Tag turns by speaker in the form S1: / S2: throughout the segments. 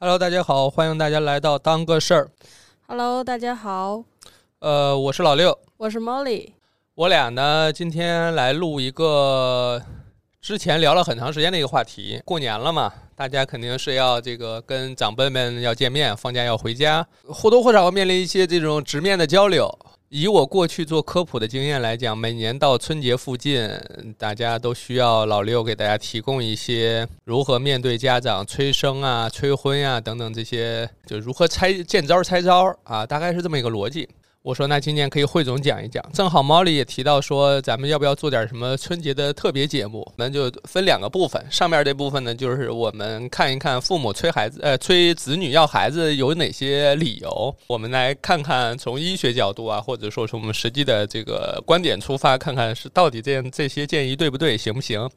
S1: Hello，大家好，欢迎大家来到当个事儿。
S2: Hello，大家好，
S1: 呃，我是老六，
S2: 我是 Molly。
S1: 我俩呢今天来录一个之前聊了很长时间的一个话题。过年了嘛，大家肯定是要这个跟长辈们要见面，放假要回家，或多或少要面临一些这种直面的交流。以我过去做科普的经验来讲，每年到春节附近，大家都需要老六给大家提供一些如何面对家长催生啊、催婚呀、等等这些，就如何拆见招拆招啊，大概是这么一个逻辑。我说那今年可以汇总讲一讲，正好毛利也提到说，咱们要不要做点什么春节的特别节目？我们就分两个部分，上面这部分呢，就是我们看一看父母催孩子，呃，催子女要孩子有哪些理由，我们来看看从医学角度啊，或者说从我们实际的这个观点出发，看看是到底这样这些建议对不对，行不行？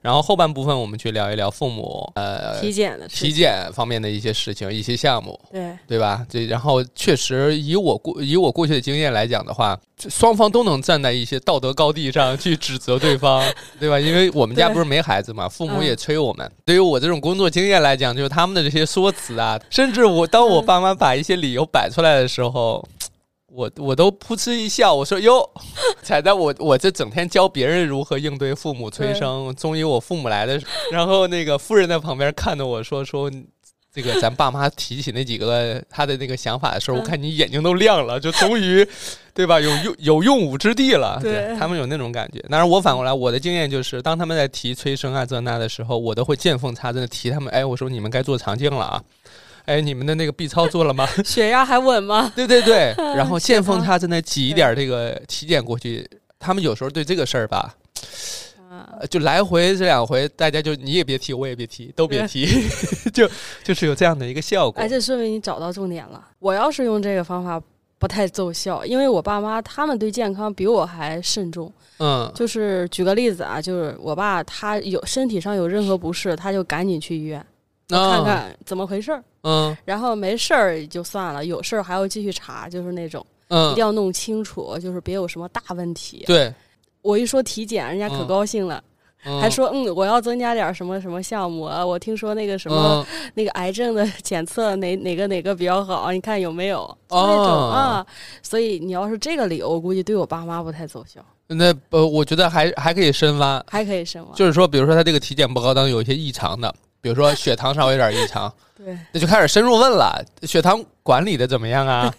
S1: 然后后半部分我们去聊一聊父母呃
S2: 体检的事
S1: 体检方面的一些事情，一些项目。
S2: 对
S1: 对吧？这然后确实以我过以我过去的经验来讲的话，这双方都能站在一些道德高地上去指责对 方，对吧？因为我们家
S2: 对
S1: 不是没孩子嘛，父母
S2: 嗯
S1: 也催我们。对于我这种工作经验来讲，就是他们的这些说辞啊，甚至我当
S2: 嗯
S1: 我爸妈把一些理由摆出来的时候。我我都噗嗤一笑，我说哟，踩在我我这整天教别人如何应对父母催生，终于我父母来的时候，然后那个夫人在旁边看着我说说这个咱爸妈提起那几个他的那个想法的时候，
S2: 嗯
S1: 我看你眼睛都亮了，就终于，对吧？有用有用武之地了，
S2: 对
S1: 他们有那种感觉。但是我反过来，我的经验就是，当他们在提催生啊这那的时候，我都会见缝插针的提他们，哎，我说你们该做肠镜了啊，哎，你们的那个 B 超做了吗？
S2: 血压还稳吗？
S1: 对对 对，然后见缝
S2: 是的
S1: 插针的挤一点这个体检过去。他们有时候对这个事儿吧，
S2: 啊，
S1: 呃就来回这两回，大家就你也别提，我也别提，都别提， 就就是有这样的一个效果
S2: 哎，。这说明你找到重点了。我要是用这个方法不太奏效，因为我爸妈他们对健康比我还慎重。
S1: 嗯，
S2: 就是举个例子啊，就是我爸他有身体上有任何不适，他就赶紧去医院看
S1: 啊
S2: 看怎么回事儿，
S1: 嗯
S2: 然后没事儿也就算了，有事儿还要继续查，就是那种一定
S1: 嗯，
S2: 要弄清楚，就是别有什么大问题。
S1: 对，
S2: 我一说体检，人家可
S1: 嗯
S2: 高兴了。
S1: 嗯
S2: 还说嗯，我要增加点儿什么什么项目啊！我听说那个什么、
S1: 嗯
S2: 那个癌症的检测哪哪个哪个比较好，你看有没有？就那种
S1: 哦
S2: 啊，所以你要是这个理由，我估计对我爸妈不太奏效，
S1: 那呃，我觉得还还可以深挖，
S2: 还可以深挖。
S1: 就是说，比如说他这个体检报告当中有一些异常的，比如说血糖稍微有点异常，
S2: 对，
S1: 那就开始深入问了，血糖管理的怎么样 啊？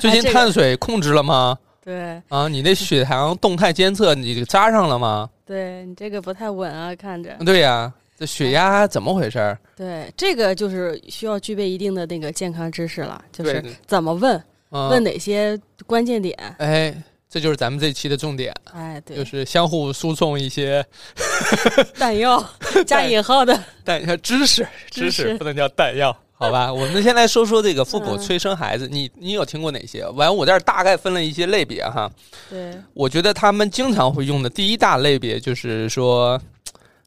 S1: 最近
S2: 哎这个
S1: 碳水控制了吗？
S2: 对
S1: 啊，你那血糖动态监测你给扎上了吗？
S2: 对，你这个不太稳啊，看着。
S1: 对呀、这血压怎么回事儿？
S2: 对，这个就是需要具备一定的那个健康知识了，就
S1: 对
S2: 是怎么问，
S1: 嗯，
S2: 问哪些关键点。
S1: 哎，这就是咱们这期的重点，
S2: 哎，对，
S1: 就是相互输送一些
S2: 弹药加
S1: 弹
S2: 引号的，
S1: 弹知识，知
S2: 知识
S1: 识不能叫弹药，好 吧？我们先来说说这个父母
S2: 嗯
S1: 催生孩子，你你有听过哪些？完，我这儿大概分了一些类别哈，
S2: 对
S1: 我觉得他们经常会用的第一大类别就是说。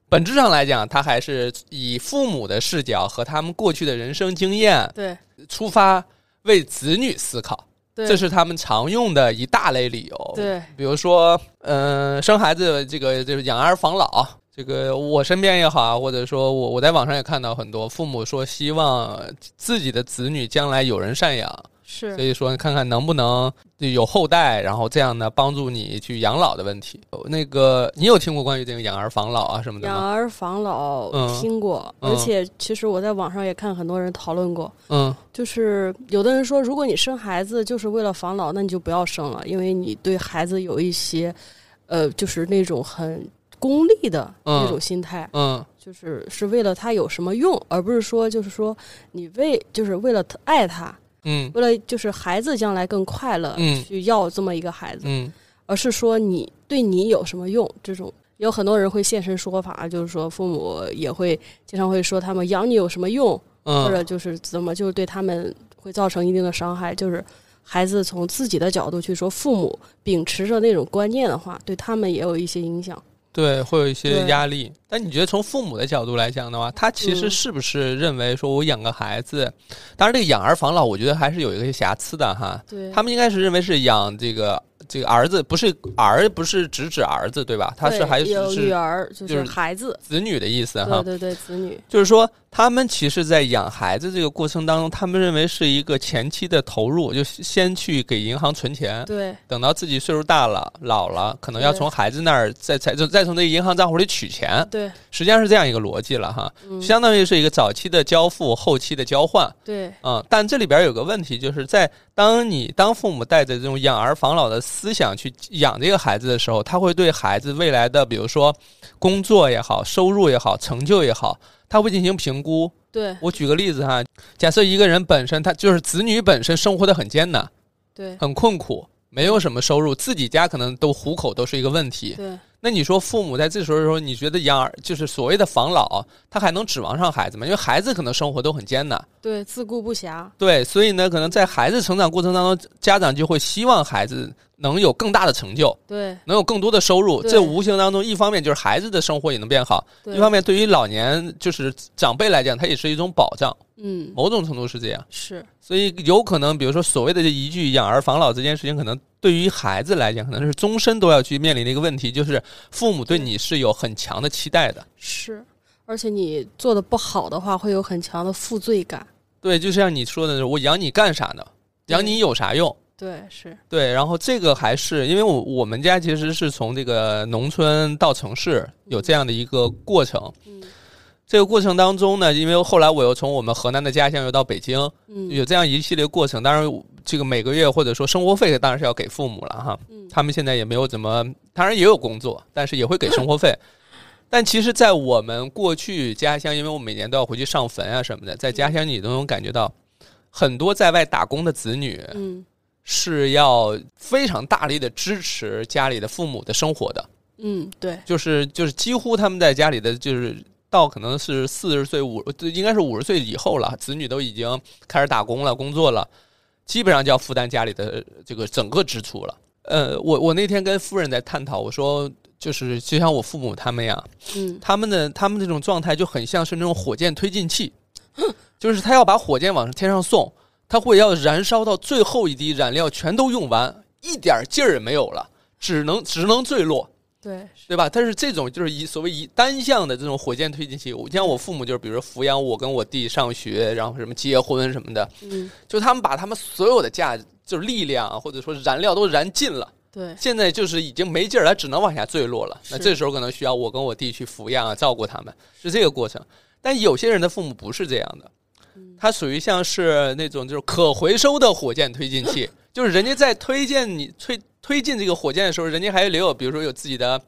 S1: 本质上来讲，他还是以父母的视角和他们过去的人生经验
S2: 对
S1: 出发，为子女思考，
S2: 对，
S1: 这是他们常用的一大类理由。
S2: 对
S1: 比如说，嗯、生孩子这个就是养儿防老，这个我身边也好啊，或者说我我在网上也看到很多父母说希望自己的子女将来有人赡养，所
S2: 是，
S1: 以说看看能不能就有后代，然后这样呢帮助你去养老的问题。哦那个你有听过关于这个养儿防老啊什么的
S2: 养
S1: 吗？
S2: 儿防老
S1: 嗯
S2: 听过，
S1: 嗯
S2: 而且其实我在网上也看很多人讨论过，
S1: 嗯
S2: 就是有的人说，如果你生孩子就是为了防老，那你就不要生了，因为你对孩子有一些，呃，就是那种很功利的
S1: 嗯
S2: 那种心态，
S1: 嗯
S2: 就是是为了他有什么用，而不是说就是说你为就是为了他爱他，
S1: 嗯
S2: 为了就是孩子将来更快乐
S1: 嗯
S2: 去要这么一个孩子，
S1: 嗯
S2: 而是说你对你有什么用？这种有很多人会现身说法，就是说父母也会经常会说他们养你有什么用，或
S1: 嗯
S2: 者就是怎么就是对他们会造成一定的伤害，就是。孩子从自己的角度去说，父母秉持着那种观念的话，对他们也有一些影响。
S1: 对，会有一些
S2: 对
S1: 压力。但你觉得从父母的角度来讲的话，他其实
S2: 嗯
S1: 是不是认为说我养个孩子，当然这个养儿防老，我觉得还是有一个瑕疵的哈。
S2: 对
S1: 他们应该是认为是养这个这个儿子，不是儿，不是只指儿子对吧？他是还是
S2: 有女
S1: 是
S2: 儿，就是是孩子，
S1: 子女的意思哈。
S2: 对对对，子女，
S1: 就是说，他们其实，在养孩子这个过程当中，他们认为是一个前期的投入，就先去给银行存钱，
S2: 对
S1: 等到自己岁数大了、老了，可能要
S2: 对
S1: 从孩子那儿再才就再从那个银行账户里取钱，
S2: 对
S1: 实际上是这样一个逻辑了哈，
S2: 嗯
S1: 相当于是一个早期的交付，后期的交换。
S2: 对
S1: 嗯，但这里边有个问题，就是在当你当父母带着这种养儿防老的思想去养这个孩子的时候，他会对孩子未来的，比如说工作也好、收入也好、成就也好，他会进行评估。
S2: 对
S1: 我举个例子哈，假设一个人本身他就是子女本身生活的很艰难、
S2: 对
S1: 很困苦，没有什么收入，自己家可能都糊口都是一个问题。
S2: 对，
S1: 那你说父母在这时候的时候，你觉得养儿就是所谓的防老，他还能指望上孩子吗？因为孩子可能生活都很艰难。
S2: 对自顾不暇，
S1: 对，所以呢，可能在孩子成长过程当中，家长就会希望孩子能有更大的成就，
S2: 对
S1: 能有更多的收入。
S2: 对
S1: 这无形当中，一方面就是孩子的生活也能变好，
S2: 对，
S1: 一方面对于老年就是长辈来讲，它也是一种保障，
S2: 嗯
S1: 某种程度是这样。
S2: 是
S1: 所以有可能，比如说所谓的这一句“养儿防老”这件事情，可能对于孩子来讲，可能是终身都要去面临的一个问题，就是父母对你是有很强的期待的。
S2: 是，而且你做的不好的话，会有很强的负罪感。
S1: 对，就像你说的，我养你干啥呢？养你有啥用？
S2: 对，是
S1: 对，然后这个还是因为我我们家其实是从这个农村到城市有这样的一个过程。
S2: 嗯
S1: 这个过程当中呢，因为后来我又从我们河南的家乡又到北京，
S2: 嗯
S1: 有这样一系列过程。当然，这个每个月或者说生活费当然是要给父母了哈。
S2: 嗯
S1: 他们现在也没有怎么，当然也有工作，但是也会给生活费。 但其实，在我们过去家乡，因为我每年都要回去上坟啊什么的，在家乡你都能感觉到，很多在外打工的子女
S2: 嗯
S1: 是要非常大力的支持家里的父母的生活的，
S2: 嗯，对
S1: 就是就是几乎他们在家里的就是。到可能是四十岁五，应该是五十岁以后了，子女都已经开始打工了、工作了，基本上就要负担家里的这个整个支出了。呃，我我那天跟夫人在探讨，我说就是就像我父母他们呀，
S2: 嗯
S1: 他们的他们这种状态就很像是那种火箭推进器，就是他要把火箭往天上送，他会要燃烧到最后一滴燃料全都用完，一点劲儿也没有了，只能只能坠落，
S2: 对是
S1: 对吧？但是这种就是一所谓一单向的这种火箭推进器，我像我父母就是，比如说抚养我跟我弟上学，然后什么结婚什么的，
S2: 嗯
S1: 就他们把他们所有的价就是力量啊或者说燃料都燃尽了。
S2: 对
S1: 现在就是已经没劲儿了，只能往下坠落了。那
S2: 是
S1: 这时候可能需要我跟我弟去抚养啊，照顾他们，是这个过程。但有些人的父母不是这样的
S2: 嗯，
S1: 他属于像是那种就是可回收的火箭推进 器，就是人家在推荐你推推进这个火箭的时候，人家还留有比如说有自己的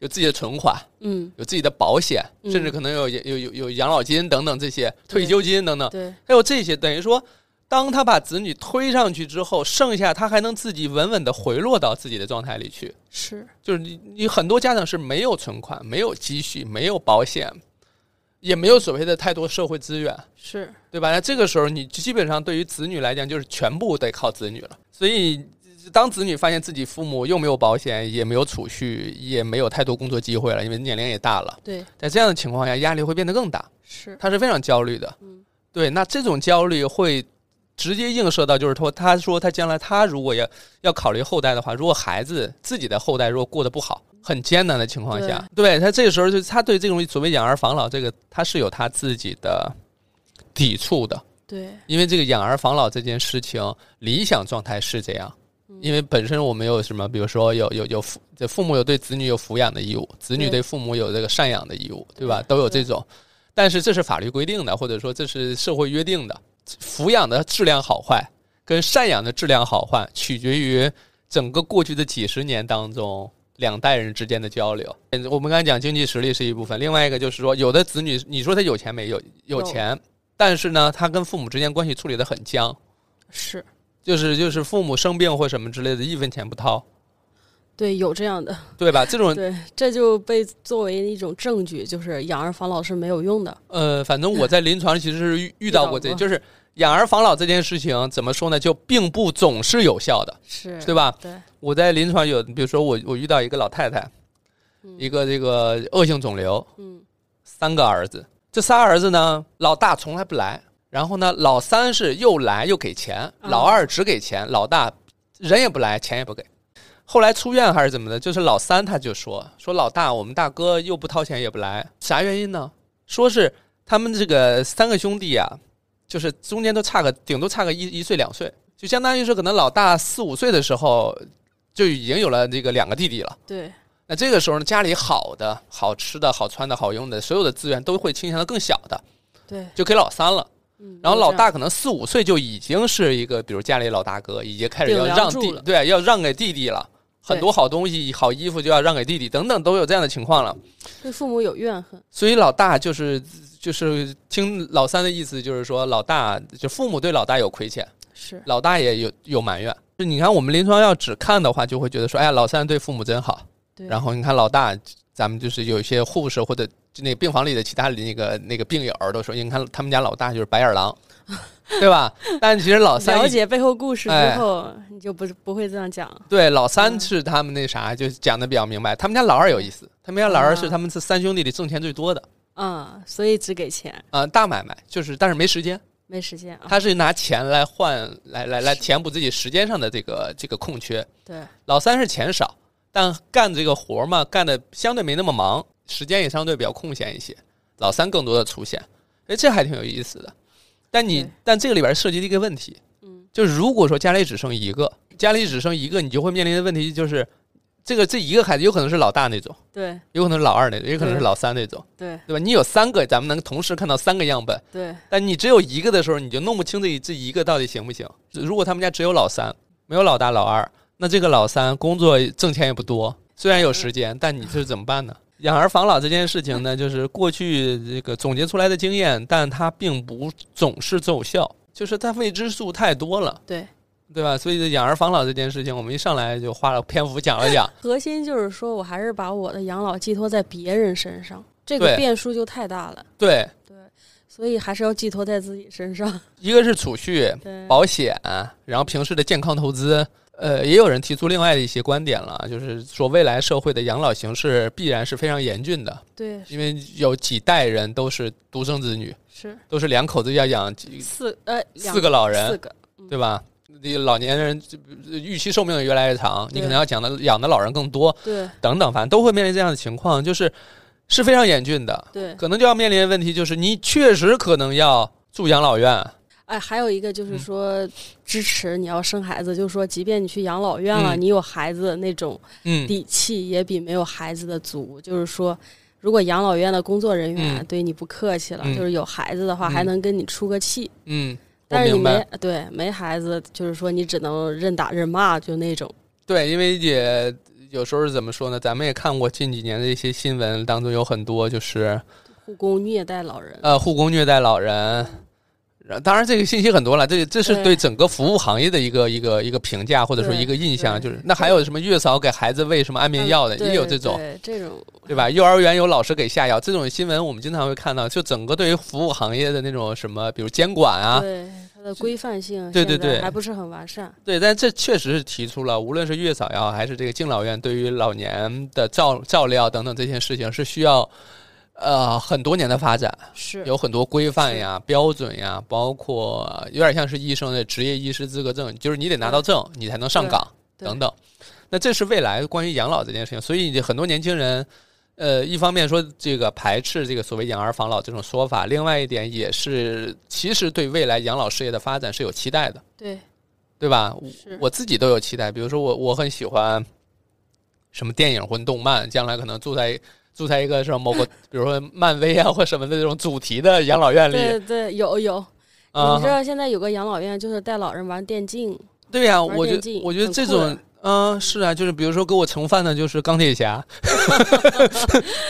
S1: 有自己的存款，
S2: 嗯
S1: 有自己的保险，
S2: 嗯
S1: 甚至可能有有有有养老金等等这些
S2: 对
S1: 退休金等等。
S2: 对
S1: 还有这些，等于说，当他把子女推上去之后，剩下他还能自己稳稳的回落到自己的状态里去。
S2: 是
S1: 就是你，你很多家长是没有存款、没有积蓄、没有保险，也没有所谓的太多社会资源，
S2: 是
S1: 对吧？那这个时候，你基本上对于子女来讲，就是全部得靠子女了。所以，当子女发现自己父母又没有保险，也没有储蓄，也没有太多工作机会了，因为年龄也大了，
S2: 对
S1: 在这样的情况下，压力会变得更大。
S2: 是
S1: 他是非常焦虑的。
S2: 嗯
S1: 对，那这种焦虑会直接映射到，就是说，他说他将来他如果要要考虑后代的话，如果孩子自己的后代如果过得不好，很艰难的情况下，对他这个时候就他对这种所谓养儿防老这个，他是有他自己的抵触的。
S2: 对
S1: 因为这个养儿防老这件事情，理想状态是这样
S2: 嗯。
S1: 因为本身我们有什么，比如说有有有父这父母有对子女有抚养的义务，子女
S2: 对
S1: 对父母有这个赡养的义务，对吧？
S2: 对
S1: 都有这种，但是这是法律规定的，或者说这是社会约定的。抚养的质量好坏跟赡养的质量好坏，取决于整个过去的几十年当中两代人之间的交流。嗯我们刚才讲经济实力是一部分，另外一个就是说，有的子女你说他有钱没有？有
S2: 有
S1: 钱，但是呢，他跟父母之间关系处理的很僵，
S2: 是
S1: 就是就是父母生病或什么之类的，一分钱不掏，
S2: 对有这样的
S1: 对吧？这种
S2: 对，这就被作为一种证据，就是养儿防老是没有用的。
S1: 呃，反正我在临床其实是遇遇到过这，
S2: 遇到过
S1: 就是养儿防老这件事情，怎么说呢？就并不总是有效的，
S2: 是
S1: 对吧？
S2: 对
S1: 我在临床有，比如说我我遇到一个老太太，
S2: 嗯
S1: 一个这个恶性肿瘤，
S2: 嗯
S1: 三个儿子，这仨儿子呢，老大从来不来，然后呢，老三是又来又给钱，
S2: 嗯
S1: 老二只给钱，老大人也不来，钱也不给。后来出院还是怎么的，就是老三他就说说老大，我们大哥又不掏钱也不来，啥原因呢？说是他们这个三个兄弟啊，就是中间都差个，顶多差个一一岁两岁，就相当于是可能老大四五岁的时候就已经有了这个两个弟弟了。
S2: 对，
S1: 那这个时候呢，家里好的、好吃的、好穿的、好用的，所有的资源都会倾向到更小的，
S2: 对，
S1: 就给老三了。
S2: 嗯
S1: 然后老，
S2: 就
S1: 大可能四五岁就已经是一个，比如家里老大哥，已经开始要
S2: 顶梁
S1: 让
S2: 柱
S1: 弟
S2: 了，
S1: 对，要让给弟弟了，很
S2: 对
S1: 多好东西、好衣服就要让给弟弟，等等都有这样的情况了。
S2: 这样对父母有怨恨，
S1: 所以老大就是就是听老三的意思，就是说老大就父母对老大有亏欠，
S2: 是
S1: 老大也有有埋怨。就你看我们临床要只看的话，就会觉得说，哎呀，老三对父母真好。
S2: 对。
S1: 然后你看老大，咱们就是有一些护士或者就那病房里的其他的那个那个病友都说，你看他们家老大就是白眼 狼，对吧？但其实老三
S2: 了
S1: 一
S2: 解背后故事
S1: 哎
S2: 之后，你就不不会这样讲。
S1: 对老三
S2: 嗯
S1: 是他们那啥，就讲的比较明白。他们家老二有意思，他们家老二是
S2: 啊
S1: 他们是三兄弟里挣钱最多的
S2: 嗯，所以只给钱，
S1: 啊、大买卖就是，但是没时间。
S2: 没时间啊。
S1: 他是拿钱来换，来来来填补自己时间上的这个这个空缺。
S2: 对，
S1: 老三是钱少，但干这个活儿嘛，干的相对没那么忙，时间也相对比较空闲一些。老三更多的出现，哎，这还挺有意思的。但你
S2: 对
S1: 但这个里边涉及的一个问题，
S2: 嗯，
S1: 就是如果说家里只剩一个，家里只剩一个，你就会面临的问题就是，这个这一个孩子有可能是老大那种，
S2: 对
S1: 有可能是老二那种，也可能是
S2: 对
S1: 老三那种，
S2: 对
S1: 对吧？你有三个，咱们能同时看到三个样本，
S2: 对，
S1: 但你只有一个的时候，你就弄不清这这一个到底行不行。如果他们家只有老三，没有老大老二，那这个老三工作挣钱也不多，虽然有时间，但你是怎么办呢？养儿防老这件事情呢，就是过去这个总结出来的经验，但它并不总是奏效，就是它未知数太多了，
S2: 对，
S1: 对吧？所以养儿防老这件事情，我们一上来就花了篇幅讲了讲，
S2: 核心就是说我还是把我的养老寄托在别人身上，这个
S1: 对
S2: 变数就太大了。
S1: 对，
S2: 对，所以还是要寄托在自己身上。
S1: 一个是储蓄，
S2: 对，
S1: 保险，然后平时的健康投资。呃，也有人提出另外的一些观点了，就是说未来社会的养老形势必然是非常严峻的，
S2: 对
S1: 因为有几代人都是独生子女，
S2: 是
S1: 都是两口子要养几
S2: 四呃两
S1: 嗯四个老
S2: 四
S1: 人，
S2: 个
S1: 对吧？你老年人呃预期寿命也越来越长，你
S2: 对
S1: 可能要讲的养的老人更多，
S2: 对
S1: 等等，反正都会面临这样的情况，就是是非常严峻的，
S2: 对，
S1: 可能就要面临的问题就是你确实可能要住养老院，
S2: 哎，还有一个就是
S1: 嗯
S2: 说支持你要生孩子，就是说即便你去养老院了，
S1: 嗯
S2: 你有孩子那种
S1: 嗯，
S2: 底气也比没有孩子的足。就是说，如果养老院的工作人员
S1: 嗯
S2: 对你不客气了，
S1: 嗯
S2: 就是有孩子的话，
S1: 嗯
S2: 还能跟你出个气。
S1: 嗯，我
S2: 但是你
S1: 明白。
S2: 没对没孩子，就是说你只能任打任骂，就那种。
S1: 对，因为也有时候是怎么说呢？咱们也看过近几年的一些新闻，当中有很多就是
S2: 护工虐待老人，
S1: 呃护工虐待老人。然当然，这个信息很多了，这这是
S2: 对
S1: 对整个服务行业的一个一个一个评价，或者说
S2: 对
S1: 一个印象，
S2: 对
S1: 就是那还有什么月嫂给孩子喂什么安眠药的，
S2: 嗯
S1: 也有这
S2: 对
S1: 种，
S2: 对这种
S1: 对吧？幼儿园有老师给下药，这种新闻我们经常会看到。就整个对于服务行业的那种什么，比如监管啊，
S2: 对它的规范性，
S1: 对对对啊
S2: 还不是很完善。
S1: 对，但这确实是提出了，无论是月嫂也好，还是这个敬老院对于老年的照照料等等这些事情，是需要呃很多年的发展，
S2: 是
S1: 有很多规范呀、标准呀，包括呃有点像是医生的职业医师资格证，就是你得拿到证，你才能上
S2: 对
S1: 岗
S2: 对
S1: 等等。那这是未来关于养老这件事情，所以很多年轻人。呃，一方面说这个排斥这个所谓养儿防老这种说法，另外一点也是，其实对未来养老事业的发展是有期待的，
S2: 对
S1: 对吧？
S2: 是
S1: 我自己都有期待，比如说我我很喜欢什么电影或动漫，将来可能住在住在一个什么某个，比如说漫威啊或什么的这种主题的养老院里
S2: 对对有有。
S1: 啊
S2: 你知，道现在有个养老院，就是带老人玩 电竞，
S1: 对呀、
S2: 玩
S1: 我觉
S2: 电竞
S1: 我觉得
S2: 很
S1: 这
S2: 酷
S1: 种
S2: 的。
S1: 嗯，是啊，就是比如说给我盛饭的就是钢铁侠，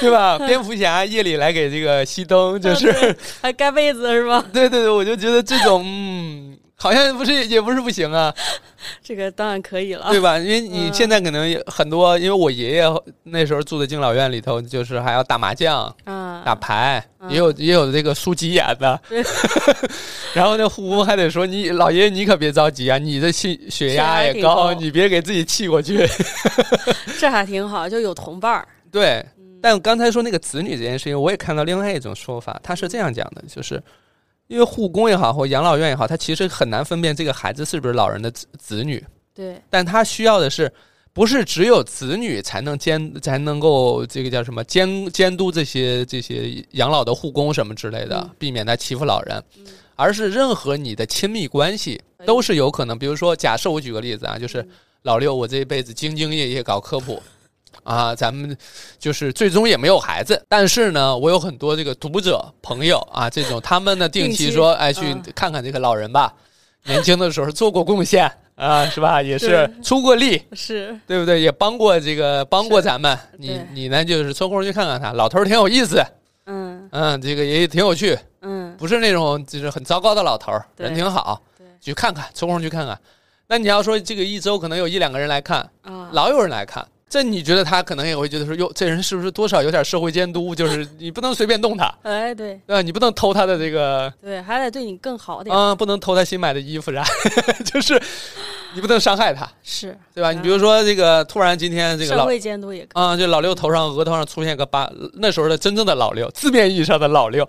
S1: 对吧？蝙蝠侠夜里来给这个熄灯，
S2: 嗯
S1: 就是
S2: 还盖被子是吧？
S1: 对对对，我就觉得这种嗯，好像不是也不是不行啊，
S2: 这个当然可以了。
S1: 对吧？因为你
S2: 嗯
S1: 现在可能也很多，因为我爷爷那时候住的敬老院里头，就是还要打麻将、
S2: 啊，
S1: 打牌，
S2: 嗯
S1: 也有也有这个书籍演的
S2: 对。
S1: 然后那护工还得说：“你老爷爷，你可别着急啊，你的血血压
S2: 压
S1: 也
S2: 挺
S1: 高，
S2: 高
S1: 你别给自己气过 去。
S2: 这还挺好，就有同伴儿。”
S1: 对。
S2: 嗯
S1: 但刚才说那个子女这件事情，我也看到另外一种说法，他是这样讲的，就是。因为护工也好，或养老院也 好，他其实很难分辨这个孩子是不是老人的子子女。
S2: 对
S1: 但他需要的是，不是只有子女才能监才能够这个叫什么监监督这些这些养老的护工什么之类的，
S2: 嗯
S1: 避免他欺负老人，
S2: 嗯
S1: 而是任何你的亲密关系
S2: 可以
S1: 都是有可能。比如说，假设我举个例子啊，就是
S2: 嗯
S1: 老六，我这一辈子兢兢业业搞科普。啊，咱们就是最终也没有孩子，但是呢，我有很多这个读者朋友啊，这种他们呢定
S2: 定
S1: 期
S2: 期
S1: 说，哎，去
S2: 嗯
S1: 看看这个老人吧，年轻的时候做过贡献啊，是吧？也是
S2: 对
S1: 出过力，
S2: 是
S1: 对不对？也帮过这个，帮过咱们。你
S2: 对
S1: 你呢，就是抽空去看看他，老头儿挺有意思，
S2: 嗯
S1: 嗯，这个也挺有趣，
S2: 嗯
S1: 不是那种就是很糟糕的老头儿，
S2: 对
S1: 人挺好，
S2: 对
S1: 去看看，抽空去看看。那你要说这个一周可能有一两个人来看，
S2: 啊
S1: 老有人来看，这你觉得他可能也会觉得说，哟，这人是不是多少有点社会监督？ 就是你不能随便动他，
S2: 哎对
S1: 对吧？你不能偷他的这个，
S2: 对，还得对你更好点，
S1: 嗯，不能偷他新买的衣服啥， 就是你不能伤害他，
S2: 是
S1: 对吧？
S2: 嗯
S1: 你比如说这个，突然今天这个
S2: 社
S1: 老
S2: 会监督也可
S1: 啊、就老六头上、额头上出现个疤，那时候的真正的老六，字面意义上的老六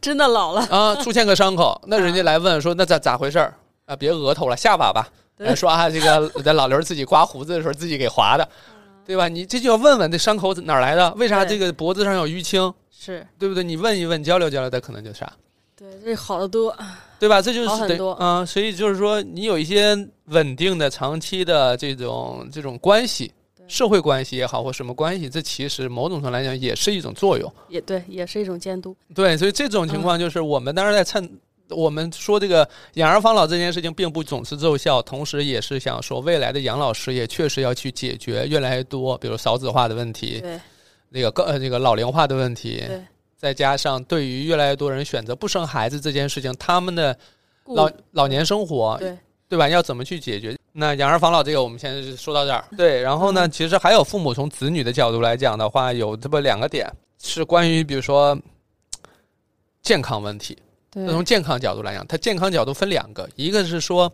S2: 真的老 了，
S1: 啊、出现个伤 口，那人家来问说，那咋咋回事儿啊？别额头了，下巴吧。
S2: 对
S1: 哎说啊，这个在老刘自己刮胡子的时候自己给划的，对吧？你这就要问问这伤口哪儿来的，为啥这
S2: 嗯对
S1: 个脖子上有淤青，
S2: 是
S1: 对不对？你问一问，交流交流，他可能就啥，
S2: 对这好的多，
S1: 对吧？这就
S2: 好
S1: 是
S2: 很
S1: 得
S2: 多
S1: 啊、所以就是说，你有一些稳定的、长期的这种这种关系，
S2: 对
S1: 社会关系也好，或什么关系，这其实某种程度来讲也是一种作用。
S2: 也对，也是一种监督，
S1: 对，所以这种情况就是我们当时在趁、我们说这个养儿防老这件事情，并不总是奏效，同时也是想说未来的养老事业确实要去解决越来越多，比如少子化的问题，
S2: 对
S1: 那个高呃那个老龄化的问题，
S2: 对，
S1: 再加上对于越来越多人选择不生孩子这件事情，他们的
S2: 顾
S1: 老老年生活
S2: 对
S1: 对吧？要怎么去解决？那养儿防老这个，我们先说到这
S2: 嗯
S1: 儿。对，然后呢，其实还有父母从子女的角度来讲的话，有这么两个点是关于，比如说健康问题。
S2: 对
S1: 那从健康角度来讲，它健康角度分两个，一个是说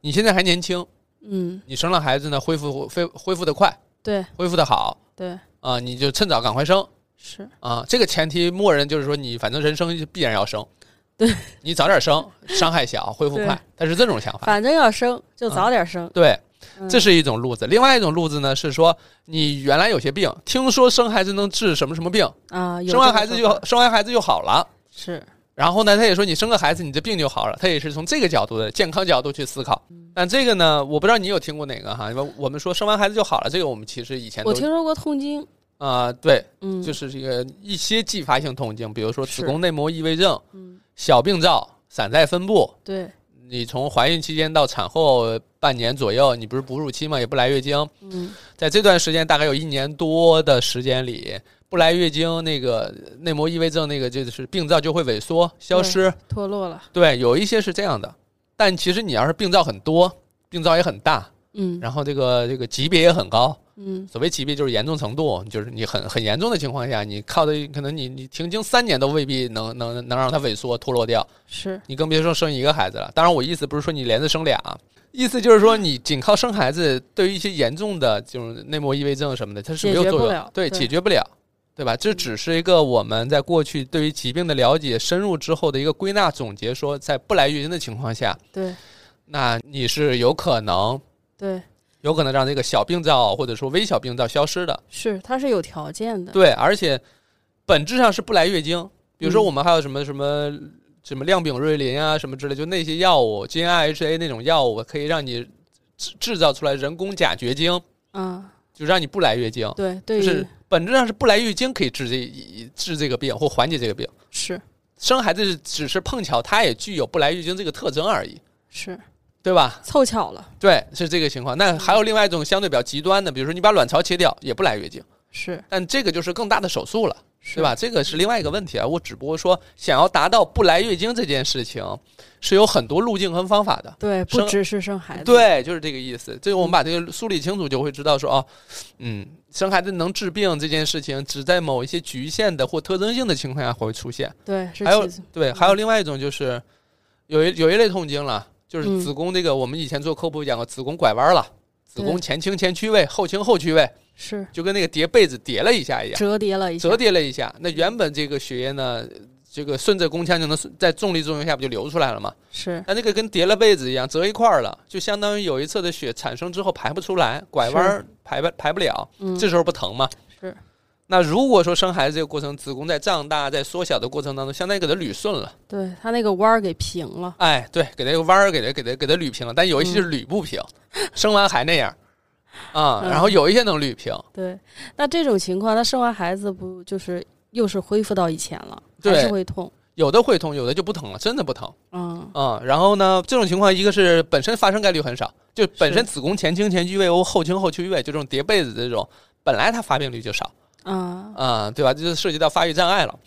S1: 你现在还年轻，
S2: 嗯
S1: 你生了孩子呢，恢复恢恢复的快，
S2: 对
S1: 恢复的好
S2: 对
S1: 啊、你就趁早赶快生
S2: 是
S1: 啊、这个前提，默认就是说你反正人生就必然要生，
S2: 对
S1: 你早点生，伤害小，恢复
S2: 对
S1: 快，他是这种想法。
S2: 反正要生就
S1: 嗯
S2: 早点生，
S1: 对，
S2: 嗯
S1: 这是一种路子。另外一种路子呢，是说你原来有些病，听说生孩子能治什么什么病，
S2: 啊，有
S1: 生完
S2: 这个
S1: 孩子
S2: 说
S1: 就
S2: 法
S1: 生完孩子就好了。
S2: 是
S1: 然后呢，他也说你生个孩子，你这病就好了。他也是从这个角度的健康角度去思考。
S2: 嗯
S1: 但这个呢，我不知道你有听过哪个哈？因为我们说生完孩子就好了，这个我们其实以前都
S2: 我听说过痛经，
S1: 啊、对，
S2: 嗯，
S1: 就是这个一些继发性痛经，比如说子
S2: 是
S1: 宫内膜异位症、
S2: 嗯
S1: 小病灶、散在分布。
S2: 对
S1: 你从怀孕期间到产后半年左右，你不是哺乳期嘛，也不来月经，
S2: 嗯
S1: 在这段时间大概有一年多的时间里，不来月经，那个内膜异位症那个就是病灶就会萎缩消失。
S2: 脱落了，
S1: 对，有一些是这样的，但其实你要是病灶很多，病灶也很大，
S2: 嗯
S1: 然后这个这个级别也很高。
S2: 嗯
S1: 所谓级别就是严重程度，就是你很很严重的情况下，你靠的可能你你停经三年都未必能能能让它萎缩脱落掉，
S2: 是
S1: 你更别说生一个孩子了。当然，我意思不是说你连着生俩，啊意思就是说你仅靠生孩子，对于一些严重的这种内膜异位症什么的，它是没有
S2: 解决
S1: 作
S2: 不
S1: 用
S2: 了，
S1: 对，
S2: 对嗯
S1: 解决不了，对吧？这只是一个我们在过去对于疾病的了解深入之后的一个归纳总结，说在不来月经的情况下，
S2: 对
S1: 那你是有可能
S2: 对
S1: 有可能让这个小病灶或者说微小病灶消失的，
S2: 是它是有条件的，
S1: 对，而且本质上是不来月经。比如说
S2: 嗯
S1: 我们还有什么什么什么亮丙瑞林啊什么之类，就那些药物，G N I H A 那种药物，可以让你制制造出来人工假绝经，
S2: 嗯
S1: 就让你不来月经。
S2: 对对
S1: 就
S2: 于
S1: 是本质上是不来月经可以治这治这个病或缓解这个病。
S2: 是
S1: 生孩子只是碰巧，它也具有不来月经这个特征而已，
S2: 是
S1: 对吧？
S2: 凑巧了，
S1: 对，是这个情况。那还有另外一种相对比较极端的，比如说你把卵巢切掉也不来月经，
S2: 是
S1: 但这个就是更大的手术了。
S2: 是
S1: 对吧？？这个是另外一个问题啊。我只不过说，想要达到不来月经这件事情，是有很多路径和方法的。
S2: 对，不
S1: 生
S2: 只是生孩子，
S1: 对，就是这个意思。这个我们把这个梳理清楚，就会知道说，哦，嗯，生孩子能治病这件事情，只在某一些局限的或特征性的情况下会出现。
S2: 对是
S1: 还有
S2: 其次
S1: 对，还有另外一种就是，有一有一类痛经了，就是
S2: 嗯
S1: 子宫这个，我们以前做科普讲过，子宫拐弯了，子宫
S2: 对
S1: 前倾前屈位，后倾后屈位，
S2: 是
S1: 就跟那个叠被子叠了一下一样。
S2: 折叠了一下，
S1: 折叠了一下。那原本这个血液呢，这个顺着宫腔就能顺在重力作用下不就流出来了嘛？
S2: 是
S1: 但那个跟叠了被子一样，折一块儿了，就相当于有一侧的血产生之后排不出来，拐弯儿排不排不了，
S2: 嗯
S1: 这时候不疼吗？
S2: 是。
S1: 那如果说生孩子这个过程，子宫在胀大、在缩小的过程当中，相当于给它捋顺了，
S2: 对他那个弯儿给平了，
S1: 哎，对，给它一个弯儿，给它给它给它捋平了。但有一些是捋不平，生完还那样啊、
S2: 嗯
S1: 然后有一些能捋平，
S2: 对，那这种情况，他生完孩子不就是又是恢复到以前了，还
S1: 对
S2: 是会痛，
S1: 有的会痛，有的就不疼了，真的不疼。
S2: 嗯，
S1: 啊、然后呢，这种情况一个是本身发生概率很少，就本身子宫前倾前屈位欧后倾后屈位，就这种叠被子这种，本来它发病率就少
S2: 啊，
S1: 啊、对吧？这就涉及到发育障碍了。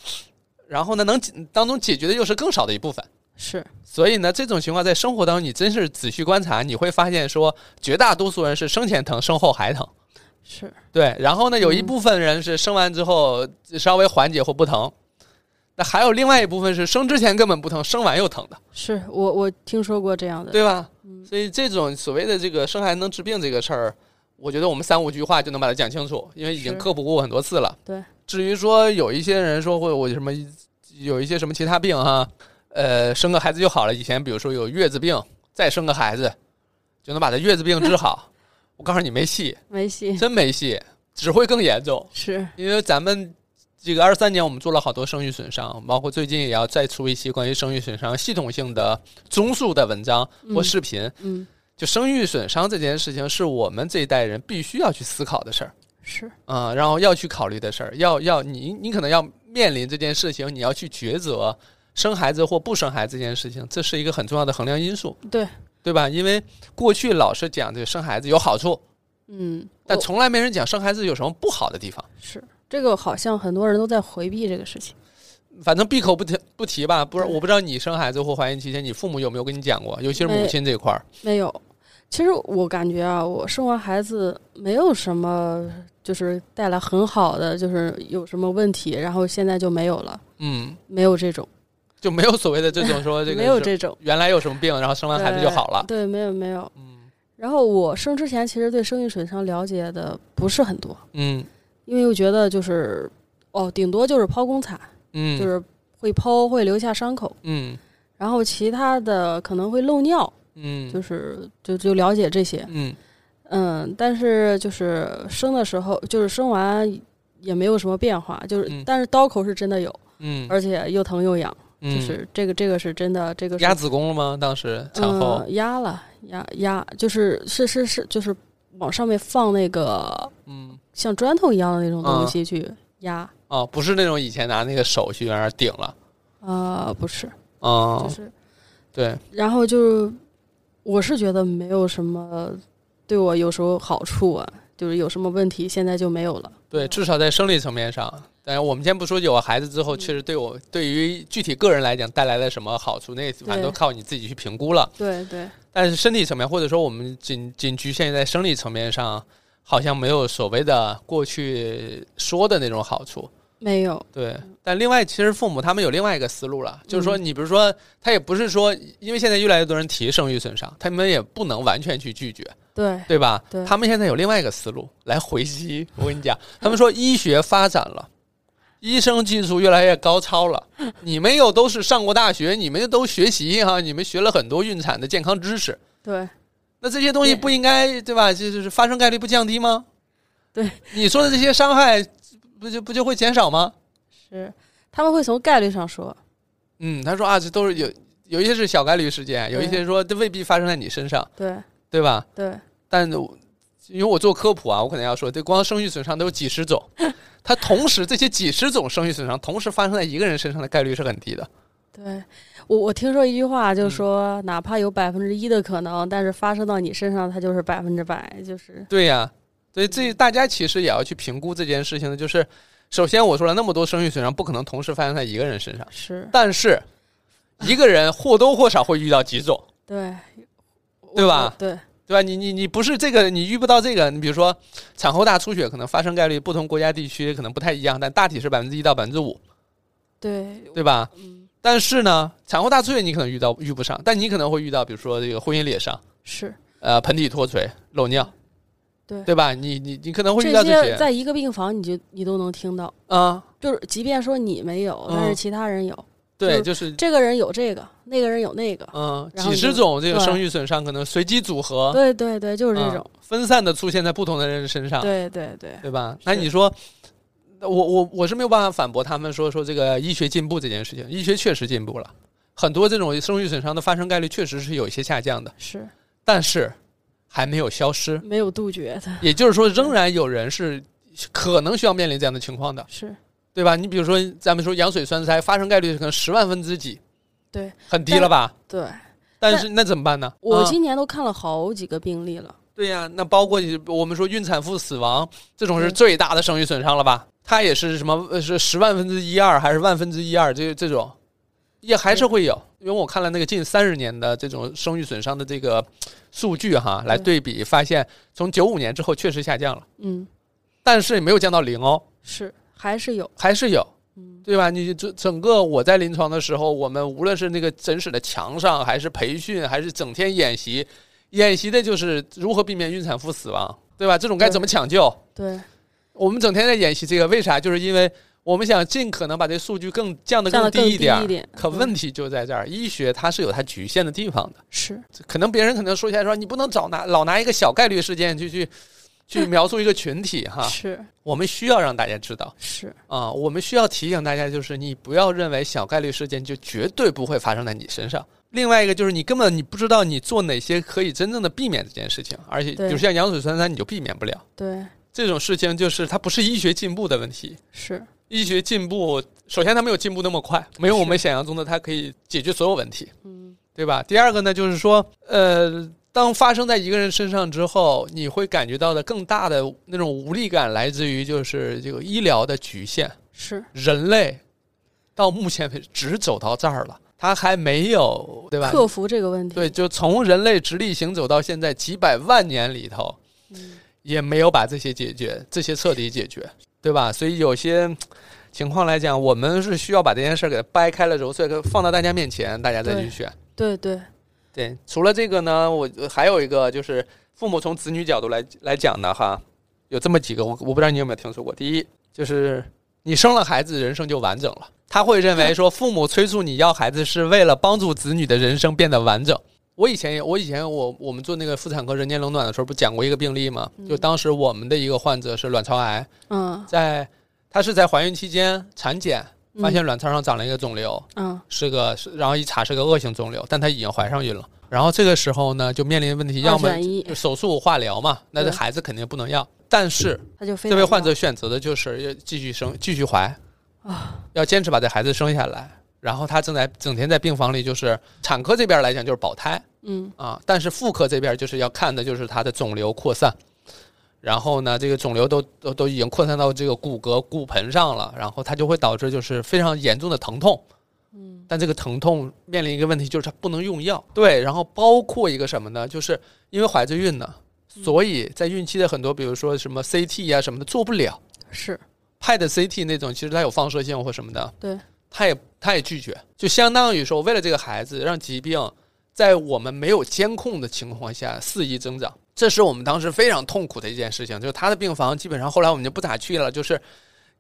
S1: 然后呢，能解当中解决的又是更少的一部分。
S2: 是
S1: 所以呢，这种情况在生活当中，你真是仔细观察，你会发现说，绝大多数人是生前疼，生后还疼。
S2: 是，
S1: 对，然后呢，有一
S2: 嗯
S1: 部分人是生完之后稍微缓解或不疼，那还有另外一部分是生之前根本不疼，生完又疼的。
S2: 是我我听说过这样的，
S1: 对吧？
S2: 嗯
S1: 所以这种所谓的这个生孩子能治病这个事儿，我觉得我们三五句话就能把它讲清楚，因为已经
S2: 是
S1: 科普过很多次了。
S2: 对，
S1: 至于说有一些人说会我什么有一些什么其他病哈，呃，生个孩子就好了。以前比如说有月子病，再生个孩子就能把他月子病治 好，我告诉你没戏，
S2: 没戏，
S1: 真没戏，只会更严重。
S2: 是
S1: 因为咱们这个二三年我们做了好多生育损伤，包括最近也要再出一期关于生育损伤系统性的综述的文章或视频。
S2: 嗯，
S1: 就生育损伤这件事情，是我们这一代人必须要去思考的事儿
S2: 是
S1: 啊、然后要去考虑的事儿，要要你你可能要面临这件事情，你要去抉择生孩子或不生孩子这件事情，这是一个很重要的衡量因素，
S2: 对，
S1: 对吧？因为过去老是讲这个生孩子有好处，
S2: 嗯，
S1: 但
S2: 我
S1: 从来没人讲生孩子有什么不好的地方。
S2: 是这个好像很多人都在回避这个事情，
S1: 反正闭口不提不提吧，不是
S2: 对
S1: 我不知道你生孩子或怀孕期间，你父母有没有跟你讲过，尤其是母
S2: 没
S1: 亲这块儿，
S2: 没有。其实我感觉啊，我生完孩子没有什么，就是带来很好的，就是有什么问题，然后现在就没有了，
S1: 嗯，
S2: 没有这种，
S1: 就没有所谓的这种说这个
S2: 没有
S1: 是
S2: 这种，
S1: 原来有什么病，然后生完孩子就好了，
S2: 对，没有没有。
S1: 嗯
S2: 然后我生之前其实对生育损伤了解的不是很多，
S1: 嗯
S2: 因为我觉得就是哦，顶多就是剖宫产，
S1: 嗯，
S2: 就是会剖会留下伤口，
S1: 嗯
S2: 然后其他的可能会漏尿，
S1: 嗯，
S2: 就是是就就了解这些。
S1: 嗯
S2: 嗯，但是就是生的时候，就是生完也没有什么变化，就是、
S1: 嗯
S2: 但是刀口是真的有，
S1: 嗯，
S2: 而且又疼又痒，
S1: 嗯
S2: 就是这个这个是真的，这个是
S1: 压子宫了吗？当时产后，
S2: 嗯、压了压压，就是是是是，就是往上面放那个
S1: 嗯
S2: 像砖头一样的那种
S1: 嗯
S2: 东西去压。
S1: 哦，不是那种以前拿那个手去往那儿顶了，
S2: 啊、不是，就
S1: 哦，
S2: 是，
S1: 对，
S2: 然后就我是觉得没有什么对我有时候好处啊，就是有什么问题现在就没有了。
S1: 对，至少在生理层面上。但我们先不说有了孩子之
S2: 嗯
S1: 后，确实对我对于具体个人来讲带来了什么好处，那反正都
S2: 对
S1: 靠你自己去评估了。
S2: 对对，
S1: 但是身体层面，或者说我们仅仅局限在生理层面上，好像没有所谓的过去说的那种好处。
S2: 没有，
S1: 对，但另外，其实父母他们有另外一个思路了，就是说，
S2: 嗯
S1: 你比如说，他也不是说，因为现在越来越多人提生育损伤，他们也不能完全去拒绝，
S2: 对
S1: 对吧？
S2: 对
S1: 他们现在有另外一个思路来回击。我跟你讲，他们说医学发展 了，医生技术越来越高超了，你们又都是上过大学，你们都学习哈、你们学了很多孕产的健康知识，
S2: 对
S1: 那这些东西
S2: 对
S1: 不应该对吧？这就是发生概率不降低吗？
S2: 对，
S1: 你说的这些伤害，不就不就会减少吗？
S2: 是，他们会从概率上说，
S1: 嗯，他说啊，这都是有有一些是小概率事件，有一些说这未必发生在你身上，
S2: 对
S1: 对吧？
S2: 对
S1: 但我因为我做科普啊，我可能要说，这光生育损伤都有几十 种，它同时这些几十种生育损伤同时发生在一个人身上的概率是很低的。
S2: 对。我我听说一句话，就
S1: 嗯
S2: 是说哪怕有百分之一的可能，但是发生到你身上，它就是百分之百，就是
S1: 对呀、所以这大家其实也要去评估这件事情的，就是首先我说了那么多生育损伤不可能同时发生在一个人身上，
S2: 是
S1: 但是一个人或多或少会遇到几种。
S2: 对，
S1: 对吧
S2: 我？对，
S1: 对吧？你你你不是这个，你遇不到这个。你比如说，产后大出血可能发生概率不同国家地区可能不太一样，但大体是百分之一到百分之五，
S2: 对，
S1: 对吧？
S2: 嗯，
S1: 但是呢，产后大出血你可能遇到遇不上，但你可能会遇到，比如说这个婚姻裂伤、
S2: 是
S1: 呃盆底脱垂、漏尿，
S2: 对
S1: 对吧？你你你可能会遇
S2: 这
S1: 到这
S2: 些
S1: 些
S2: 在一个病房，你就你都能听到，
S1: 啊、
S2: 就是即便说你没有，但
S1: 嗯
S2: 是其他人有，
S1: 对，
S2: 就
S1: 就是
S2: 这个人有这个，那个人有那个，
S1: 嗯，
S2: 然后
S1: 几
S2: 就
S1: 十种这个
S2: 对
S1: 生育损伤可能随机组合，
S2: 对对对，就是这
S1: 嗯啊
S2: 种，
S1: 分散的出现在不同的人身上，
S2: 对对对，
S1: 对吧？那你说，我我我是没有办法反驳他们说说这个医学进步这件事情，医学确实进步了，很多这种生育损伤的发生概率确实是有一些下降的，
S2: 是
S1: 但是还没有消失，
S2: 没有杜绝的，
S1: 也就是说，仍然有人是可能需要面临这样的情况的，
S2: 是
S1: 对吧？你比如说，咱们说羊水栓塞发生概率可能十万分之几，
S2: 对，
S1: 很低了吧？
S2: 对。
S1: 但是那怎么办呢？
S2: 我
S1: 啊
S2: 今年都看了好几个病例了，
S1: 对呀、那包括你我们说孕产妇死亡这种是
S2: 对
S1: 最大的生育损伤了吧？它也是什么呃是十万分之一二还是万分之一二这这种，也还是会有。因为我看了那个近三十年的这种生育损伤的这个数据哈，来对比发现，从九五年之后确实下降了，
S2: 嗯，
S1: 但是也没有降到零哦，
S2: 是还是有，
S1: 还是有。
S2: 嗯
S1: 对吧？你整整个我在临床的时候，我们无论是那个诊室的墙上，还是培训，还是整天演习，演习的就是如何避免孕产妇死亡，对吧？这种该怎么抢救？
S2: 对，
S1: 我们整天在演习这个，为啥？就是因为我们想尽可能把这数据更降得
S2: 降得
S1: 低
S2: 更
S1: 一点
S2: 低
S1: 儿
S2: 一。点，
S1: 可
S2: 嗯
S1: 问题就在这儿，医学它是有它局限的地方的，
S2: 是
S1: 这可能别人可能说起来说你不能找拿老拿一个小概率事件去去去描述一个群体哈，
S2: 是
S1: 我们需要让大家知道。
S2: 是，
S1: 啊、我们需要提醒大家，就是你不要认为小概率事件就绝对不会发生在你身上。另外一个就是你根本你不知道你做哪些可以真正的避免这件事情，而且比
S2: 对
S1: 如像羊水栓塞，你就避免不了
S2: 对，
S1: 这种事情，就是它不是医学进步的问题。
S2: 是
S1: 医学进步，首先它没有进步那么快，没有
S2: 是
S1: 我们想象中的它可以解决所有问题，
S2: 嗯
S1: 对吧？第二个呢，就是说，呃，当发生在一个人身上之后，你会感觉到的更大的那种无力感来自于就是这个医疗的局限。
S2: 是
S1: 人类到目前为止只走到这儿了，他还没有对吧？
S2: 克服这个问题，
S1: 对，就从人类直立行走到现在几百万年里头，
S2: 嗯
S1: 也没有把这些解决，这些彻底解决，对吧？所以有些嗯情况来讲，我们是需要把这件事儿给它掰开了揉碎，给它放到大家面前，大家再去
S2: 对
S1: 选。
S2: 对对
S1: 对，除了这个呢，我还有一个就是父母从子女角度来来讲的哈，有这么几个，我我不知道你有没有听说过。第一就是你生了孩子，人生就完整了。他会认为说，父母催促你要孩子是为了帮助子女的人生变得完整。我以前也，我以前我我们做那个妇产科人间冷暖的时候，不讲过一个病例吗？就当时我们的一个患者是卵巢癌，
S2: 嗯
S1: 在她是在怀孕期间产检发现
S2: 嗯
S1: 卵巢上长了一个肿瘤，
S2: 嗯
S1: 是个，是然后一查是个恶性肿瘤，但她已经怀上孕了。然后这个时候呢，就面临问题，
S2: 二
S1: 要么
S2: 选一，
S1: 手术化疗嘛，那这
S2: 对
S1: 孩子肯定不能要。但是
S2: 他就非
S1: 这位
S2: 得
S1: 患
S2: 要
S1: 者选择的就是要继续生，继续怀
S2: 啊，
S1: 要坚持把这孩子生下来。然后她正在整天在病房里，就是产科这边来讲就是保胎
S2: 嗯
S1: 啊，但是妇科这边就是要看的就是她的肿瘤扩散。然后呢，这个肿瘤都都都已经扩散到这个骨骼骨盆上了，然后它就会导致就是非常严重的疼痛。
S2: 嗯
S1: 但这个疼痛面临一个问题，就是它不能用药。对，然后包括一个什么呢？就是因为怀着孕呢，所以在孕期的很多，比如说什么 CT 啊什么的做不了，
S2: 是
S1: 拍的 CT 那种，其实它有放射性或什么的，
S2: 对，
S1: 他也他也拒绝，就相当于说为了这个孩子，让疾病在我们没有监控的情况下肆意增长，这是我们当时非常痛苦的一件事情。就是他的病房基本上后来我们就不咋去了，就是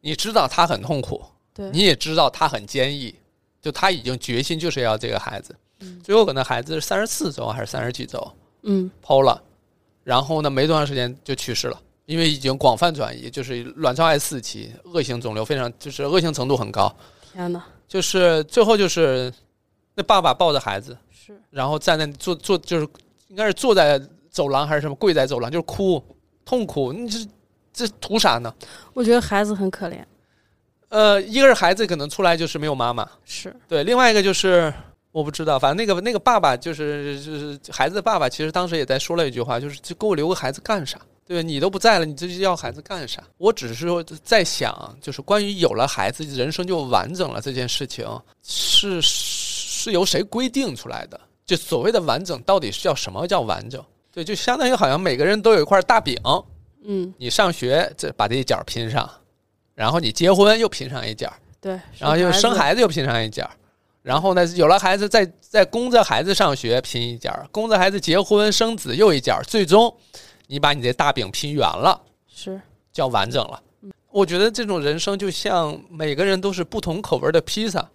S1: 你知道他很痛苦，
S2: 对
S1: 你也知道他很坚毅，就他已经决心就是要这个孩子。
S2: 嗯
S1: 最后可能孩子是三十四周还是三十几周
S2: 嗯
S1: 剖了，然后呢没多长时间就去世了，因为已经广泛转移，就是卵巢癌四期，恶性肿瘤非常就是恶性程度很高，
S2: 天哪
S1: 就是最后就是那爸爸抱着孩子，
S2: 是
S1: 然后站在坐坐就是应该是坐在走廊还是什么跪在走廊，就是哭痛苦，你这这图啥呢？
S2: 我觉得孩子很可怜
S1: 呃，一个是孩子可能出来就是没有妈妈，
S2: 是
S1: 对，另外一个就是我不知道，反正那个那个爸爸就是就是孩子的爸爸，其实当时也在说了一句话，就是就给我留个孩子干啥？对吧你都不在了，你这就要孩子干啥？我只是说在想，就是关于有了孩子，人生就完整了这件事情，是是由谁规定出来的？就所谓的完整，到底是叫什么叫完整？对，就相当于好像每个人都有一块大饼，
S2: 嗯
S1: 你上学这把这一角拼上，然后你结婚又拼上一角，
S2: 对，
S1: 然后又生
S2: 子
S1: 孩子又拼上一件儿，然后呢，有了孩子再再供着孩子上学拼一件儿，供着孩子结婚生子又一件儿，最终你把你这大饼拼圆了，
S2: 是
S1: 叫完
S2: 嗯
S1: 整了。我觉得这种人生就像每个人都是不同口味的披萨，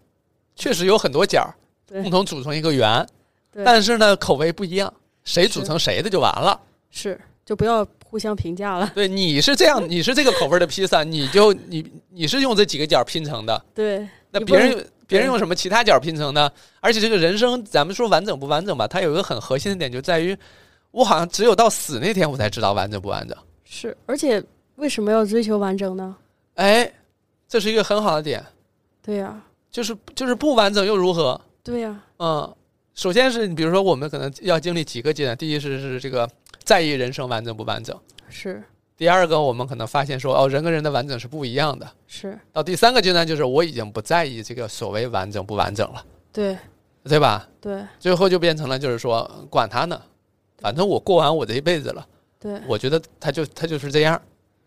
S1: 确实有很多角儿
S2: 对
S1: 共同组成一个圆，
S2: 对
S1: 但是呢口味不一样，谁组成谁的就完了。
S2: 是就不要互相评价了。
S1: 对，你是这样，你是这个口味的披萨，你就你你是用这几个角拼成的，
S2: 对，
S1: 那
S2: 你不
S1: 别
S2: 能
S1: 人别人用什么其他角拼成呢？而且这个人生，咱们说完整不完整吧，它有一个很核心的点，就在于我好像只有到死那天，我才知道完整不完整。
S2: 是，而且为什么要追求完整呢？
S1: 哎，这是一个很好的点，
S2: 对呀、
S1: 就是就是不完整又如何？
S2: 对呀、
S1: 嗯，首先是你比如说，我们可能要经历几个阶段，第一是是这个在意人生完整不完整，
S2: 是
S1: 第二个我们可能发现说哦，人跟人的完整是不一样的。
S2: 是，
S1: 到第三个阶段就是我已经不在意这个所谓完整不完整了，
S2: 对
S1: 对吧？
S2: 对
S1: 最后就变成了就是说管他呢，反正我过完我这一辈子了，
S2: 对
S1: 我觉得他就他就是这样，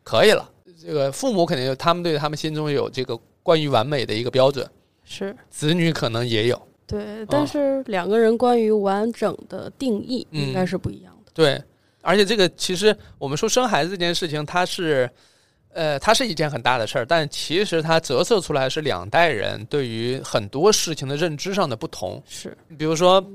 S1: 可以了。这个父母肯定有他们对他们心中有这个关于完美的一个标准，
S2: 是，
S1: 子女可能也有。
S2: 对。
S1: 啊
S2: 但是两个人关于完整的定义应该
S1: 嗯
S2: 是不一样的。
S1: 对，而且这个其实我们说生孩子这件事情，它是，呃，它是一件很大的事儿，但其实它折射出来是两代人对于很多事情的认知上的不同。
S2: 是
S1: 比如说，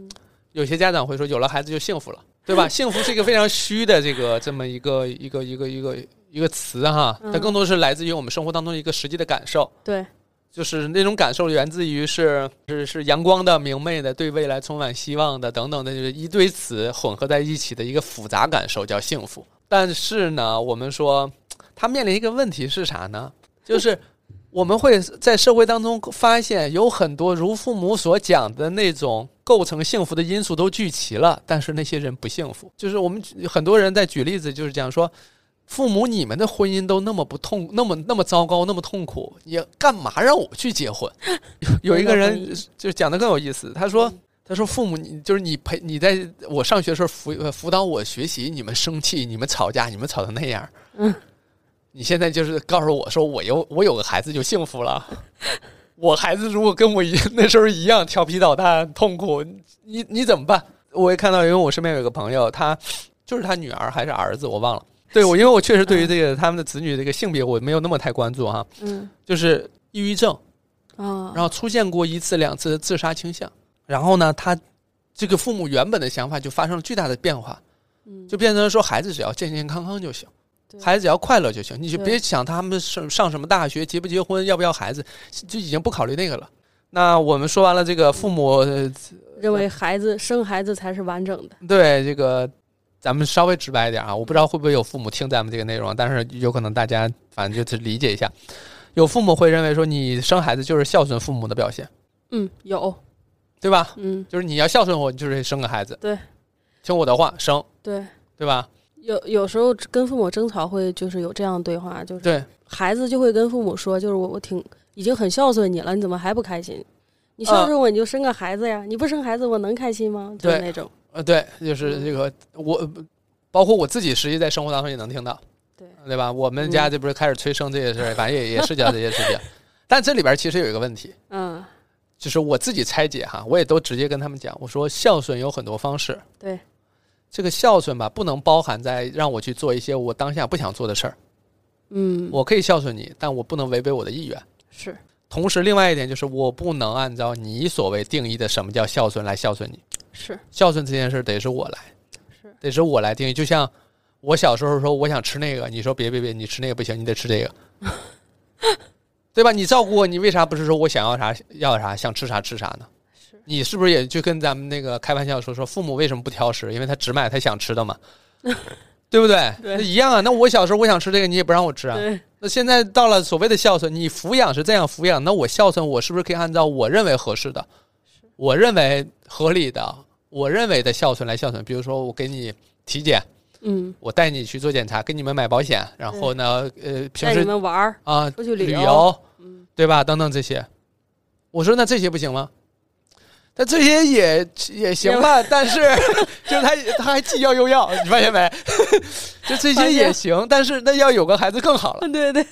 S1: 有些家长会说，有了孩子就幸福了，对吧？幸福是一个非常虚的这个这么一个一个一个一个一个词哈，它
S2: 嗯
S1: 更多是来自于我们生活当中的一个实际的感受。
S2: 对
S1: 就是那种感受源自于是是是阳光的、明媚的、对未来充满希望的等等的，就是一堆词混合在一起的一个复杂感受，叫幸福。但是呢，我们说它面临一个问题是啥呢？就是我们会在社会当中发现，有很多如父母所讲的那种构成幸福的因素都聚齐了，但是那些人不幸福。就是我们举很多人在举例子，就是讲说，父母，你们的婚姻都那么不痛，那么那么糟糕，那么痛苦，你干嘛让我去结婚？有有一个人就讲的更有意思，他说
S2: 嗯：“
S1: 他说父母，你就是你陪你在我上学的时候辅呃辅导我学习，你们生气，你们吵架，你们吵成那样，
S2: 嗯，
S1: 你现在就是告诉我说我有我有个孩子就幸福了， 我孩子如果跟我一那时候一样调皮捣蛋痛苦，你你怎么办？我也看到，因为我身边有一个朋友，他就是他女儿还是儿子，我忘了。”对，我因为我确实对于这个他们的子女这个性别我没有那么太关注哈，
S2: 嗯
S1: 就是抑郁症，
S2: 啊，
S1: 然后出现过一次两次的自杀倾向，然后呢，他这个父母原本的想法就发生了巨大的变化，
S2: 嗯
S1: 就变成了说孩子只要健健康康就行，
S2: 对
S1: 孩子只要快乐就行，你就
S2: 对
S1: 别想他们上上什么大学、结不结婚、要不要孩子，就已经不考虑那个了。那我们说完了这个父母，呃
S2: 认为孩子生孩子才是完整的。
S1: 对这个，呃咱们稍微直白一点啊，我不知道会不会有父母听咱们这个内容，但是有可能大家反正就是理解一下，有父母会认为说你生孩子就是孝顺父母的表现，
S2: 嗯，有
S1: 对吧？
S2: 嗯
S1: 就是你要孝顺我，你就是生个孩子，
S2: 对，
S1: 听我的话生，
S2: 对。
S1: 对吧？
S2: 有有时候跟父母争吵会就是有这样的对话，就是
S1: 对，
S2: 孩子就会跟父母说，就是我我挺已经很孝顺你了，你怎么还不开心？你孝顺我，你就生个孩子呀！你不生孩子，我能开心吗？就是
S1: 对
S2: 那种，
S1: 呃，对，就是这个我，包括我自己，实际在生活当中也能听到，
S2: 对嗯
S1: 对吧？我们家这不是开始催生这些事儿，反正也也是讲这些事情，但这里边其实有一个问题，
S2: 嗯，
S1: 就是我自己拆解哈，我也都直接跟他们讲，我说孝顺有很多方式，
S2: 对，
S1: 这个孝顺吧，不能包含在让我去做一些我当下不想做的事儿。
S2: 嗯，
S1: 我可以孝顺你，但我不能违背我的意愿。
S2: 是
S1: 同时，另外一点就是，我不能按照你所谓定义的什么叫孝顺来孝顺你。
S2: 是
S1: 孝顺这件事得是我来，
S2: 是，
S1: 得是我来定义。就像我小时候说我想吃那个，你说别别别，你吃那个不行，你得吃这 个，对吧？你照顾我，你为啥不是说我想要啥要啥，想吃啥吃啥呢？
S2: 是，
S1: 你是不是也就跟咱们那个开玩笑说说父母为什么不挑食？因为他只买他想吃的 嘛，对不对？
S2: 对
S1: 那一样啊。那我小时候我想吃这个，你也不让我吃啊。
S2: 对
S1: 那现在到了所谓的孝顺，你抚养是这样抚养，那我孝顺，我是不是可以按照我认为合适的，我认为合理的，我认为的孝顺来孝顺？比如说，我给你体检，
S2: 嗯，
S1: 我带你去做检查，给你们买保险，然后呢，呃，平
S2: 嗯带你
S1: 时
S2: 们玩儿，
S1: 啊、
S2: 出去
S1: 旅
S2: 游，
S1: 游，
S2: 嗯，
S1: 对吧？等等这些，我说那这些不行吗？但这些也也行吧，但是 就是他他还既要又要，你发现没？ 就这些
S2: 发现
S1: 也行，但是那要有个孩子更好了
S2: 对对，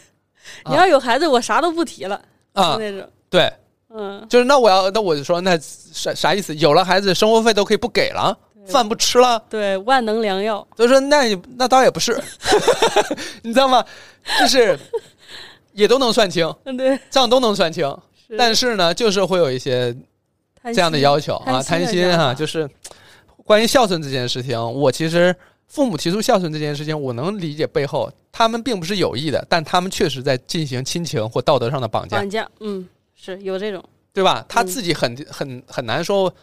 S2: 你要有孩子，我啥都不提了，
S1: 啊
S2: 就！那种，
S1: 对，
S2: 嗯，
S1: 就是那我要那我就说那啥啥意思？有了孩子，生活费都可以不给了，
S2: 对
S1: 饭不吃了。
S2: 对，万能良药，
S1: 他说那也那倒也不 是，你知道吗？就是也都能算清，
S2: 嗯，对，
S1: 账都能算清，但是呢，就是会有一些这样的要求啊，贪
S2: 贪
S1: 心
S2: 啊，
S1: 啊，就是关于孝顺这件事情，我其实父母提出孝顺这件事情，我能理解背后他们并不是有意的，但他们确实在进行亲情或道德上的绑架，
S2: 绑架，嗯，是有这种，
S1: 对吧？他
S2: 嗯
S1: 自己很很很难说。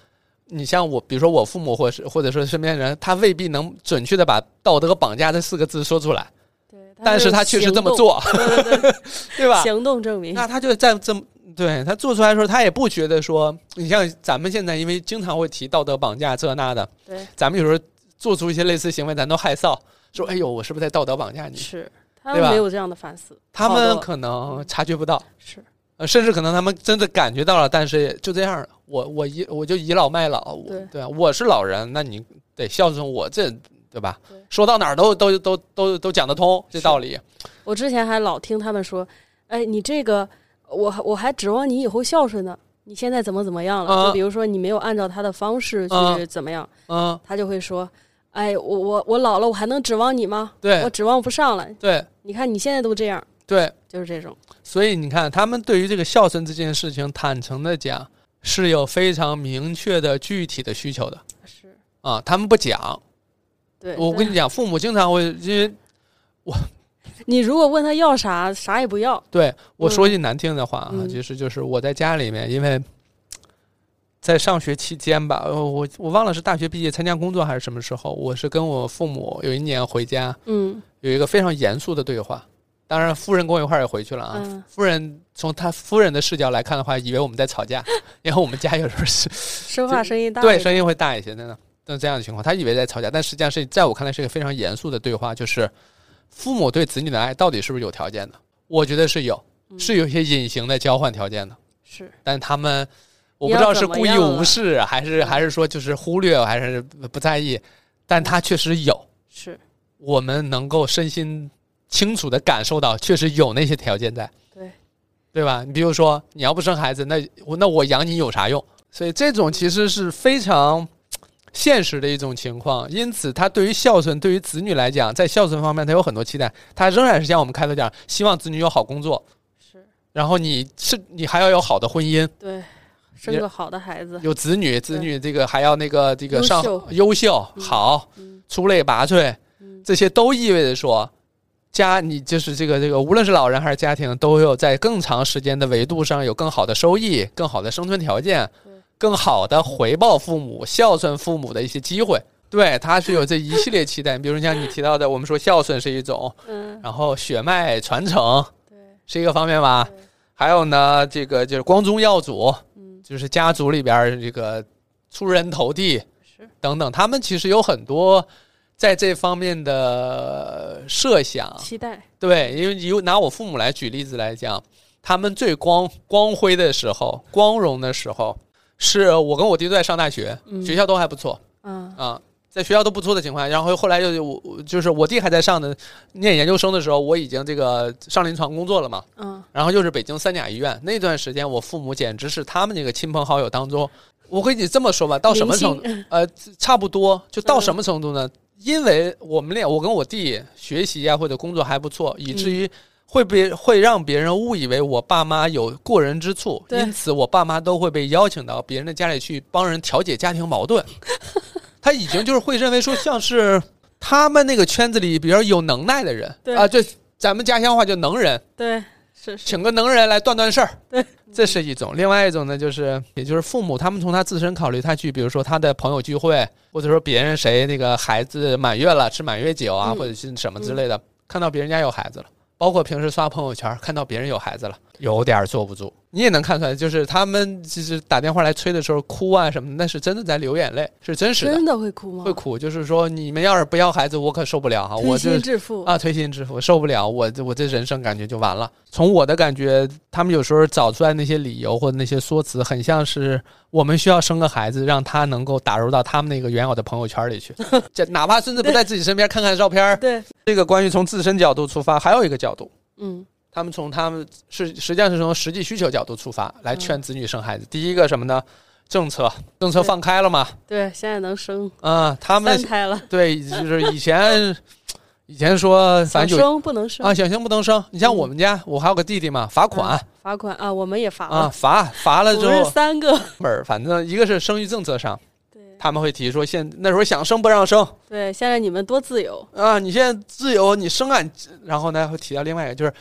S1: 你像我，比如说我父母，或是或者说身边人，他未必能准确的把“道德绑架”这四个字说出来，
S2: 对，
S1: 但是他确实这么， 做，
S2: 对对对，
S1: 对吧？
S2: 行动证明，
S1: 那他就在这么对他做出来的时候，他也不觉得说，你像咱们现在，因为经常会提道德绑架这那的，
S2: 对，
S1: 咱们有时候做出一些类似行为，咱都害臊，说哎呦，我是不是在道德绑架你？
S2: 是他
S1: 对
S2: 们
S1: 吧
S2: 没有这样的反思，
S1: 他
S2: 好
S1: 们
S2: 多
S1: 可能察觉不到，
S2: 是
S1: 呃，甚至可能他们真的感觉到了，但是就这样了，我我倚我就倚老卖老，我
S2: 对
S1: 对啊，我是老人，那你得孝顺我，这对吧？
S2: 对
S1: 说到哪儿都都都都都讲得通这
S2: 是
S1: 道理，
S2: 我之前还老听他们说，哎，你这个，我还我还指望你以后孝顺呢，你现在怎么怎么样了？
S1: 啊
S2: 就比如说你没有按照他的方式去
S1: 啊
S2: 怎么样，
S1: 嗯，
S2: 他就会说，哎，我我我老了，我还能指望你吗？我
S1: 对
S2: 指望不上了。
S1: 对
S2: 你看你现在都这样，
S1: 对，
S2: 就是这种，
S1: 所以你看，他们对于这个孝顺这件事情，坦诚的讲，是有非常明确的具体的需求的
S2: 是
S1: 啊。他们不讲，
S2: 对。
S1: 我跟你讲，父母经常会因为
S2: 你如果问他要啥，啥也不要，
S1: 对我说句难听的话啊，
S2: 嗯
S1: 其实就是我在家里面，因为在上学期间吧，呃我我忘了是大学毕业参加工作还是什么时候，我是跟我父母有一年回家，
S2: 嗯
S1: 有一个非常严肃的对话。当然，夫人跟我一块儿也回去了啊。
S2: 嗯，
S1: 夫人从她夫人的视角来看的话，以为我们在吵 架，因为我们家有时候是
S2: 说话声音大，
S1: 对，声音会大一些，真的。但这样的情况，他以为在吵架，但实际上是在我看来是一个非常严肃的对话，就是父母对子女的爱到底是不是有条件的？我觉得是有，
S2: 嗯
S1: 是有一些隐形的交换条件的，
S2: 是
S1: 但他们我
S2: 你
S1: 不知道
S2: 要
S1: 是
S2: 怎么
S1: 故意
S2: 样啊了
S1: 无视，还是
S2: 嗯
S1: 还是说就是忽略，还是不在意，但他确实有，
S2: 是，
S1: 我们能够身心清楚的感受到，确实有那些条件在，
S2: 对
S1: 对吧？你比如说，你要不生孩子，那我那我养你有啥用？所以这种其实是非常现实的一种情况。因此，他对于孝顺，对于子女来讲，在孝顺方面，他有很多期待。他仍然是像我们开头讲，希望子女有好工作，
S2: 是
S1: 然后你是你还要有好的婚姻，
S2: 对，生个好的孩子，
S1: 有子女，子女这个还要那个这个上
S2: 优秀
S1: 优秀好
S2: 嗯
S1: 出类拔萃，
S2: 嗯，
S1: 这些都意味着说，家你就是这个这个，无论是老人还是家庭，都有在更长时间的维度上有更好的收益、更好的生存条件
S2: 对、
S1: 更好的回报父母、孝顺父母的一些机会。对，他是有这一系列期待，比如像你提到的，我们说孝顺是一种，
S2: 嗯，
S1: 然后血脉传承
S2: 对，
S1: 是一个方面吧
S2: 对，
S1: 还有呢，这个就是光宗耀祖，
S2: 嗯，
S1: 就是家族里边儿这个出人头地，
S2: 是
S1: 等等，他们其实有很多在这方面的设想。
S2: 期待，
S1: 对，因为以拿我父母来举例子来讲，他们最光光辉的时候、光荣的时候，是我跟我弟都在上大学，
S2: 嗯
S1: 学校都还不错
S2: 嗯
S1: 啊。在学校都不错的情况下，然后后来又我我就是我弟还在上的念研究生的时候，我已经这个上临床工作了嘛，
S2: 嗯，
S1: 然后又是北京三甲医院那段时间，我父母简直是他们这个亲朋好友当中，我跟你这么说吧，到什么程度？
S2: 度？
S1: 呃，差不多，就到
S2: 嗯
S1: 什么程度呢？因为我们俩，我跟我弟学习啊或者工作还不错，
S2: 嗯
S1: 以至于会被会让别人误以为我爸妈有过人之处，
S2: 对
S1: 因此我爸妈都会被邀请到别人的家里去帮人调解家庭矛盾。 他已经就是会认为说，像是他们那个圈子里比较有能耐的人
S2: 对
S1: 啊，就咱们家乡话叫能人，
S2: 对，是是，
S1: 请个能人来断断事儿。
S2: 对，
S1: 这是一种。另外一种呢，就是也就是父母他们从他自身考虑，他去比如说他的朋友聚会，或者说别人谁那个孩子满月了吃满月酒啊，
S2: 嗯
S1: 或者是什么之类的，看到别人家有孩子了。包括平时刷朋友圈，看到别人有孩子了，有点儿坐不住。你也能看出来，就是他们就是打电话来催的时候哭啊什么的，那是真的在流眼泪，是真实的，
S2: 真的会哭吗？
S1: 会哭。就是说，你们要是不要孩子，我可受不了啊！我
S2: 推
S1: 就
S2: 心置腹，
S1: 啊，推心置腹，受不了，我这我这人生感觉就完了。从我的感觉，他们有时候找出来那些理由或者那些说辞，很像是我们需要生个孩子，让他能够打入到他们那个原有的朋友圈里去。这哪怕甚至不在自己身边，看看照片 儿。
S2: 对，
S1: 这个关于从自身角度出发，还有一个角度，
S2: 嗯
S1: 他们从他们是实际上是从实际需求角度出发来劝
S2: 嗯
S1: 子女生孩子。第一个什么呢？政策，政策
S2: 对
S1: 放开了嘛？
S2: 对，现在能生
S1: 啊、他们
S2: 三胎了，
S1: 对，就是以前以前说
S2: 想
S1: 反正就
S2: 生不能生
S1: 啊，小生不能生。你
S2: 嗯
S1: 像我们家，我还有个弟弟嘛，罚款
S2: 罚款啊，我们也罚
S1: 啊，
S2: 了，
S1: 罚罚了
S2: 我
S1: 之
S2: 们
S1: 后
S2: 是，三个，
S1: 本儿反正一个是生育政策上，
S2: 对
S1: 他们会提说现那时候想生不让生
S2: 对，现在你们多自由，
S1: 啊，你现在自由，你生啊，你然后呢会提到另外一个就是，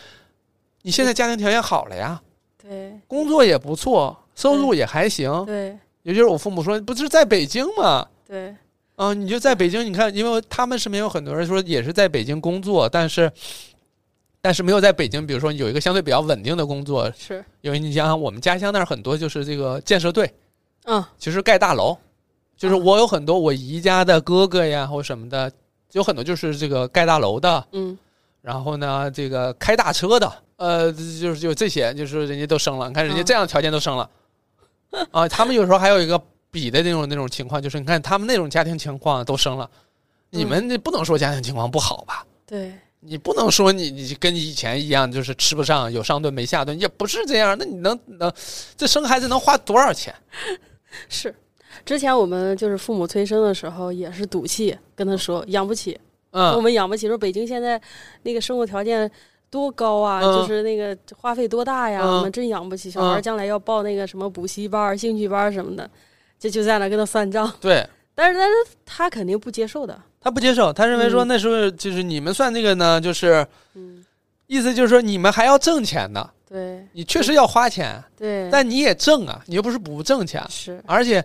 S1: 你现在家庭条件好了呀，
S2: 对
S1: 工作也不错，收
S2: 嗯
S1: 入也还行，
S2: 对
S1: 尤其是我父母说不是在北京嘛。
S2: 对
S1: 啊，你就在北京，你看，因为他们身边有很多人说也是在北京工作，但是，但是没有在北京，比如说有一个相对比较稳定的工作，
S2: 是，
S1: 因为你想想我们家乡那儿很多就是这个建设队，
S2: 嗯
S1: 其实盖大楼，就是我有很多我姨家的哥哥呀或什么的，有很多就是这个盖大楼的，
S2: 嗯
S1: 然后呢，这个开大车的，呃，就是就这些，就是人家都生了，你看人家
S2: 嗯
S1: 这样的条件都生了，啊，他们有时候还有一个比的那种那种情况，就是你看他们那种家庭情况都生了，你们这不能说家庭情况不好吧？
S2: 对
S1: 你不能说你你跟以前一样，就是吃不上有上顿没下顿，也不是这样。那你能能这生孩子能花多少钱？
S2: 是。之前我们就是父母催生的时候，也是赌气跟他说养不起，我
S1: 嗯，
S2: 们养不起。说北京现在那个生活条件多高啊，
S1: 嗯
S2: 就是那个花费多大呀，
S1: 嗯
S2: 我们真养不起。小孩儿
S1: 嗯
S2: 将来要报那个什么补习班儿、兴趣班儿什么的，这就在那跟他算账。
S1: 对。
S2: 但是，但是他肯定不接受的。
S1: 他不接受，他认为说
S2: 嗯
S1: 那时候就是你们算这个呢，就是
S2: 嗯，
S1: 意思就是说你们还要挣钱呢，
S2: 对
S1: 你确实要花钱，
S2: 对，
S1: 但你也挣啊，你又不是不挣钱，
S2: 是
S1: 而且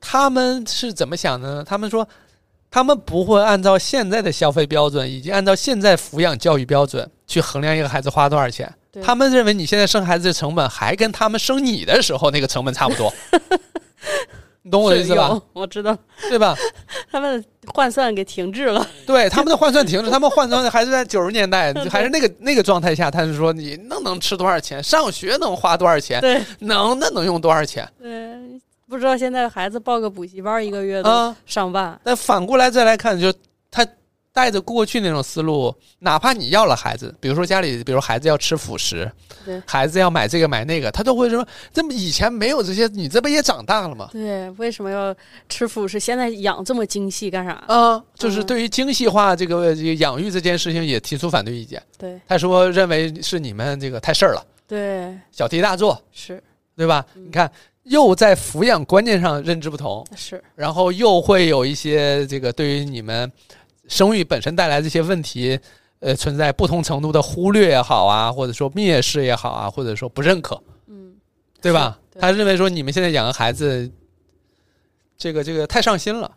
S1: 他们是怎么想的呢？他们说他们不会按照现在的消费标准以及按照现在抚养教育标准去衡量一个孩子花多少钱，
S2: 对
S1: 他们认为你现在生孩子的成本还跟他们生你的时候那个成本差 不多，你懂我的意思
S2: 是
S1: 吧？
S2: 有？我知道
S1: 对 吧？
S2: 他们换算给停滞了。
S1: 对，他们的换算停止，他们换算还是在九十年代，还是那个那个状态下，他是说你那能吃多少钱，上学能花多少钱，
S2: 对
S1: 能那能用多少钱
S2: 对，不知道现在孩子报个补习班儿一个月都
S1: 啊？
S2: 上万。
S1: 那反过来再来看，就他带着过去那种思路，哪怕你要了孩子，比如说家里，比如孩子要吃辅食
S2: 对，
S1: 孩子要买这个买那个，他都会说，这么以前没有这些，你这不也长大了吗？
S2: 对，为什么要吃辅食？现在养这么精细干啥？
S1: 啊，就是
S2: 嗯
S1: 对于精细化这个这个养育这件事情也提出反对意见，
S2: 对
S1: 他说认为是你们这个太事儿了，
S2: 对
S1: 小题大做。
S2: 是
S1: 对吧？
S2: 嗯
S1: 你看，又在抚养观念上认知不同，
S2: 是，
S1: 然后又会有一些这个对于你们生育本身带来这些问题，呃，存在不同程度的忽略也好啊，或者说蔑视也好啊，或者说不认可，
S2: 嗯，
S1: 对吧？
S2: 是对
S1: 他认为说你们现在养个孩子，这个这个太上心了，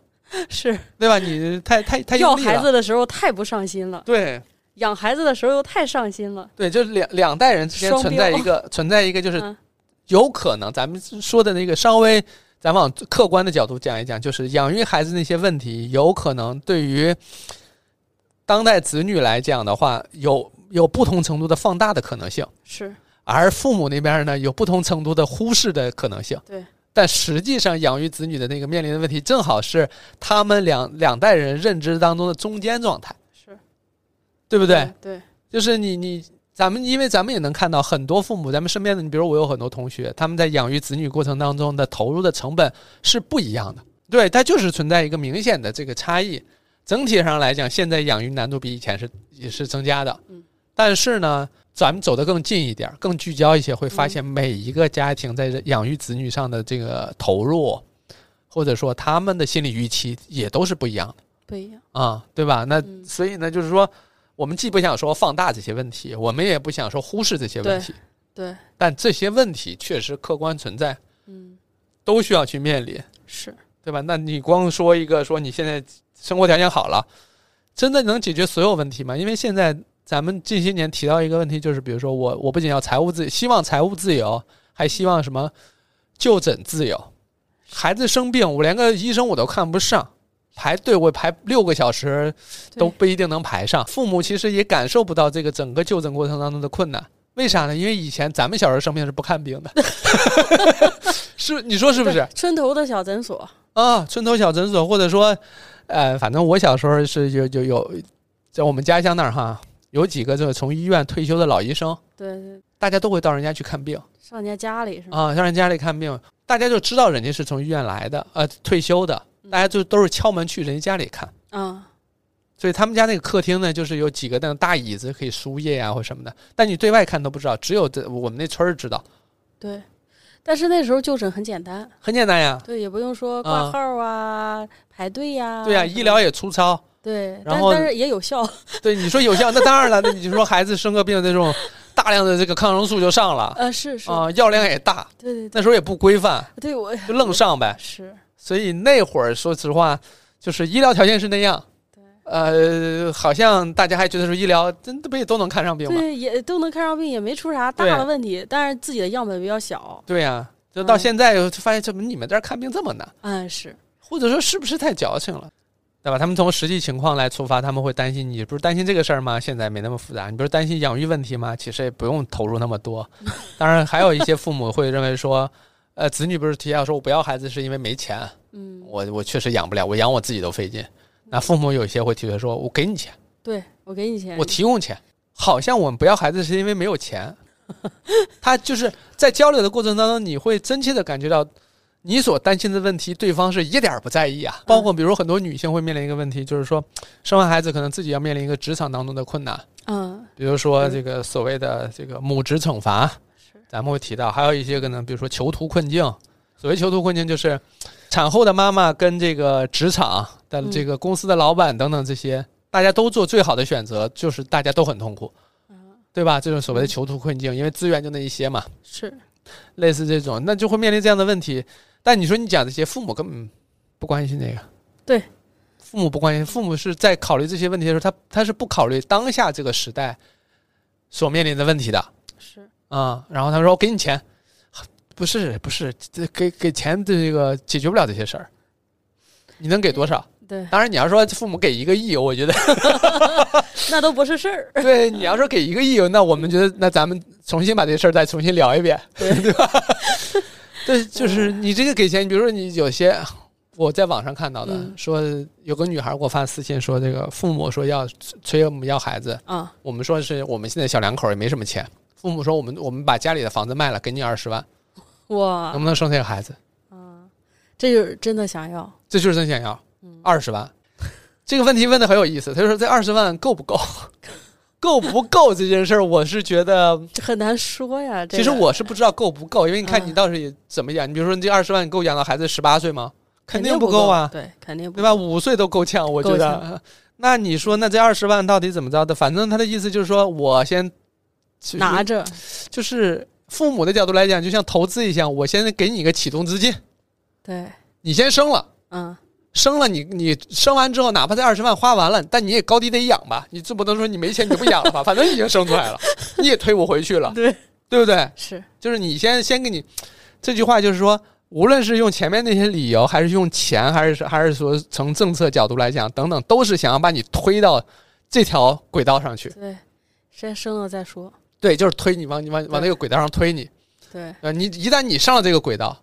S2: 是
S1: 对吧？你太太太
S2: 要
S1: 用力
S2: 孩
S1: 了，
S2: 子的时候太不上心了，
S1: 对。
S2: 养孩子的时候又太上心了。
S1: 对，就是两两代人之间
S2: 双
S1: 存在
S2: 标
S1: 一 个存在一个，就是
S2: 嗯
S1: 有可能咱们说的那个稍微，咱往客观的角度讲一讲，就是养育孩子那些问题，有可能对于当代子女来讲的话，有有不同程度的放大的可能性，
S2: 是
S1: 而父母那边呢，有不同程度的忽视的可能性。
S2: 对。
S1: 但实际上，养育子女的那个面临的问题，正好是他们两两代人认知当中的中间状态，
S2: 是，
S1: 对不对？
S2: 对
S1: 就是你你咱们，因为咱们也能看到很多父母，咱们身边的，你比如我有很多同学，他们在养育子女过程当中的投入的成本是不一样的，对，它就是存在一个明显的这个差异。整体上来讲，现在养育难度比以前是也是增加的，
S2: 嗯，
S1: 但是呢，咱们走得更近一点，更聚焦一些，会发现每一个家庭在养育子女上的这个投入，或者说他们的心理预期也都是不一样的。
S2: 不一样。
S1: 啊、对吧？那
S2: 嗯
S1: 所以呢，就是说，我们既不想说放大这些问题，我们也不想说忽视这些问题，
S2: 对，
S1: 但这些问题确实客观存在，
S2: 嗯，
S1: 都需要去面临，
S2: 是
S1: 对吧？那你光说一个说你现在生活条件好了，真的能解决所有问题吗？因为现在咱们近些年提到一个问题，就是比如说我我不仅要财务自，希望财务自由，还希望什么就诊自由。孩子生病，我连个医生我都看不上，排队我排六个小时，
S2: 对
S1: 都不一定能排上。父母其实也感受不到这个整个就诊过程当中的困难，为啥呢？因为以前咱们小时候生病是不看病的， 是你说是不是
S2: 对村头的小诊所？
S1: 啊？村头小诊所，或者说，呃，反正我小时候是有有有，在我们家乡那儿哈，有几个就是从医院退休的老医生，
S2: 对，对
S1: 大家都会到人家去看病
S2: 上人家家里是吧？
S1: 啊，让人家里看病，大家就知道人家是从医院来的，呃，退休的，大家就都是敲门去人家家里看。
S2: 啊，
S1: 所以他们家那个客厅呢，就是有几个那种大椅子可以输液啊或什么的，但你对外看都不知道，只有在我们那村儿知道，
S2: 对。但是那时候就诊很简单，
S1: 很简单呀。
S2: 对，也不用说挂号啊、排队呀、
S1: 嗯对呀、
S2: 呀、
S1: 医疗也粗糙。
S2: 对，
S1: 然
S2: 但
S1: 后啊
S2: 但是也有效。
S1: 对你说有效，那当然了。那你就说孩子生个病，那种大量的这个抗生素就上了
S2: 呃，是是，
S1: 啊、药量也大。
S2: 对对对，
S1: 那时候也不规范，
S2: 对我
S1: 就愣上呗。
S2: 是
S1: 所以那会儿说实话，就是医疗条件是那样。
S2: 对
S1: 呃，好像大家还觉得说医疗真的不也都能看上病吗？
S2: 对也都能看上病，也没出啥大
S1: 对
S2: 的问题，但是自己的样本比较小。
S1: 对呀、就到
S2: 嗯
S1: 现在就发现怎么你们这儿看病这么难，
S2: 嗯，是
S1: 或者说是不是太矫情了，对吧？他们从实际情况来出发，他们会担心你不是担心这个事儿吗？现在没那么复杂，你不是担心养育问题吗？其实也不用投入那么多。当然，还有一些父母会认为说。呃，子女不是提到说我不要孩子是因为没钱，
S2: 嗯，
S1: 我我确实养不了，我养我自己都费劲。那父母有些会提出说，我给你钱，
S2: 对我给你钱，
S1: 我提供钱，好像我们不要孩子是因为没有钱。 他就是在交流的过程当中，你会真切的感觉到，你所担心的问题，对方是一点儿不在意啊。包括比如很多女性会面临一个问题，就是说生完孩子可能自己要面临一个职场当中的困难，
S2: 嗯
S1: 比如说这个所谓的这个母职惩罚，
S2: 是
S1: 咱们会提到，还有一些可能比如说囚徒困境。所谓囚徒困境，就是产后的妈妈跟这个职场的
S2: 嗯
S1: 这个公司的老板等等这些，大家都做最好的选择，就是大家都很痛苦，
S2: 嗯
S1: 对吧？这种所谓的
S2: 嗯
S1: 囚徒困境，因为资源就那一些嘛，
S2: 是
S1: 类似这种，那就会面临这样的问题。但你说你讲这些，父母根本不关心这个，
S2: 对，
S1: 父母不关心，父母是在考虑这些问题的时候，他他是不考虑当下这个时代所面临的问题的。
S2: 是，
S1: 啊、然后他说我给你钱，不是不是，这给给钱这个解决不了这些事儿，你能给多少？
S2: 对，
S1: 当然，你要说父母给一个亿，我觉得
S2: 那都不是事 儿。
S1: 对，你要说给一个亿，那我们觉得那咱们重新把这事儿再重新聊一遍，
S2: 对
S1: 对吧？对，就是你这个给钱，比如说你有些我在网上看到的，
S2: 嗯
S1: 说有个女孩给我发私信说，这个父母说要催我们要孩子，
S2: 啊，
S1: 我们说是我们现在小两口也没什么钱，父母说我们我们把家里的房子卖了，给你二十万。能
S2: 哇，
S1: 不能生这个孩子？
S2: 啊，这就是真的想要，
S1: 这就是真想要
S2: 嗯，
S1: 二十万。这个问题问的很有意思，他就说这二十万够不够？ 够不够这件事儿，我是觉得，
S2: 这很难说呀。这
S1: 其实
S2: 个
S1: 我是不知道够不够，因为你看
S2: 嗯
S1: 你到底怎么养。你比如说，你这二十万够养到孩子十八岁吗？肯
S2: 肯
S1: 定不
S2: 够
S1: 够啊，
S2: 对，肯定不
S1: 对吧？五岁都够呛，我觉
S2: 够
S1: 得。 那你说，那这二十万到底怎么着的？反正他的意思就是说，我先就是
S2: 拿着，
S1: 就是父母的角度来讲，就像投资一样，我先给你一个启动资金，
S2: 对，
S1: 你先生了。
S2: 嗯，
S1: 生了你，你生完之后，哪怕这二十万花完了，但你也高低得养吧，你总不能说你没钱你就不养了吧？反正已经生出来了，你也推不回去了，
S2: 对，
S1: 对不对？
S2: 是，
S1: 就是你先先给你这句话，就是说，无论是用前面那些理由，还是用钱，还是还是说从政策角度来讲，等等，都是想要把你推到这条轨道上去。
S2: 对，先生了再说，
S1: 对，就是推你往你往往那个轨道上推你。
S2: 对，
S1: 呃，你一旦你上了这个轨道，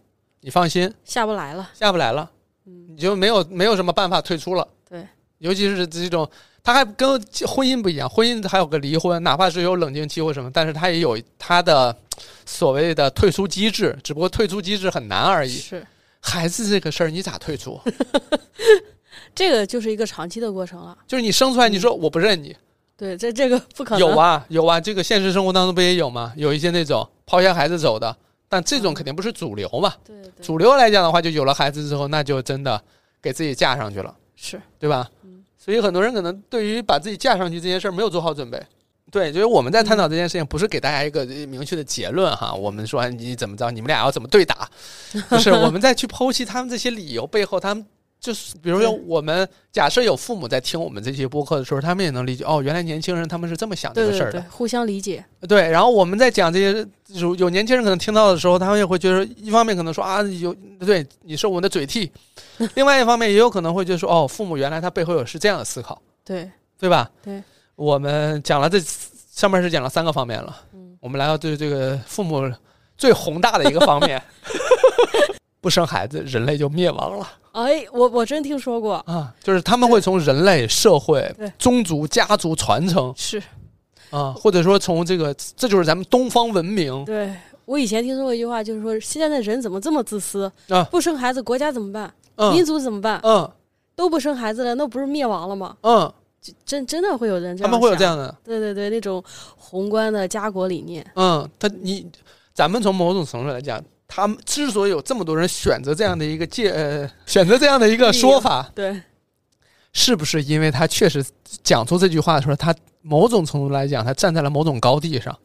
S1: 你放心，
S2: 下不来了，
S1: 下不来了。
S2: 嗯
S1: 你，就没有没有什么办法退出了。
S2: 对，
S1: 尤其是这种，他还跟婚姻不一样，婚姻还有个离婚，哪怕是有冷静期或什么，但是他也有他的所谓的退出机制，只不过退出机制很难而已。
S2: 是，
S1: 孩子这个事儿，你咋退出？
S2: 这个就是一个长期的过程了。
S1: 就是你生出来，你说我不认你，
S2: 对，这这个不嗯可能。
S1: 有啊有啊，这个现实生活当中不也有吗？有一些那种抛下孩子走的，但这种
S2: 嗯
S1: 肯定不是主流嘛。
S2: 对对
S1: 主流来讲的话，就有了孩子之后，那就真的给自己架上去了。
S2: 是，
S1: 对吧？
S2: 嗯
S1: 所以很多人可能对于把自己架上去这件事儿没有做好准备。嗯对，就是我们在探讨这件事情，不是给大家一个呃明确的结论哈。我们说你怎么着，你们俩要怎么对 打，不是我们再去剖析他们这些理由背后，他们就是比如说
S2: 对
S1: 我们假设有父母在听我们这些播客的时候，他们也能理解哦，原来年轻人他们是这么想这
S2: 对
S1: 个事
S2: 对
S1: 儿
S2: 对
S1: 的，。
S2: 互相理解，
S1: 对，然后我们在讲这些，有有年轻人可能听到的时候，他们也会觉得，一方面可能说啊，有对你是我的嘴 替，另外一方面也有可能会觉得说，哦，父母原来他背后有是这样的思考，
S2: 对，
S1: 对吧？
S2: 对，
S1: 我们讲了这上面是讲了三个方面了，
S2: 嗯，
S1: 我们来到对这个父母最宏大的一个方 面，不生孩子人类就灭亡了
S2: 哎，我我真听说过，
S1: 啊，就是他们会从人类社会
S2: 对、
S1: 宗族、家族传承
S2: 是
S1: 啊，或者说从这个，这就是咱们东方文明。
S2: 对。我以前听说过一句话，就是说现在的人怎么这么自私
S1: 啊
S2: 不生孩子，国家怎么办？
S1: 嗯
S2: 民族怎么办？
S1: 嗯
S2: 都不生孩子了，那不是灭亡了吗？
S1: 嗯，
S2: 就真真的会有人这
S1: 他
S2: 样，
S1: 们会有这，样的，
S2: 对对对，那种宏观的家国理念，
S1: 嗯，他你咱们从某种程度来讲，他们之所以有这么多人选择这样的一个界，呃，选择这样的一个说法，
S2: 对
S1: 是不是因为他确实讲出这句话的时候，他某种程度来讲，他站在了某种高地上，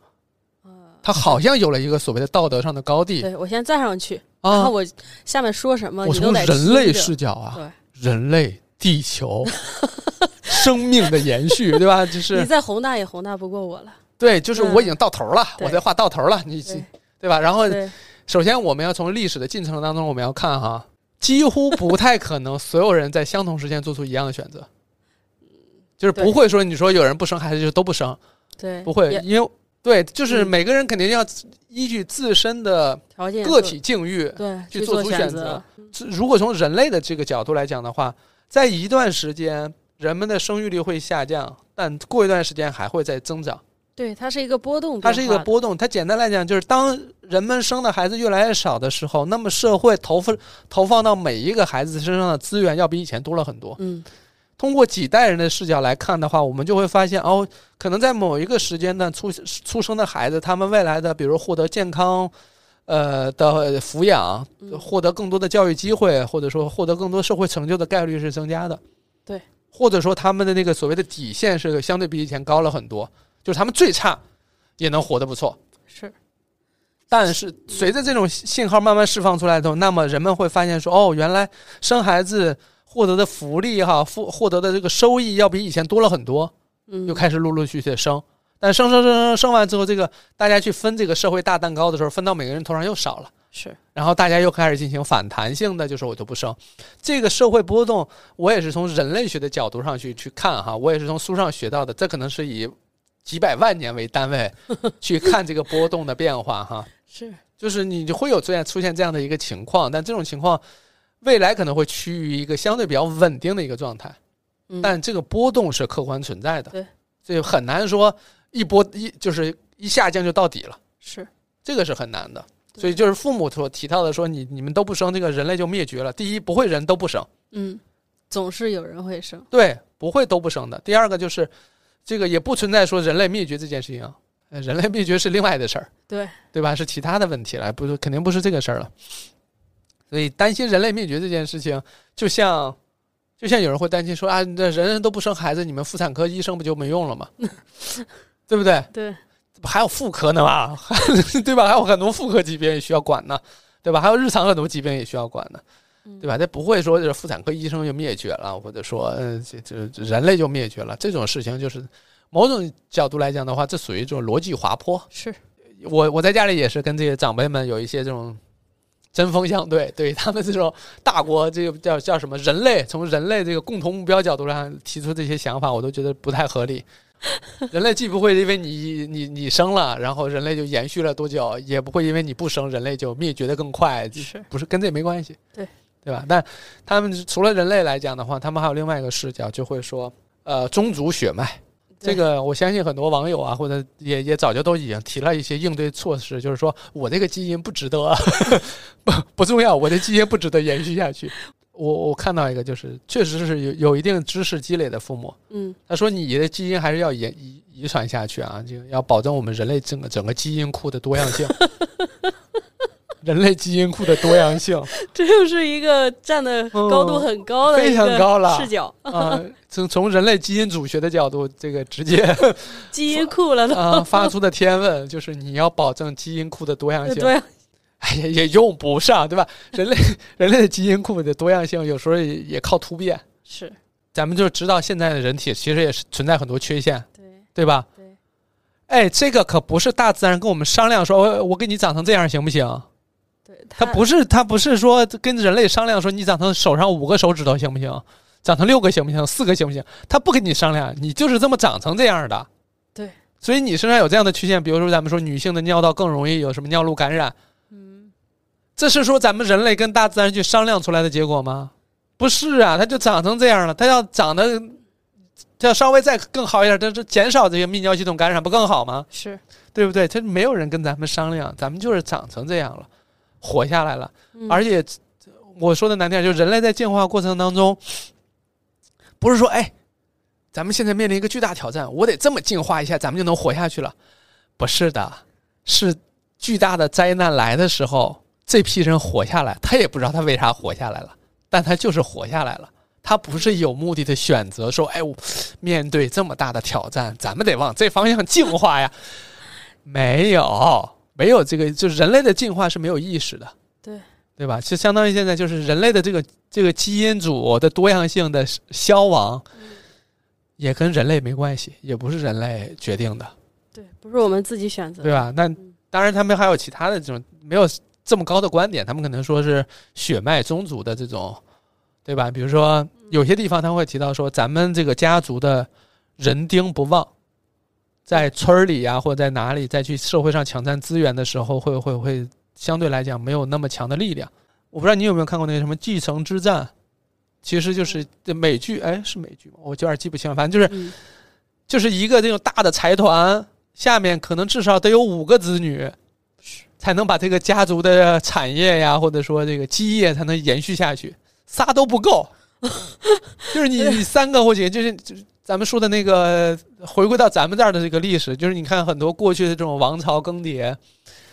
S1: 他好像有了一个所谓的道德上的高地
S2: 对，我先站上去，然
S1: 啊
S2: 后。我下面说什么，
S1: 我
S2: 你都
S1: 从
S2: 得
S1: 人类
S2: 听着
S1: 视角啊，
S2: 对。
S1: 人类、地 球、生命的延续，对吧？就
S2: 你
S1: 是
S2: 再宏大也宏大不过我了，
S1: 对，就是
S2: 嗯
S1: 我已经到头了，
S2: 对
S1: 我在画到头了，你
S2: 对
S1: 对吧？然后，
S2: 对
S1: 首先我们要从历史的进程当中，我们要看哈，几乎不太可能所有人在相同时间做出一样的选择，就是不
S2: 嗯对
S1: 会说你说有人不生孩子就都不生，
S2: 对，
S1: 不会，
S2: 也
S1: 因为对，就是
S2: 嗯
S1: 每个人肯定要依据自身的
S2: 条件
S1: 个
S2: 做
S1: 体境遇，
S2: 对
S1: 去做
S2: 做
S1: 出选
S2: 选
S1: 择，
S2: 嗯
S1: 如果从人类的这个角度来讲的话，在一段时间，人们的生育率会下降，但过一段时间还会再增长。
S2: 对，它是一个波动，
S1: 它是一个，波动。它简单来讲，就是当人们生的孩子越来越少的时候，那么社会投放投放到每一个孩子身上的资源要比以前多了很多。
S2: 嗯，
S1: 通过几代人的视角来看的话，我们就会发现，哦，可能在某一个时间段出出生的孩子，他们未来的比如获得健康，呃的抚养，
S2: 嗯
S1: 获得更多的教育机会，或者说获得更多社会成就的概率是增加的。
S2: 对，
S1: 或者说他们的那个所谓的底线是相对比以前高了很多，就是他们最差也能活得不错。
S2: 是
S1: 但是随着这种信号慢慢释放出来之后，那么人们会发现说，哦，原来生孩子获得的福利哈，获获得的这个收益要比以前多了很多，
S2: 嗯，
S1: 就开始陆陆续续地生。但生生生生生完之后，这个大家去分这个社会大蛋糕的时候，分到每个人头上又少了，
S2: 是
S1: 然后大家又开始进行反弹性的，就是我就不生。这个社会波动，我也是从人类学的角度上去去看哈，我也是从书上学到的，这可能是以几百万年为单位去看这个波动的变化哈。
S2: 是，
S1: 就是你就会有这样出现这样的一个情况，但这种情况未来可能会趋于一个相对比较稳定的一个状态，
S2: 嗯
S1: 但这个波动是客观存在的，
S2: 对，
S1: 所以很难说一波一就是一下降就到底了，
S2: 是
S1: 这个是很难的。
S2: 对
S1: 所以就是父母所提到的说你你们都不生，这个人类就灭绝了。第一，不会人都不生，
S2: 嗯，总是有人会生，
S1: 对，不会都不生的。第二个就是这个也不存在说人类灭绝这件事情啊，呃人类灭绝是另外的事儿。
S2: 对，
S1: 对吧？是其他的问题了，不是肯定不是这个事儿了。所以担心人类灭绝这件事情，就像就像有人会担心说啊，那人人都不生孩子，你们妇产科医生不就没用 了吗？对不对？
S2: 对，
S1: 还有妇科呢吧， 对吧？还有很多妇科疾病也需要管呢，对吧？还有日常很多疾病也需要管呢，对吧？这不会说这妇产科医生就灭绝了，或者说呃，这这这人类就灭绝了，这种事情就是某种角度来讲的话，这属于这种逻辑滑坡。
S2: 是
S1: 我我在家里也是跟这些长辈们有一些这种针锋相对，对于他们这种大国这个叫叫什么人类，从人类这个共同目标角度上提出这些想法，我都觉得不太合理。 人类既不会因为你你你生了，然后人类就延续了多久，也不会因为你不生，人类就灭绝的更快，
S2: 是，
S1: 不是跟这没关系，
S2: 对
S1: 对吧？但他们除了人类来讲的话，他们还有另外一个视角，就会说，呃，宗族血脉。这
S2: 对
S1: 个我相信很多网友啊，或者也也早就都已经提了一些应对措施，就是说我这个基因不值得，啊 不不重要，我的基因不值得延续下去。我我看到一个就是，确实是有有一定知识积累的父母，
S2: 嗯
S1: 他说你的基因还是要遗遗遗传下去啊，就要保证我们人类整个整个基因库的多样性， 人类基因库的多样性
S2: 这又是一个站的高度
S1: 嗯
S2: 很高的、
S1: 非常高了
S2: 视角，
S1: 啊、从从人类基因组学的角度，这个直接
S2: 基因库 了都，
S1: 啊、发出的天问就是你要保证基因库的多样性，
S2: 对，
S1: 哎呀也用不上，对吧？人类 人类的基因库的多样性有时候也也靠突变，
S2: 是，
S1: 咱们就知道现在的人体其实也是存在很多缺陷，
S2: 对
S1: 对吧？
S2: 对，
S1: 哎，这个可不是大自然跟我们商量说，哎我我给你长成这样行不行？
S2: 对，
S1: 它不是它不是说跟人类商量说你长成手上五个手指头行不行，长成六个行不行，四个行不行？它不跟你商量，你就是这么长成这样的。
S2: 对，
S1: 所以你身上有这样的缺陷，比如说咱们说女性的尿道更容易有什么尿路感染，
S2: 嗯，
S1: 这是说咱们人类跟大自然去商量出来的结果吗？不是啊，它就长成这样了，它要长得。它要稍微再更好一点，这这减少这些泌尿系统感染不更好吗？
S2: 是，
S1: 对不对？这没有人跟咱们商量，咱们就是长成这样了，活下来了。
S2: 嗯
S1: 而且我说的难听点，就是人类在进化过程当中，不是说哎，咱们现在面临一个巨大挑战，我得这么进化一下，咱们就能活下去了。不是的，是巨大的灾难来的时候，这批人活下来，他也不知道他为啥活下来了，但他就是活下来了。他不是有目的的选择，说：“哎，我面对这么大的挑战，咱们得往这方向进化呀。”没有，没有这个，就是人类的进化是没有意识的，
S2: 对
S1: 对吧？就相当于现在就是人类的这个这个基因组的多样性的消亡，也跟人类没关系，也不是人类决定的，
S2: 对，不是我们自己选择
S1: 对
S2: 的。
S1: 吧？那
S2: 嗯
S1: 当然，他们还有其他的这种没有这么高的观点，他们可能说是血脉宗族的这种，对吧？比如说
S2: 嗯
S1: 有些地方他会提到说，咱们这个家族的人丁不旺，在村儿里啊，或者在哪里再去社会上抢占资源的时候，会会会相对来讲没有那么强的力量。我不知道你有没有看过那个什么《继承之战》，其实就是美剧，哎，是美剧吗？我有点记不清了，反正就是
S2: 嗯，
S1: 就是一个这种大的财团下面可能至少得有五个子女，才能把这个家族的产业呀，或者说这个基业才能延续下去，仨都不 够，就是你你三个或几个，就是就是咱们说的那个，回归到咱们这儿的这个历史，就是你看很多过去的这种王朝更迭，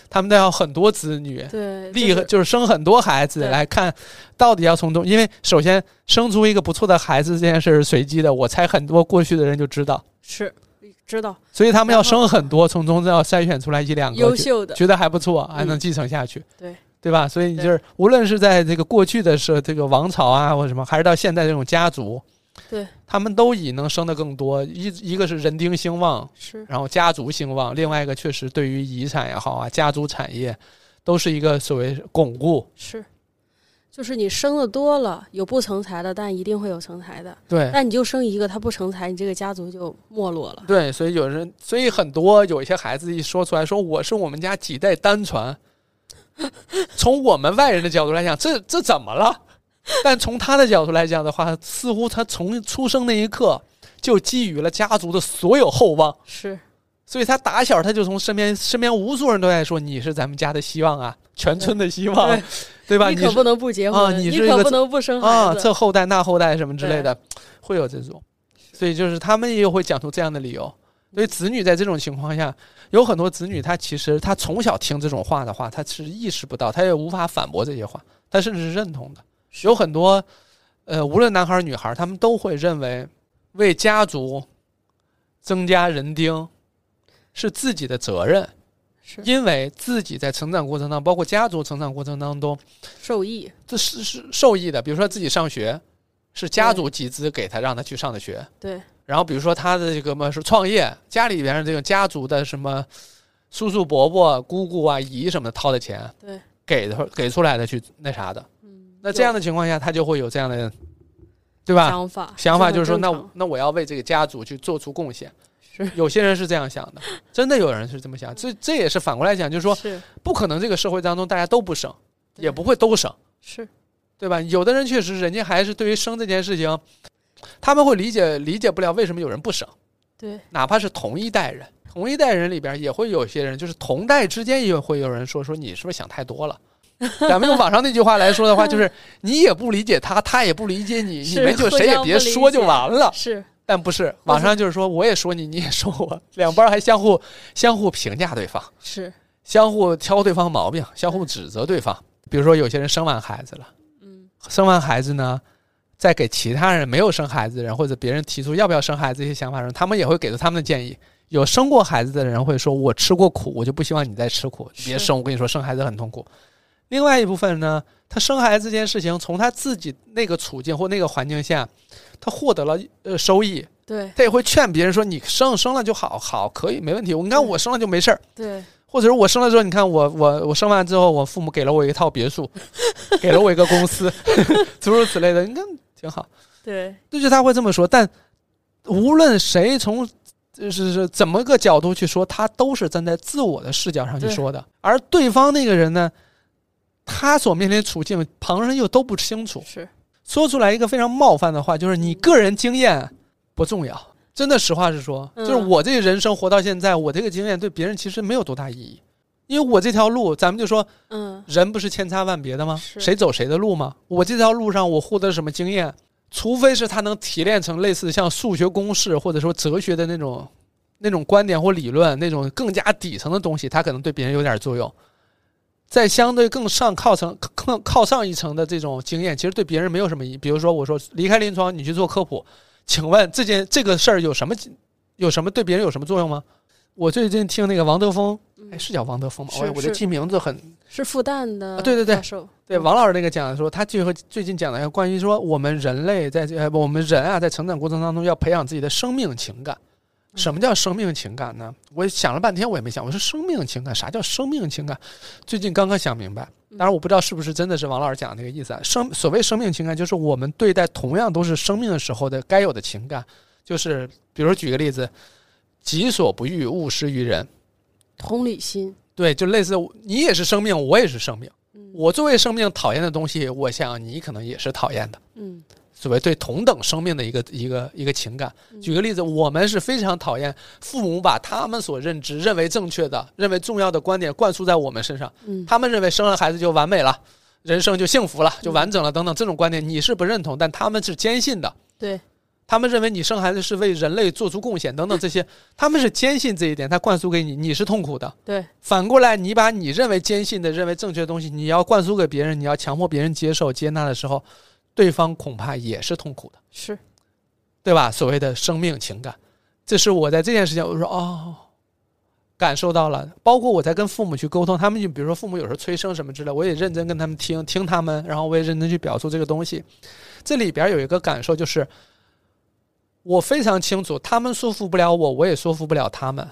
S1: 他们都要很多子女，
S2: 对，
S1: 立
S2: 就是
S1: 就是生很多孩子
S2: 对
S1: 来看，到底要从中，因为首先生出一个不错的孩子这件事是随机的，我猜很多过去的人就知道，
S2: 是知道
S1: 所以他们要
S2: 然后
S1: 生很多，从中要筛选出来一两个
S2: 优
S1: 去
S2: 秀的，
S1: 觉得还不错，还能
S2: 嗯
S1: 继承下去，
S2: 对
S1: 对吧？所以你就是无论是在这个过去的是这个王朝啊，或者什么，还是到现在这种家族，
S2: 对，
S1: 他们都以能生的更多，一一个是人丁兴旺，
S2: 是
S1: 然后家族兴旺，另外一个确实对于遗产也好啊，家族产业都是一个所谓巩固，
S2: 是，就是你生的多了，有不成才的，但一定会有成才的。
S1: 对。
S2: 但你就生一个，他不成才，你这个家族就没落了。
S1: 哎对，所以有人，所以很多有一些孩子一说出来说我是我们家几代单传，从我们外人的角度来讲，这这怎么了？但从他的角度来讲的话，似乎他从出生那一刻就给予了家族的所有厚望，
S2: 是
S1: 所以他打小他就从身边身边无数人都在说你是咱们家的希望啊，全村的希望，对
S2: 对
S1: 吧？
S2: 你
S1: 你
S2: 可
S1: 是
S2: 不能不结婚，
S1: 啊你是一
S2: 可
S1: 个
S2: 不能不生
S1: 啊，
S2: 孩子。
S1: 这后代那后代什么之类的，会有这种，所以就是他们也有会讲出这样的理由。所以子女在这种情况下，有很多子女他其实他从小听这种话的话，他是意识不到，他也无法反驳这些话，他甚至是认同的。有很多，呃，无论男孩儿女孩儿，他们都会认为为家族增加人丁是自己的责任，
S2: 嗯是
S1: 因为自己在成长过程当中，包括家族成长过程当中，
S2: 受益，
S1: 这是是受益的。比如说自己上学，是家族集资给他让他去上的学。
S2: 对。
S1: 然后比如说他的这个嘛是创业，家里边这个家族的什么叔叔伯伯、姑姑啊、姨什么的掏的钱，
S2: 对，
S1: 给的给出来的去那啥的。
S2: 嗯，
S1: 那这样
S2: 的
S1: 的情况下，他就会有这样的，对吧？
S2: 想法，
S1: 想法就是说，
S2: 这很
S1: 那
S2: 正
S1: 我那我要为这个家族去做出贡献。
S2: 常
S1: 有些人是这样想 的，真的有人是这么想。这这也是反过来讲，就是
S2: 是
S1: 说，
S2: 是
S1: 不可能这个社会当中大家都不生，
S2: 对
S1: 也不会都生。
S2: 是
S1: 对吧？有的人确实，人家还是对于生这件事情，他们会理解理解不了为什么有人不生，
S2: 对
S1: 哪怕是同一代人，同一代人里边也会有些人，就是同代之间也会有人说说你是不是想太多了。咱们用网上那句话来说的话，就是你也不理解他，他也不理解你，你
S2: 是
S1: 们就
S2: 互
S1: 谁也
S2: 相
S1: 别
S2: 不理
S1: 说就
S2: 解
S1: 完了。
S2: 是
S1: 但不是，网上就是说我也说你，你也说我，两边还相互相互评价对方。
S2: 是，
S1: 相互挑对方毛病，相互指责对方。比如说，有些人生完孩子了，
S2: 嗯，
S1: 生完孩子呢，在给其他人没有生孩子的人或者别人提出要不要生孩子这些想法的时候，他们也会给出他们的建议。有生过孩子的人会说：“我吃过苦，我就不希望你再吃苦，
S2: 是
S1: 别生。”我跟你说，生孩子很痛苦。另外一部分呢，他生孩子这件事情，从他自己那个处境或那个环境下，他获得了呃收益，
S2: 对
S1: 他也会劝别人说：“你生生了就好，好可以没问题。我你看
S2: 嗯
S1: 我生了就没事儿。”
S2: 对
S1: 或者是我生了之后，你看我我我生完之后，我父母给了我一套别墅，给了我一个公司， 诸如此类的，你看挺好。
S2: 对
S1: 就是他会这么说，但无论谁从就是是怎么个角度去说，他都是站在自我的视角上去
S2: 对
S1: 说的，而对方那个人呢，他所面临的处境，旁人又都不清楚，
S2: 是
S1: 说出来一个非常冒犯的话，就是你个人经验不重要。真的，实话实说，
S2: 嗯
S1: 就是我这人生活到现在，我这个经验对别人其实没有多大意义，因为我这条路，咱们就说
S2: 嗯
S1: 人不是千差万别的吗？
S2: 是
S1: 谁走谁的路吗？我这条路上我获得了什么经验，除非是他能提炼成类似像数学公式或者说哲学的那种那种观点或理论，那种更加底层的东西，他可能对别人有点作用。在相对更上靠层、更靠上一层的这种经验，其实对别人没有什么意义。比如说，我说离开临床，你去做科普，请问这件这个事儿有什么有什么对别人有什么作用吗？我最近听那个王德峰，哎，是叫王德峰吗？
S2: 是
S1: 我我这
S2: 是
S1: 记名字很
S2: 嗯是复旦的
S1: 啊对对对
S2: 教授
S1: 对王老师那个讲的说，他最后最近讲的要关于说我们人类在这呃不我们人啊在成长过程当中要培养自己的生命情感。什么叫生命情感呢？我想了半天，我也没想，我说生命情感，啥叫生命情感？最近刚刚想明白，当然我不知道是不是真的是王老师讲的那个意思啊。生所谓生命情感，就是我们对待同样都是生命的时候的该有的情感，就是比如举个例子，己所不欲，勿施于人。
S2: 同理心，
S1: 对，就类似你也是生命，我也是生命。
S2: 嗯
S1: 我作为生命讨厌的东西，我想你可能也是讨厌的。
S2: 嗯
S1: 所谓对同等生命的一个一个一个情感。
S2: 嗯
S1: 举个例子，我们是非常讨厌父母把他们所认知、认为正确的、认为重要的观点灌输在我们身上。
S2: 嗯，
S1: 他们认为生了孩子就完美了，人生就幸福了，
S2: 嗯
S1: 就完整了等等这种观点，你是不认同，但他们是坚信的。
S2: 对，
S1: 他们认为你生孩子是为人类做出贡献等等这些，他们是坚信这一点，他灌输给你，你是痛苦的。
S2: 对，
S1: 反过来，你把你认为坚信的、认为正确的东西，你要灌输给别人，你要强迫别人接受、接纳的时候，对方恐怕也是痛苦的，
S2: 是
S1: 对吧？所谓的生命情感，这是我在这件事情，我说哦，感受到了。包括我在跟父母去沟通，他们就比如说父母有时候催生什么之类，我也认真跟他们听听他们，然后我也认真去表述这个东西。这里边有一个感受就是，我非常清楚，他们说服不了我，我也说服不了他们。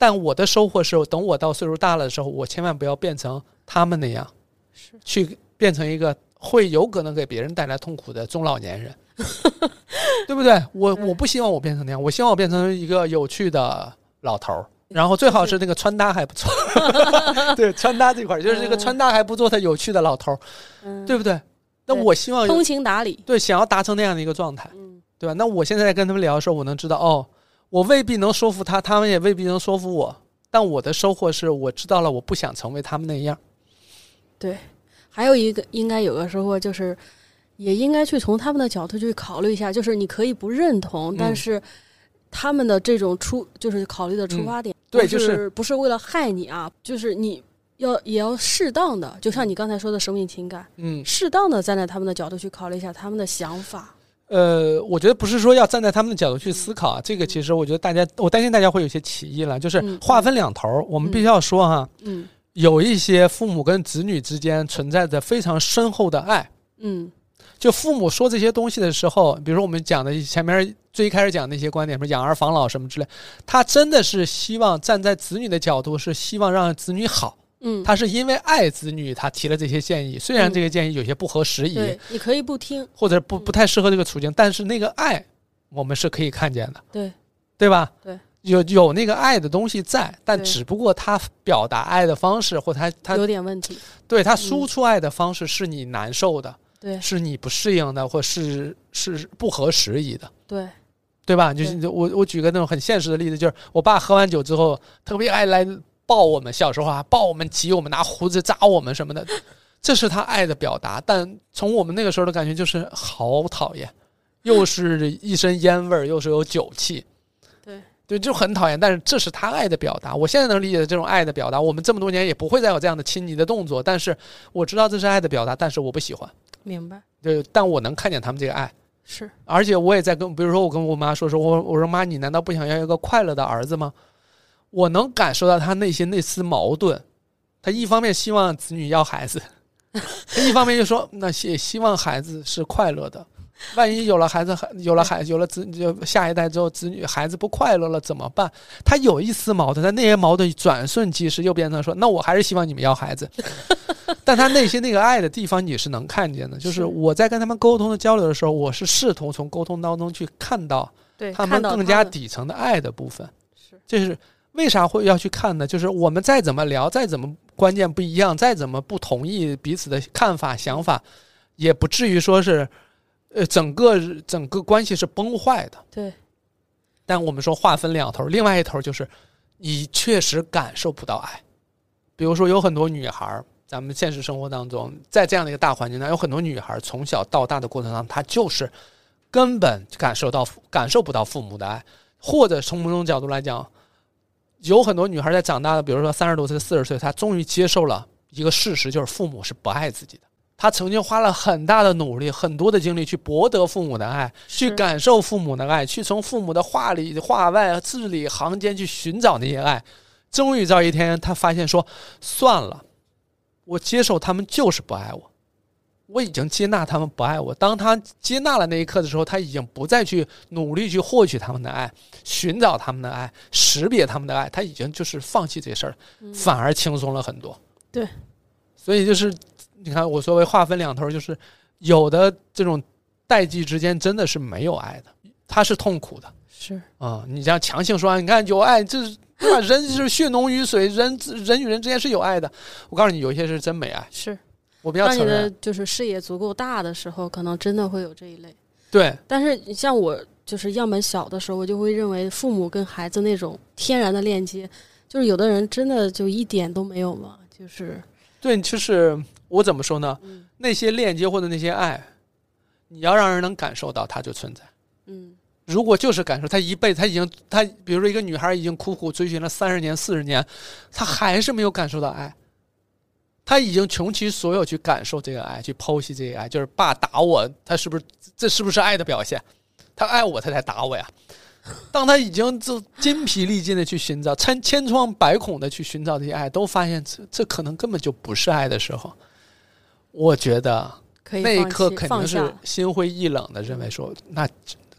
S1: 但我的收获是，等我到岁数大了的时候，我千万不要变成他们那样，
S2: 是，
S1: 去变成一个会有可能给别人带来痛苦的中老 年人，对不对？我
S2: 对
S1: 我不希望我变成那样，我希望我变成一个有趣的老头儿。
S2: 嗯
S1: 然后最好是那个穿搭还不 错，对穿搭这块儿就是那个
S2: 嗯
S1: 穿搭还不错，他有趣的老头儿，
S2: 嗯，
S1: 对不对？那
S2: 对
S1: 我希望有
S2: 通情达理，
S1: 对想要达成那样的一个状态，
S2: 嗯
S1: 对吧？那我现在跟他们聊的时候，我能知道哦，我未必能说服他，他们也未必能说服我，但我的收获是我知道了，我不想成为他们那样。
S2: 还有一个应该有个收获就是，也应该去从他们的角度去考虑一下，就是你可以不认同，
S1: 嗯
S2: 但是他们的这种出就是考虑的出发点，
S1: 嗯对
S2: 不
S1: 就是
S2: 不是为了害你啊，就是你要也要适当的，就像你刚才说的生命情感，
S1: 嗯，
S2: 适当的站在他们的角度去考虑一下他们的想法，
S1: 呃，我觉得不是说要站在他们的角度去思考啊，这个其实我觉得大家，我担心大家会有些歧义了，就是
S2: 嗯
S1: 划分两头儿，我们必须要说哈，
S2: 嗯
S1: 有一些父母跟子女之间存在着非常深厚的爱。
S2: 嗯
S1: 就父母说这些东西的时候，比如说我们讲的前面最一开始讲的那些观点，什么养儿防老什么之类，他真的是希望站在子女的角度，是希望让子女好。
S2: 嗯，
S1: 他是因为爱子女，他提了这些建议，虽然这个建议有些不合时宜，
S2: 对，你可以不听，
S1: 或者不
S2: 嗯
S1: 不太适合这个处境，但是那个爱我们是可以看见的，
S2: 对
S1: 对吧？
S2: 对。
S1: 有有那个爱的东西在，但
S2: 对
S1: 只不过他表达爱的方式，或他他
S2: 有点问题，
S1: 对他输出爱的方式是你难受的，
S2: 对
S1: 是你不适应的，或是是不合时宜的，
S2: 对，
S1: 对吧？就是我我举个那种很现实的例子，就是我爸喝完酒之后特别爱来抱我们，小时候啊抱我们、挤我们、拿胡子扎我们什么的，这是他爱的表达。但从我们那个时候的感觉就是好讨厌，又是一身烟味儿，又是有酒气。
S2: 对
S1: 对，就很讨厌，但是这是他爱的表达。我现在能理解这种爱的表达，我们这么多年也不会再有这样的亲昵的动作，但是我知道这是爱的表达，但是我不喜欢。
S2: 明白，
S1: 对，但我能看见他们这个爱，
S2: 是
S1: 而且我也在跟，比如说我跟我妈说说，我我说妈，你难道不想要一个快乐的儿子吗？我能感受到她内心那丝矛盾，她一方面希望子女要孩 子，她一方面就说那也希望孩子是快乐的。万一有了孩子，孩有了孩，有了子，就下一代之后，子女孩子不快乐了怎么办？她有一丝矛盾，但那些矛盾转瞬即逝，又变成说，那我还是希望你们要孩 子。但他内心那个爱的地方，你是能看见的。 就是
S2: 是
S1: 我在跟他们沟通的交流的时候，我是试图从沟通当中去看到
S2: 对，
S1: 他
S2: 看
S1: 们
S2: 到
S1: 更
S2: 他
S1: 加
S2: 们
S1: 底层的爱的部分。
S2: 是
S1: 这是为啥会要去看呢？就是我们再怎么聊，再怎么观念不一样，再怎么不同意彼此的看法、想法，也不至于说是，呃，整个整个关系是崩坏的。
S2: 对，
S1: 但我们说划分两头，另外一头就是你确实感受不到爱。比如说，有很多女孩儿，咱们现实生活当中，在这样的一个大环境当中，有很多女孩儿从小到大的过程当中，她就是根本感受到父感受不到父母的爱，或者从某种角度来讲，有很多女孩在长大的，比如说三十多岁、四十岁，她终于接受了一个事实，就是父母是不爱自己的。她曾经花了很大的努力、很多的精力去博得父母的爱，去
S2: 是
S1: 感受父母的爱，去从父母的话里、话外、字里行间去寻找那些爱。终于到一天，她发现说：“算了，我接受他们就是不爱我。”我已经接纳他们不爱我。当他接纳了那一刻的时候，他已经不再去努力去获取他们的爱，寻找他们的爱，识别他们的爱，他已经就是放弃这事儿了，
S2: 嗯
S1: 反而轻松了很多。
S2: 对，
S1: 所以就是你看，我所谓划分两头儿，就是有的这种代际之间真的是没有爱的，它是痛苦的。
S2: 是
S1: 啊、你这样强行说，你看有爱，这是对吧？人是血浓于水，人人与人之间是有爱的。我告诉你，有一些是真没爱，
S2: 是，
S1: 我们要
S2: 当你
S1: 承
S2: 的
S1: 认。
S2: 就是视野足够大的时候，可能真的会有这一类。
S1: 对，
S2: 但是你像我就是样本小的时候，我就会认为父母跟孩子那种天然的链接，就是有的人真的就一点都没有嘛，就是
S1: 对，就是我怎么说呢？
S2: 嗯
S1: 那些链接或者那些爱，你要让人能感受到它就存在。
S2: 嗯
S1: 如果就是感受，她一辈子，她已经，她比如说一个女孩已经苦苦追寻了三十年、四十年，她还是没有感受到爱，她已经穷其所有去感受这个爱，去剖析这个爱，就是爸打我，他是不是这是不是爱的表现？他爱我，他才打我呀。当他已经就筋疲力尽的去寻找，千千疮百孔的去寻找这些爱，都发现这这可能根本就不是爱的时候，我觉得
S2: 可以
S1: 那一
S2: 放
S1: 刻
S2: 弃
S1: 肯定
S2: 放
S1: 是
S2: 下，
S1: 心灰意冷的，认为说那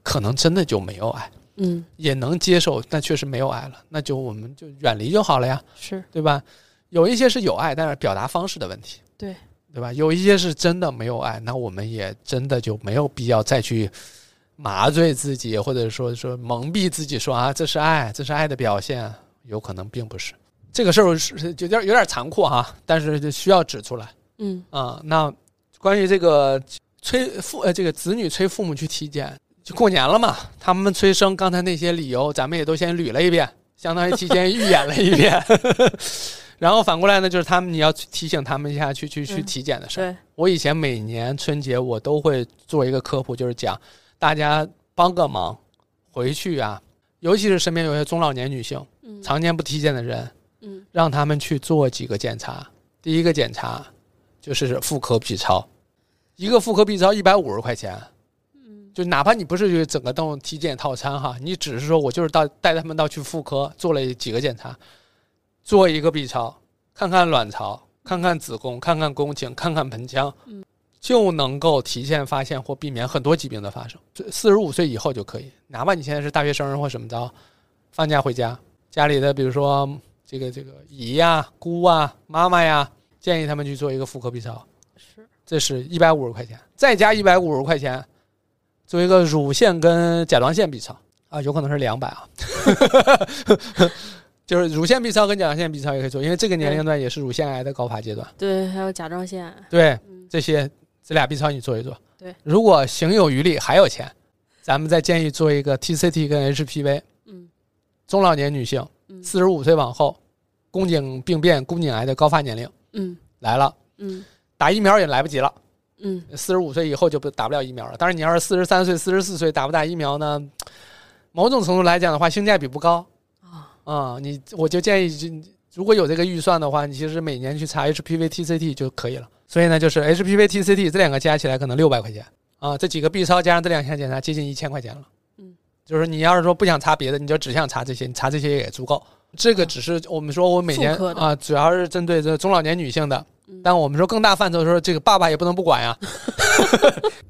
S1: 可能真的就没有爱，
S2: 嗯
S1: 也能接受，但确实没有爱了，那就我们就远离就好了呀，
S2: 是
S1: 对吧？有一些是有爱，但是表达方式的问题，
S2: 对
S1: 对吧？有一些是真的没有爱，那我们也真的就没有必要再去麻醉自己，或者说说蒙蔽自己说，啊这是爱，这是爱的表现，啊有可能并不是。这个事儿是是有点有点残酷哈、但是就需要指出来。
S2: 嗯
S1: 啊、那关于这个催父呃这个子女催父母去体检，就过年了嘛，他们催生刚才那些理由，咱们也都先捋了一遍，相当于提前预演了一遍。 然后反过来呢，就是他们你要去提醒他们一下去去去
S2: 嗯
S1: 体检的事儿。
S2: 对
S1: 我以前每年春节我都会做一个科普，就是讲大家帮个忙，回去啊，尤其是身边有些中老年女性
S2: 嗯
S1: 常年不体检的人，
S2: 嗯
S1: 让他们去做几个检查。第一个检查就是妇科 B 超，一个妇科 B 超一百五十块钱，
S2: 嗯
S1: 就哪怕你不是去整个动体检套餐哈，你只是说我就是到带他们到去妇科做了几个检查，做一个 B 超，看看卵巢，看看子宫，看看宫颈，看看盆腔，
S2: 嗯
S1: 就能够提前发现或避免很多疾病的发生。四十五岁以后就可以，哪怕你现在是大学生或什么着，放假回家，家里的比如说这个这个姨呀、姑啊、妈妈呀，建议他们去做一个妇科 B 超。
S2: 是
S1: 这是一百五十块钱，再加一百五十块钱，做一个乳腺跟甲状腺 B 超啊，有可能是两百啊， 就是乳腺 B 超跟甲状腺 B 超也可以做，因为这个年龄段也是乳腺癌的高发阶段。
S2: 对，还有甲状腺，
S1: 对，
S2: 嗯
S1: 这些这俩 B 超你做一做。
S2: 对，
S1: 如果行有余力还有钱，咱们再建议做一个 TCT 跟 HPV，
S2: 嗯
S1: 中老年女性
S2: 嗯
S1: 四十五岁往后，宫颈病变、宫颈癌的高发年龄
S2: 嗯
S1: 来了，
S2: 嗯
S1: 打疫苗也来不及了。
S2: 嗯
S1: 四十五岁以后就不打不了疫苗了。当然，你要是四十三岁、四十四岁打不打疫苗呢？某种程度来讲的话，性价比不高
S2: 啊
S1: 啊、你我就建议就，如果有这个预算的话，你其实每年去查 HPV、TCT 就可以了。所以呢，就是 HPV、TCT 这两个加起来可能六百块钱啊、这几个 B 超加上这两项检查，接近一千块钱了。
S2: 嗯，
S1: 就是你要是说不想查别的，你就只想查这些，你查这些也足够。这个只是我们说，我每年
S2: 妇科嗯的
S1: 啊，主要是针对这中老年女性的。
S2: 嗯
S1: 但我们说更大范畴的时候，这个爸爸也不能不管呀。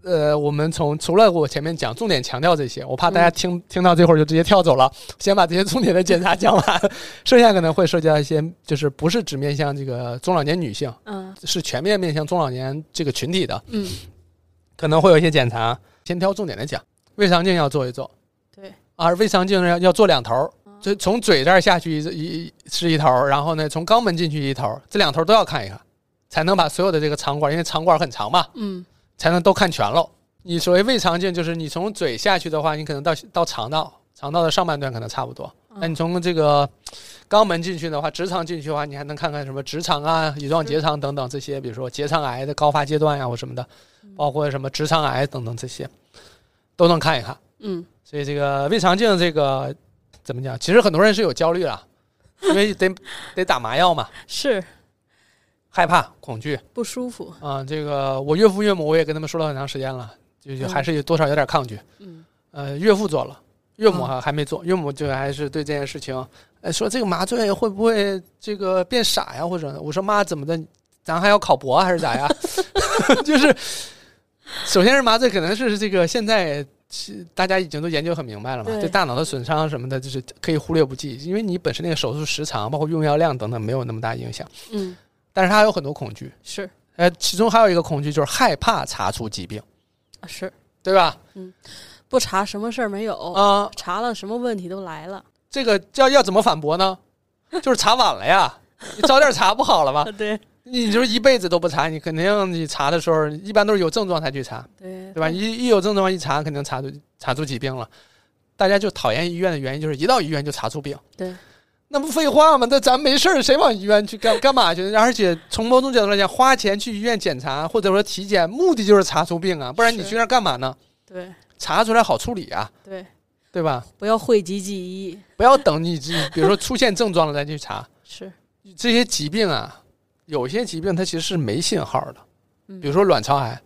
S1: 呃，我们从除了我前面讲重点强调这些，我怕大家听、听到这会儿就直接跳走了，先把这些重点的检查讲完， 剩下可能会涉及到一些，就是不是只面向这个中老年女性，
S2: 嗯
S1: 是全面面向中老年这个群体的，
S2: 嗯
S1: 可能会有一些检查，先挑重点的讲。胃肠镜要做一做，
S2: 对
S1: 啊，胃肠镜要要做两头儿
S2: 啊，
S1: 就从嘴这儿下去一一一是一头儿，然后呢从肛门进去一头儿，这两头儿都要看一看，才能把所有的这个肠管，因为肠管很长嘛，
S2: 嗯
S1: 才能都看全喽。你所谓胃肠镜，就是你从嘴下去的话，你可能到到肠道，肠道的上半段可能差不多。那
S2: 嗯
S1: 你从这个肛门进去的话，直肠进去的话，你还能看看什么直肠啊、乙状结肠等等这些，比如说结肠癌的高发阶段呀、或什么的，包括什么直肠癌等等这些。都能看一看。
S2: 嗯，
S1: 所以这个胃肠镜这个怎么讲？其实很多人是有焦虑了，因为得得打麻药嘛，
S2: 是
S1: 害怕、恐惧
S2: 不舒服。
S1: 啊、这个我岳父岳母我也跟他们说了很长时间了，就就
S2: 嗯
S1: 还是有多少有点抗拒。
S2: 嗯
S1: 呃，岳父做了，岳母
S2: 嗯
S1: 还还没做，岳母就还是对这件事情，呃，说这个麻醉会不会这个变傻呀，或者我说妈怎么的，咱还要考博啊还是咋呀？ 就是，首先是麻醉可能是这个现在是大家已经都研究很明白了嘛，
S2: 对
S1: 对大脑的损伤什么的，就是可以忽略不计，因为你本身那个手术时长包括用药量等等没有那么大影响，
S2: 嗯，
S1: 但是它还有很多恐惧，
S2: 是
S1: 呃，其中还有一个恐惧就是害怕查出疾病，
S2: 啊是，
S1: 对吧？
S2: 不查什么事儿没有，
S1: 啊、
S2: 查了什么问题都来了。
S1: 这个要要怎么反驳呢？ 就是查晚了呀，你早点查不好了吗？
S2: 对
S1: 你就是一辈子都不查，你肯定你查的时候一般都是有症状才去查，
S2: 对
S1: 对吧？一一有症状一查，肯定查出查出疾病了。大家就讨厌医院的原因就是一到医院就查出病，
S2: 对，
S1: 那不废话吗？那咱没事儿，谁往医院去干干嘛去？而且从某种角度来讲，花钱去医院检查或者说体检，目的就是查出病啊，不然你
S2: 是
S1: 去那儿干嘛呢？
S2: 对
S1: 查出来好处理啊，
S2: 对，
S1: 对吧？
S2: 不要讳疾忌医。
S1: 不要等你 你比如说出现症状了再去查，
S2: 是，
S1: 这些疾病啊，有些疾病它其实是没信号的，
S2: 嗯
S1: 比如说卵巢癌，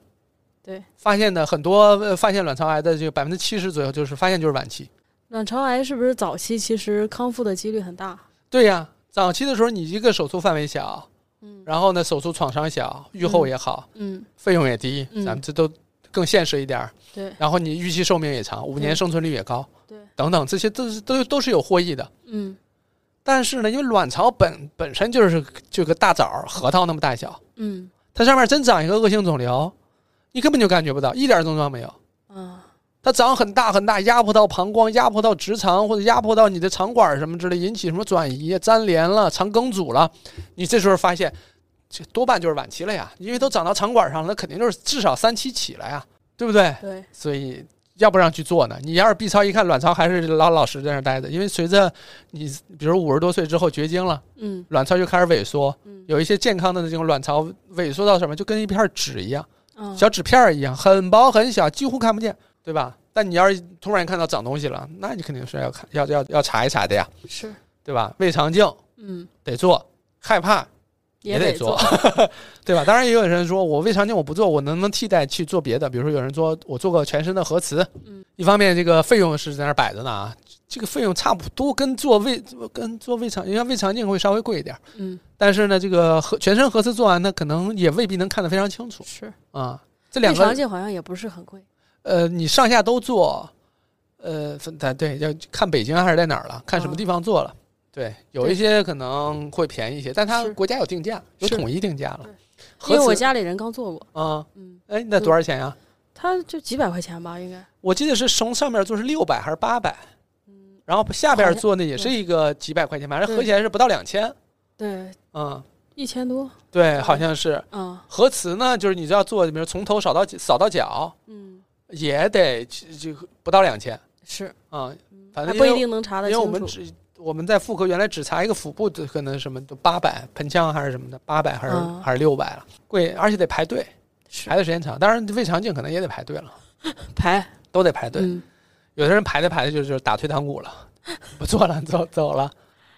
S2: 对，
S1: 发现的很多呃发现卵巢癌的这个百分之七十左右就是发现就是晚期。
S2: 卵巢癌是不是早期其实康复的几率很大？
S1: 对呀，早期的时候你一个手术范围小，
S2: 嗯
S1: 然后呢手术创伤小，预后也好，
S2: 嗯，
S1: 费用也低，
S2: 嗯
S1: 咱们这都更现实一点儿。
S2: 对
S1: 然后你预期寿命也长，五年生存率也高，
S2: 嗯对，
S1: 等等，这些都是都都是有获益的。
S2: 嗯
S1: 但是呢，因为卵巢本本身就是就个大枣儿核桃那么大小，
S2: 嗯
S1: 它上面真长一个恶性肿瘤，你根本就感觉不到，一点症状没有。
S2: 啊，
S1: 它长很大很大，压迫到膀胱，压迫到直肠，或者压迫到你的肠管什么之类，引起什么转移、粘连了、肠梗阻了。你这时候发现，这多半就是晚期了呀，因为都长到肠管上了，那肯定就是至少三期起了呀，对不对？
S2: 对，
S1: 所以要不让去做呢？你要是 B 超一看，卵巢还是老老实实在那儿待着，因为随着你比如五十多岁之后绝经了，
S2: 嗯
S1: 卵巢就开始萎缩，
S2: 嗯
S1: 有一些健康的这种卵巢萎缩到什么，就跟一片纸一样。
S2: 啊，
S1: 小纸片儿一样，很薄很小，几乎看不见，对吧？但你要是突然看到长东西了，那你肯定是要看要要要查一查的呀，
S2: 是，
S1: 对吧？胃肠镜
S2: 嗯，
S1: 得做，害怕也
S2: 得
S1: 做，， 对吧？当然也有人说我胃肠镜我不做，我能不能替代去做别的？比如说有人说我做个全身的核磁，
S2: 嗯，
S1: 一方面这个费用是在那儿摆着呢啊，这个费用差不多跟做胃跟做胃肠，因为胃肠镜会稍微贵一点儿，
S2: 嗯
S1: 但是呢，这个核全身核磁做完呢，可能也未必能看得非常清楚
S2: 是。
S1: 啊。这
S2: 胃
S1: 两个
S2: 肠镜好像也不是很贵，
S1: 呃，你上下都做，呃，分对对，要看北京还是在哪儿了，看什么
S2: 啊
S1: 地方做了。对，有一
S2: 对
S1: 些可能会便宜一些，但它
S2: 是
S1: 国家有定价，有
S2: 是
S1: 统一定价了
S2: 对。
S1: 核
S2: 因为我
S1: 磁
S2: 家里嗯人刚做过，
S1: 啊，
S2: 嗯，
S1: 哎、那多少钱呀、
S2: 他就几百块钱吧，应该，
S1: 我记得是从上面做是六百还是八百，
S2: 嗯，
S1: 然后下边
S2: 好像
S1: 做呢也
S2: 对
S1: 是一个几百块钱，反正合
S2: 对
S1: 起来是不到两千。
S2: 对，
S1: 嗯，
S2: 一千多，
S1: 对，好像是
S2: 啊，
S1: 核磁呢，就是你知道做，比如从头扫到扫到脚
S2: 嗯，
S1: 也得就就不到两千
S2: 是，
S1: 啊，
S2: 嗯
S1: 反
S2: 还
S1: 正因
S2: 不
S1: 为
S2: 一定能查得
S1: 因为
S2: 清
S1: 我们
S2: 楚，
S1: 只我们在妇科原来只查一个腹部，就可能什么都八百，盆腔还是什么的，八百还是、
S2: 嗯
S1: 还是六百了，贵，而且得排队，
S2: 是
S1: 排的时间长。当然胃肠镜可能也得排队了，
S2: 排，
S1: 都得排队。
S2: 嗯，
S1: 有的人排着排着就就是打退堂鼓了，不做了，走走了。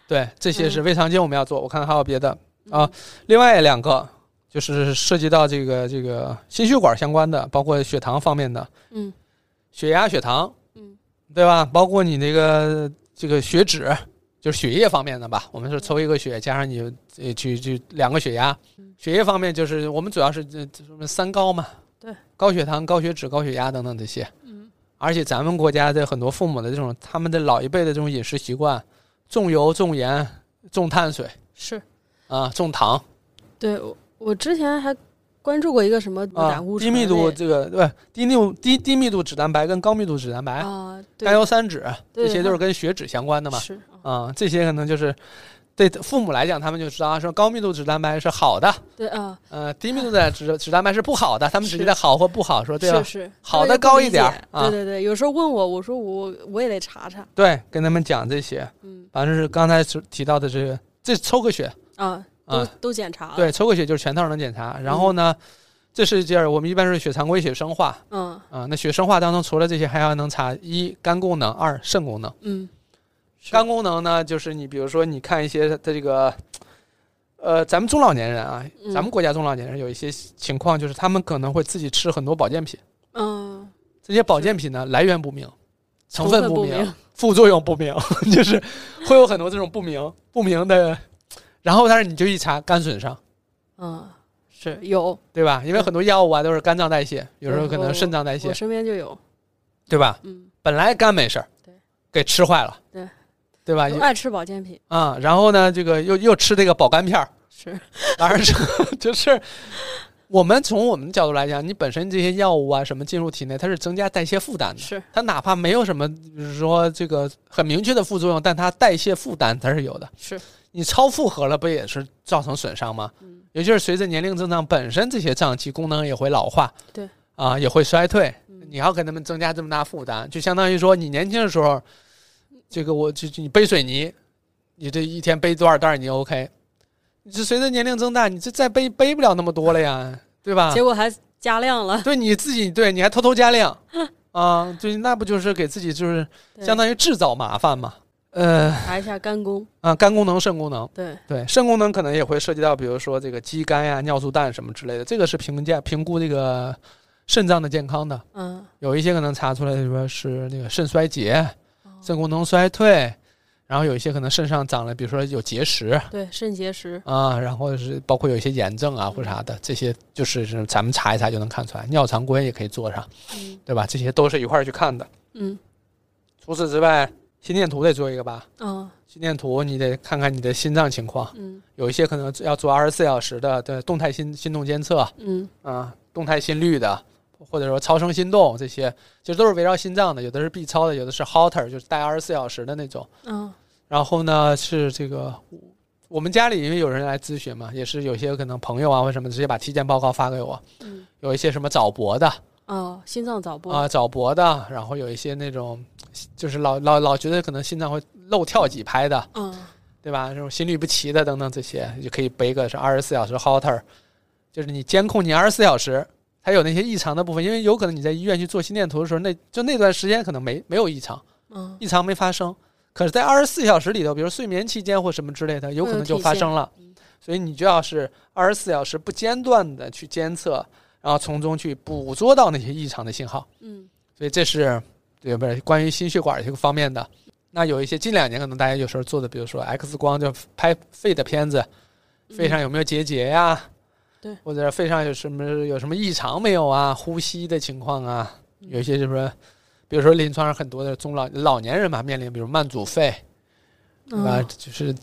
S1: 对，这些是
S2: 嗯
S1: 胃肠镜我们要做，我看看还有别的。啊
S2: 嗯，
S1: 另外两个就是涉及到这个这个心血管相关的，包括血糖方面的，
S2: 嗯
S1: 血压、血糖，
S2: 嗯
S1: 对吧？包括你那个这个血脂，就是血液方面的吧。我们是抽一个血，加上你呃去去两个血压
S2: 嗯。
S1: 血液方面就是我们主要是这这什么三高嘛，
S2: 对，
S1: 高血糖、高血脂、高血压等等这些。
S2: 嗯，
S1: 而且咱们国家的很多父母的这种他们的老一辈的这种饮食习惯，重油、重盐、重碳水
S2: 是
S1: 啊、重糖
S2: 对我我之前还关注过一个什么
S1: 啊
S2: 胆固，醇
S1: 低密度
S2: 类
S1: 这个对低密度低低密度脂蛋白跟高密度脂蛋白、
S2: 啊，对
S1: 甘油三酯
S2: 对
S1: 哎这些都是跟血脂相关的嘛。
S2: 是啊
S1: 啊、这些可能就是对父母来讲，他们就知道啊说高密度脂蛋白是好的，
S2: 对啊，
S1: 呃，低密度的脂脂蛋白是不好的，他们只
S2: 是
S1: 记得好或不好，说哦对吧啊
S2: 是？是
S1: 好的
S2: 但是
S1: 高
S2: 不
S1: 一
S2: 理
S1: 点儿
S2: 解
S1: 啊
S2: 对对对，有时候问我，我说我我也得查查，
S1: 对，跟他们讲这些，
S2: 嗯
S1: 反正是刚才是提到的这个，这抽个血
S2: 啊，都
S1: 啊、
S2: 都检查了，
S1: 对，抽个血就是全套能检查，然后呢，这是第二，我们一般是学常规学生化
S2: 嗯
S1: 啊、那学生化当中除了这些，还要能查一肝功能，二肾功能。
S2: 嗯，是
S1: 肝功能呢，就是你比如说你看一些它这个，呃，咱们中老年人啊，
S2: 嗯
S1: 咱们国家中老年人有一些情况，就是他们可能会自己吃很多保健品，
S2: 嗯，
S1: 这些保健品呢来源不明，成分
S2: 不
S1: 明，副作用不明， 就是会有很多这种不明不明的，然后但是你就一查肝损伤，
S2: 嗯， 是有，
S1: 对吧？因为
S2: 嗯
S1: 很多药物啊都是肝脏代谢，有时候可能肾脏代谢
S2: 我，身边就有，
S1: 对吧？
S2: 嗯，
S1: 本来肝没事儿
S2: 对，
S1: 给吃坏了，
S2: 对
S1: 对 吧？
S2: 就爱吃保健品，
S1: 啊、然后呢，这个又又吃这个保肝片儿，
S2: 是，
S1: 当然是就是我们从我们的角度来讲，你本身这些药物啊什么进入体内，它是增加代谢负担的。
S2: 是，
S1: 它哪怕没有什么，比如说这个很明确的副作用，但它代谢负担它是有的。
S2: 是，
S1: 你超负荷了，不也是造成损伤吗？
S2: 嗯，
S1: 尤其是随着年龄增长，本身这些脏器功能也会老化，
S2: 对，
S1: 啊、也会衰退。
S2: 嗯
S1: 你要给他们增加这么大负担，就相当于说你年轻的时候，这个我就就你背水泥，你这一天背多少袋儿你就 OK，你这随着年龄增大，你这再背背不了那么多了呀，对吧？
S2: 结果还加量了，
S1: 对你自己，对你还偷偷加 量啊，对，那不就是给自己就是相当于制造麻烦嘛？呃
S2: 查一下肝功，
S1: 啊，肝功能、肾功能，
S2: 对，
S1: 对肾功能可能也会涉及到，比如说这个肌酐呀、尿素氮什么之类的，这个是评价评估这个肾脏的健康的。
S2: 嗯，
S1: 有一些可能查出来说是那个肾衰竭、
S2: 哦
S1: 肾功能衰退，然后有一些可能肾上长了，比如说有结石
S2: 哦对，肾结石，
S1: 啊，然后是包括有一些炎症啊或啥的，这些就是是咱们查一查就能看出来。尿常规也可以做上，
S2: 嗯
S1: 对吧？这些都是一块儿去看的。
S2: 嗯
S1: 除此之外，心电图得做一个吧。
S2: 啊
S1: 心电图你得看看你的心脏情况，
S2: 嗯
S1: 有一些可能要做二十四小时的对动态心心动监测，
S2: 嗯
S1: 啊，动态心率的，或者说超声心动这些，其实都是围绕心脏的，有的是 B 超的，有的是 Holter，就是带二十四小时的那种。
S2: 嗯
S1: 然后呢，是这个我们家里因为有人来咨询嘛，也是有些可能朋友啊或什么直接把体检报告发给我，
S2: 嗯
S1: 有一些什么早搏的
S2: 哦，心脏早搏，
S1: 啊，早搏的，然后有一些那种就是老老老觉得可能心脏会漏跳几拍的，
S2: 嗯
S1: 对吧？这种心律不齐的等等这些，你就可以背个是二十四小时 halter，就是你监控你二十四小时，它有那些异常的部分，因为有可能你在医院去做心电图的时候，那就那段时间可能没没有异常，
S2: 嗯
S1: 异常没发生，可是，在二十四小时里头，比如睡眠期间或什么之类的，有可能就发生了
S2: 会有体现，嗯
S1: 所以你就要是二十四小时不间断的去监测，然后从中去捕捉到那些异常的信号。
S2: 嗯
S1: 所以这是对不是关于心血管这个方面的。那有一些近两年可能大家有时候做的，比如说 X 光就拍肺的片子，肺上有没有结节呀、
S2: 对，
S1: 或者肺上有什么有什么异常没有啊？呼吸的情况啊，
S2: 嗯
S1: 有一些就是，比如说临床上很多的中老老年人嘛，面临比如慢阻肺，对吧？
S2: 嗯
S1: 啊就是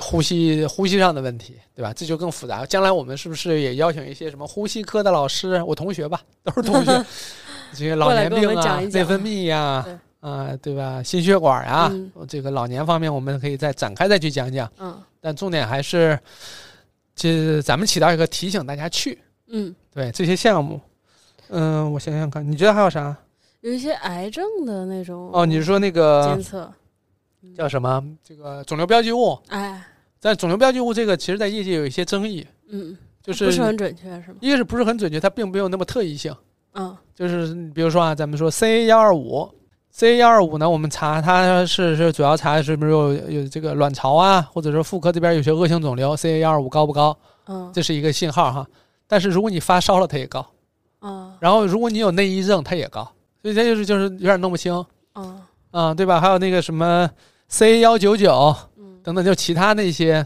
S1: 呼吸呼吸上的问题，对吧？这就更复杂。将来我们是不是也邀请一些什么呼吸科的老师，我同学吧，都是同 学，这些老
S2: 过来
S1: 年
S2: 给我
S1: 病
S2: 们
S1: 啊
S2: 讲一、
S1: 内
S2: 讲
S1: 分泌呀、啊
S2: 对，
S1: 对吧？心血管啊，
S2: 嗯
S1: 这个老年方面，我们可以再展开再去讲讲。
S2: 嗯
S1: 但重点还是，这咱们起到一个提醒大家去
S2: 嗯，
S1: 对这些项目。嗯、我想想看，你觉得还有啥？
S2: 有一些癌症的那种
S1: 哦，你是说那个
S2: 监测，
S1: 叫什么？这个肿瘤标记物，
S2: 哎
S1: 但肿瘤标记物这个其实在业界有一些争议，
S2: 嗯，
S1: 就是
S2: 不是很准确是吗？
S1: 一个是不是很准确，它并没有那么特异性。
S2: 嗯
S1: 就是比如说啊，咱们说 CA 幺二五，CA 幺二五呢，我们查它是是主要查是不是有有这个卵巢啊，或者说妇科这边有些恶性肿瘤，CA 幺二五高不高？
S2: 嗯
S1: 这是一个信号哈。但是如果你发烧了，它也高；
S2: 嗯
S1: 然后如果你有内衣症，它也高。所以这就是就是有点弄不清
S2: 嗯
S1: 啊、对吧？还有那个什么 CA 幺九九
S2: 嗯
S1: 等等，就其他那些。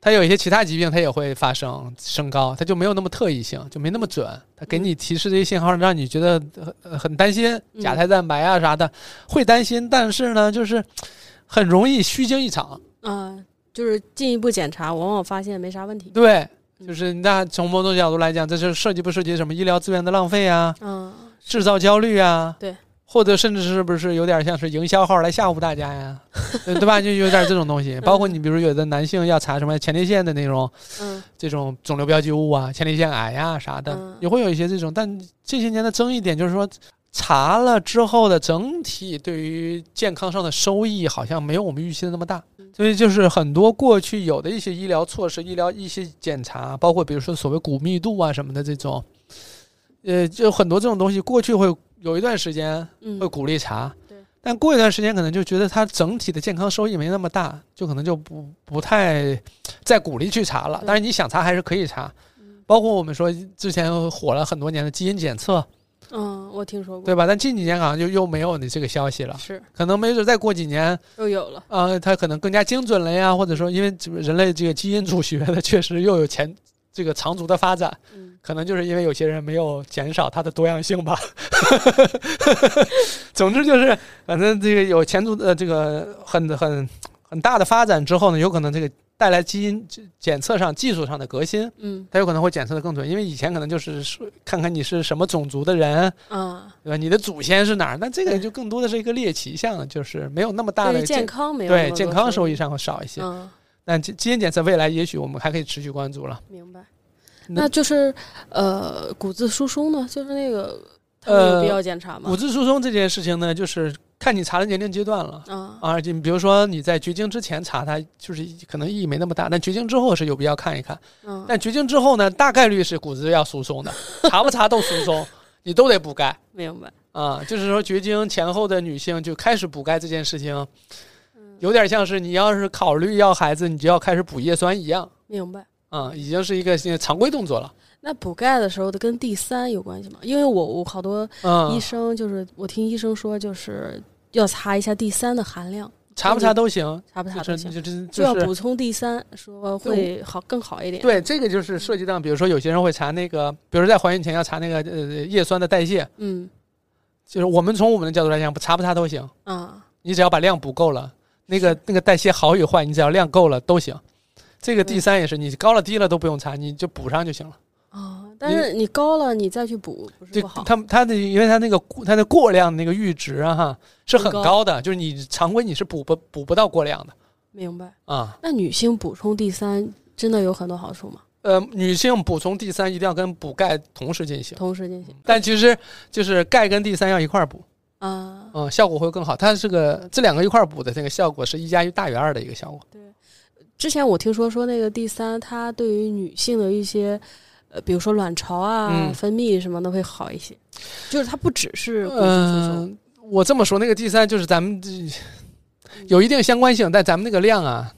S1: 它有一些其他疾病，它也会发生升高，它就没有那么特异性，就没那么准。它给你提示这些信号，让你觉得很很担心，
S2: 嗯
S1: 甲胎蛋白啊啥的会担心，但是呢，就是很容易虚惊一场。
S2: 嗯，就是进一步检查，往往发现没啥问题。
S1: 对，
S2: 嗯
S1: 就是那从某种角度来讲，这是涉及不涉及什么医疗资源的浪费啊，
S2: 嗯，
S1: 制造焦虑啊，
S2: 对，
S1: 或者甚至是不是有点像是营销号来吓唬大家呀，对对吧？就有点这种 东西。包括你比如有的男性要查什么前列腺的那种
S2: 嗯
S1: 这种肿瘤标记物啊、前列腺癌呀、啥的，
S2: 嗯
S1: 也会有一些这种。但这些年的争议点就是说，查了之后的整体对于健康上的收益好像没有我们预期的那么大
S2: 嗯，
S1: 所以就是很多过去有的一些医疗措施、医疗一些检查，包括比如说所谓骨密度啊什么的这种，呃，就很多这种东西，过去会有一段时间
S2: 嗯
S1: 会鼓励查，
S2: 对
S1: 但过一段时间可能就觉得它整体的健康收益没那么大，就可能就不不太再鼓励去查了。
S2: 对
S1: 但是你想查还是可以查
S2: 嗯，
S1: 包括我们说之前火了很多年的基因检测，
S2: 嗯，我听说过，
S1: 对吧？但近几年好像就又没有你这个消息了，
S2: 是
S1: 可能没准再过几年，
S2: 又有了，
S1: 呃，它可能更加精准了呀，或者说因为这个人类这个基因组学的确实又有前这个长足的发展，
S2: 嗯，
S1: 可能就是因为有些人没有减少它的多样性吧。 总之就是，反正这个有前途的这个很很很大的发展之后呢，有可能这个带来基因检测上技术上的革新，
S2: 嗯
S1: 它有可能会检测的更准，因为以前可能就是说看看你是什么种族的人，
S2: 啊，
S1: 对吧？你的祖先是哪儿？那这个就更多的是一个猎奇项，就是没有那么大
S2: 对
S1: 的
S2: 于
S1: 健
S2: 健康没有那
S1: 对
S2: 么
S1: 健
S2: 多
S1: 康收益上会少一些。
S2: 嗯，
S1: 但基基因检测未来也许我们还可以持续关注了。
S2: 明白。
S1: 那
S2: 那就是呃，骨质疏松呢，就是那个，它们有
S1: 呃
S2: 必要检查吗
S1: 骨？质疏松这件事情呢，就是看你查的年龄阶段了。
S2: 啊，
S1: 啊，就你比如说你在绝经之前查它，就是可能意义没那么大，但绝经之后是有必要看一看。
S2: 嗯，
S1: 但绝经之后呢，大概率是骨质要疏松 的，查不查都疏松，你都得补钙
S2: 明白。
S1: 啊。就是说绝经前后的女性就开始补钙这件事情，
S2: 嗯
S1: 有点像是你要是考虑要孩子，你就要开始补叶酸一样
S2: 明白。
S1: 啊，已经是一个现在常规动作了。
S2: 那补钙的时候的跟第三有关系吗？因为我我好多医
S1: 嗯，
S2: 生就是、我听医生说就是要查一下第三的含量，
S1: 查不查都行，
S2: 查不查
S1: 就是
S2: 都行，
S1: 就就
S2: 就要
S1: 是
S2: 补充第三，说会好更好一点。
S1: 对，这个就是涉及到，比如说有些人会查那个，比如说在怀孕前要查那个呃叶酸的代谢，
S2: 嗯
S1: 就是我们从我们的角度来讲，查不查都行，
S2: 啊，
S1: 你只要把量补够了，那个那个代谢好与坏，你只要量够了都行。这个第
S2: 对
S1: 三也是，你高了低了都不用查，你就补上就行了。
S2: 哦，但是你高了，你再去补不是
S1: 这
S2: 不好。
S1: 它它的，因为它那个过它的过量那个阈值啊哈是很
S2: 很高
S1: 高的，就是你常规你是补不补不到过量的
S2: 明白。
S1: 啊。
S2: 那女性补充第三真的有很多好处吗？
S1: 呃，女性补充第三一定要跟补钙同时进行，
S2: 同时进行
S1: 但其实就是钙跟第三要一块儿补。
S2: 啊，
S1: 嗯，效果会更好。它这个这两个一块儿补的那个效果是一加一大于二的一个效果。
S2: 之前我听说说那个第三，它对于女性的一些，呃，比如说卵巢啊、
S1: 嗯
S2: 分泌什么的会好一些，就是它不只是骨质疏松，
S1: 嗯、我这么说，那个第三就是咱们这有一定相关性，但咱们那个量啊，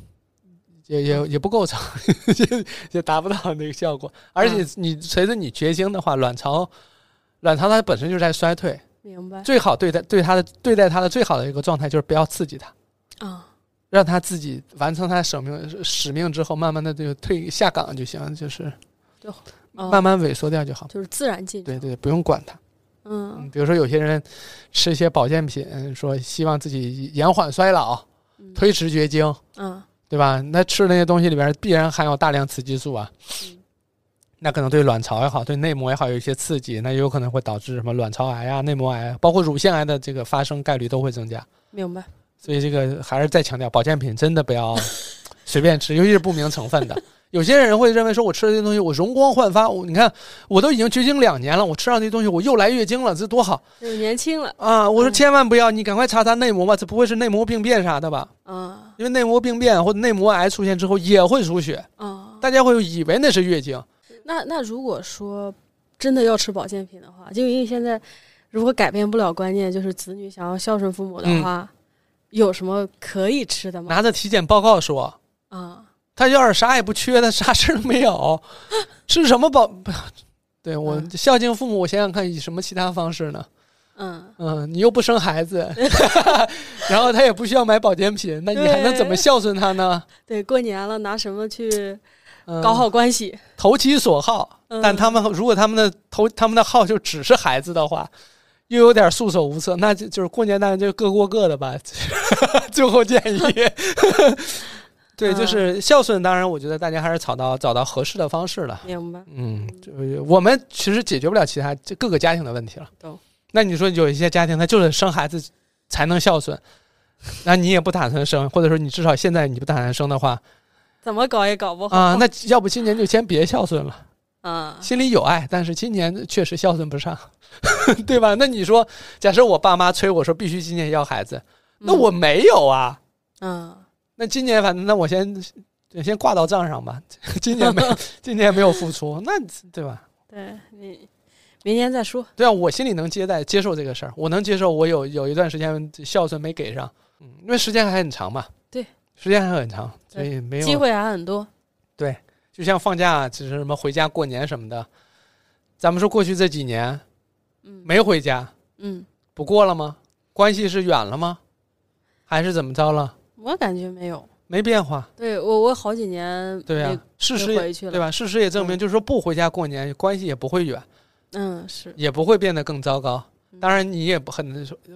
S1: 也也
S2: 嗯
S1: 也不够长，也也达不到那个效果。而
S2: 嗯
S1: 且你随着你绝经的话，卵巢卵巢它本身就是在衰退，
S2: 明白
S1: 最好对待对它的对待它的最好的一个状态就是不要刺激它。
S2: 啊？
S1: 让它自己完成它使命使命之后，慢慢的就退下岗就行，就是
S2: 哦
S1: 慢慢萎缩掉就好。
S2: 就是自然进程，
S1: 对对，不用管它。嗯，
S2: 嗯
S1: 比如说有些人吃一些保健品，说希望自己延缓衰老、
S2: 嗯
S1: 推迟绝经，
S2: 啊，
S1: 对吧？那吃的那些东西里边必然含有大量雌激素啊，
S2: 嗯
S1: 那可能对卵巢也好，对内膜也好有一些刺激，那也有可能会导致什么卵巢癌啊、内膜癌啊，包括乳腺癌的这个发生概率都会增加。
S2: 明白
S1: 所以这个还是再强调，保健品真的不要 随便吃，尤其是不明成分的。有些人会认为说，我吃了这些东西，我容光焕发，我你看我都已经绝经两年了，我吃上这些东西，我又来月经了，这多好！
S2: 就是年轻了
S1: 啊，我说
S2: 嗯
S1: 千万不要，你赶快查查内膜吧，这不会是内膜病变啥的吧？
S2: 啊
S1: 因为内膜病变或者内膜癌出现之后也会出血，
S2: 啊。
S1: 大家会以为那是月经。
S2: 那那如果说真的要吃保健品的话，就因为现在如果改变不了观念，就是子女想要孝顺父母
S1: 嗯
S2: 的话，有什么可以吃的吗？
S1: 拿着体检报告说，
S2: 啊，
S1: 他要是啥也不缺，他啥事儿都没有， 吃什么保？ 对我
S2: 嗯
S1: 孝敬父母，我想想看，以什么其他方式呢？
S2: 嗯，
S1: 嗯，你又不生孩子， 然后他也不需要买保健品，那你还能怎么孝顺他呢？
S2: 对，过年了拿什么去
S1: 嗯、
S2: 搞好关系？
S1: 投其所好，
S2: 嗯
S1: 但他们如果他们的投他们的好就只是孩子的话，又有点束手无策，那就就是过年大家就各过各的吧。 最后建议， 对，
S2: 嗯
S1: 就是孝顺，当然我觉得大家还是找到找到合适的方式了。
S2: 明白，
S1: 嗯，就是我们其实解决不了其他这各个家庭的问题了
S2: 懂。
S1: 那你说有一些家庭他就是生孩子才能孝顺， 那你也不打算生，或者说你至少现在你不打算生的话
S2: 怎么搞也搞不好
S1: 啊、那要不今年就先别孝顺了。
S2: 啊，
S1: 心里有爱，但是今年确实孝顺不上， 对吧？那你说，假设我爸妈催我说必须今年要孩子，那我没有啊。
S2: 嗯
S1: 那今年反正那我先对先挂到 账上吧，今年没今年没有付出，那对吧？
S2: 对你明年再说。
S1: 对啊，我心里能接待接受这个事儿，我能接受。我有有一段时间孝顺没给上，嗯，因为时间还很长嘛。
S2: 对，
S1: 时间还很长，所以没有
S2: 机会还很多。
S1: 对，就像放假，只是什么回家过年什么的，咱们说过去这几年
S2: 嗯，
S1: 没回家，
S2: 嗯，
S1: 不过了吗？关系是远了吗？还是怎么着了？
S2: 我感觉没有。
S1: 没变化，
S2: 对我，我好几年
S1: 对啊呀、
S2: 没
S1: 事
S2: 没
S1: 实也
S2: 回去了
S1: 对吧？事实也证明，
S2: 嗯
S1: 就是说不回家过年，关系也不会远。
S2: 嗯，是
S1: 也不会变得更糟糕。
S2: 嗯
S1: 当然，你也不很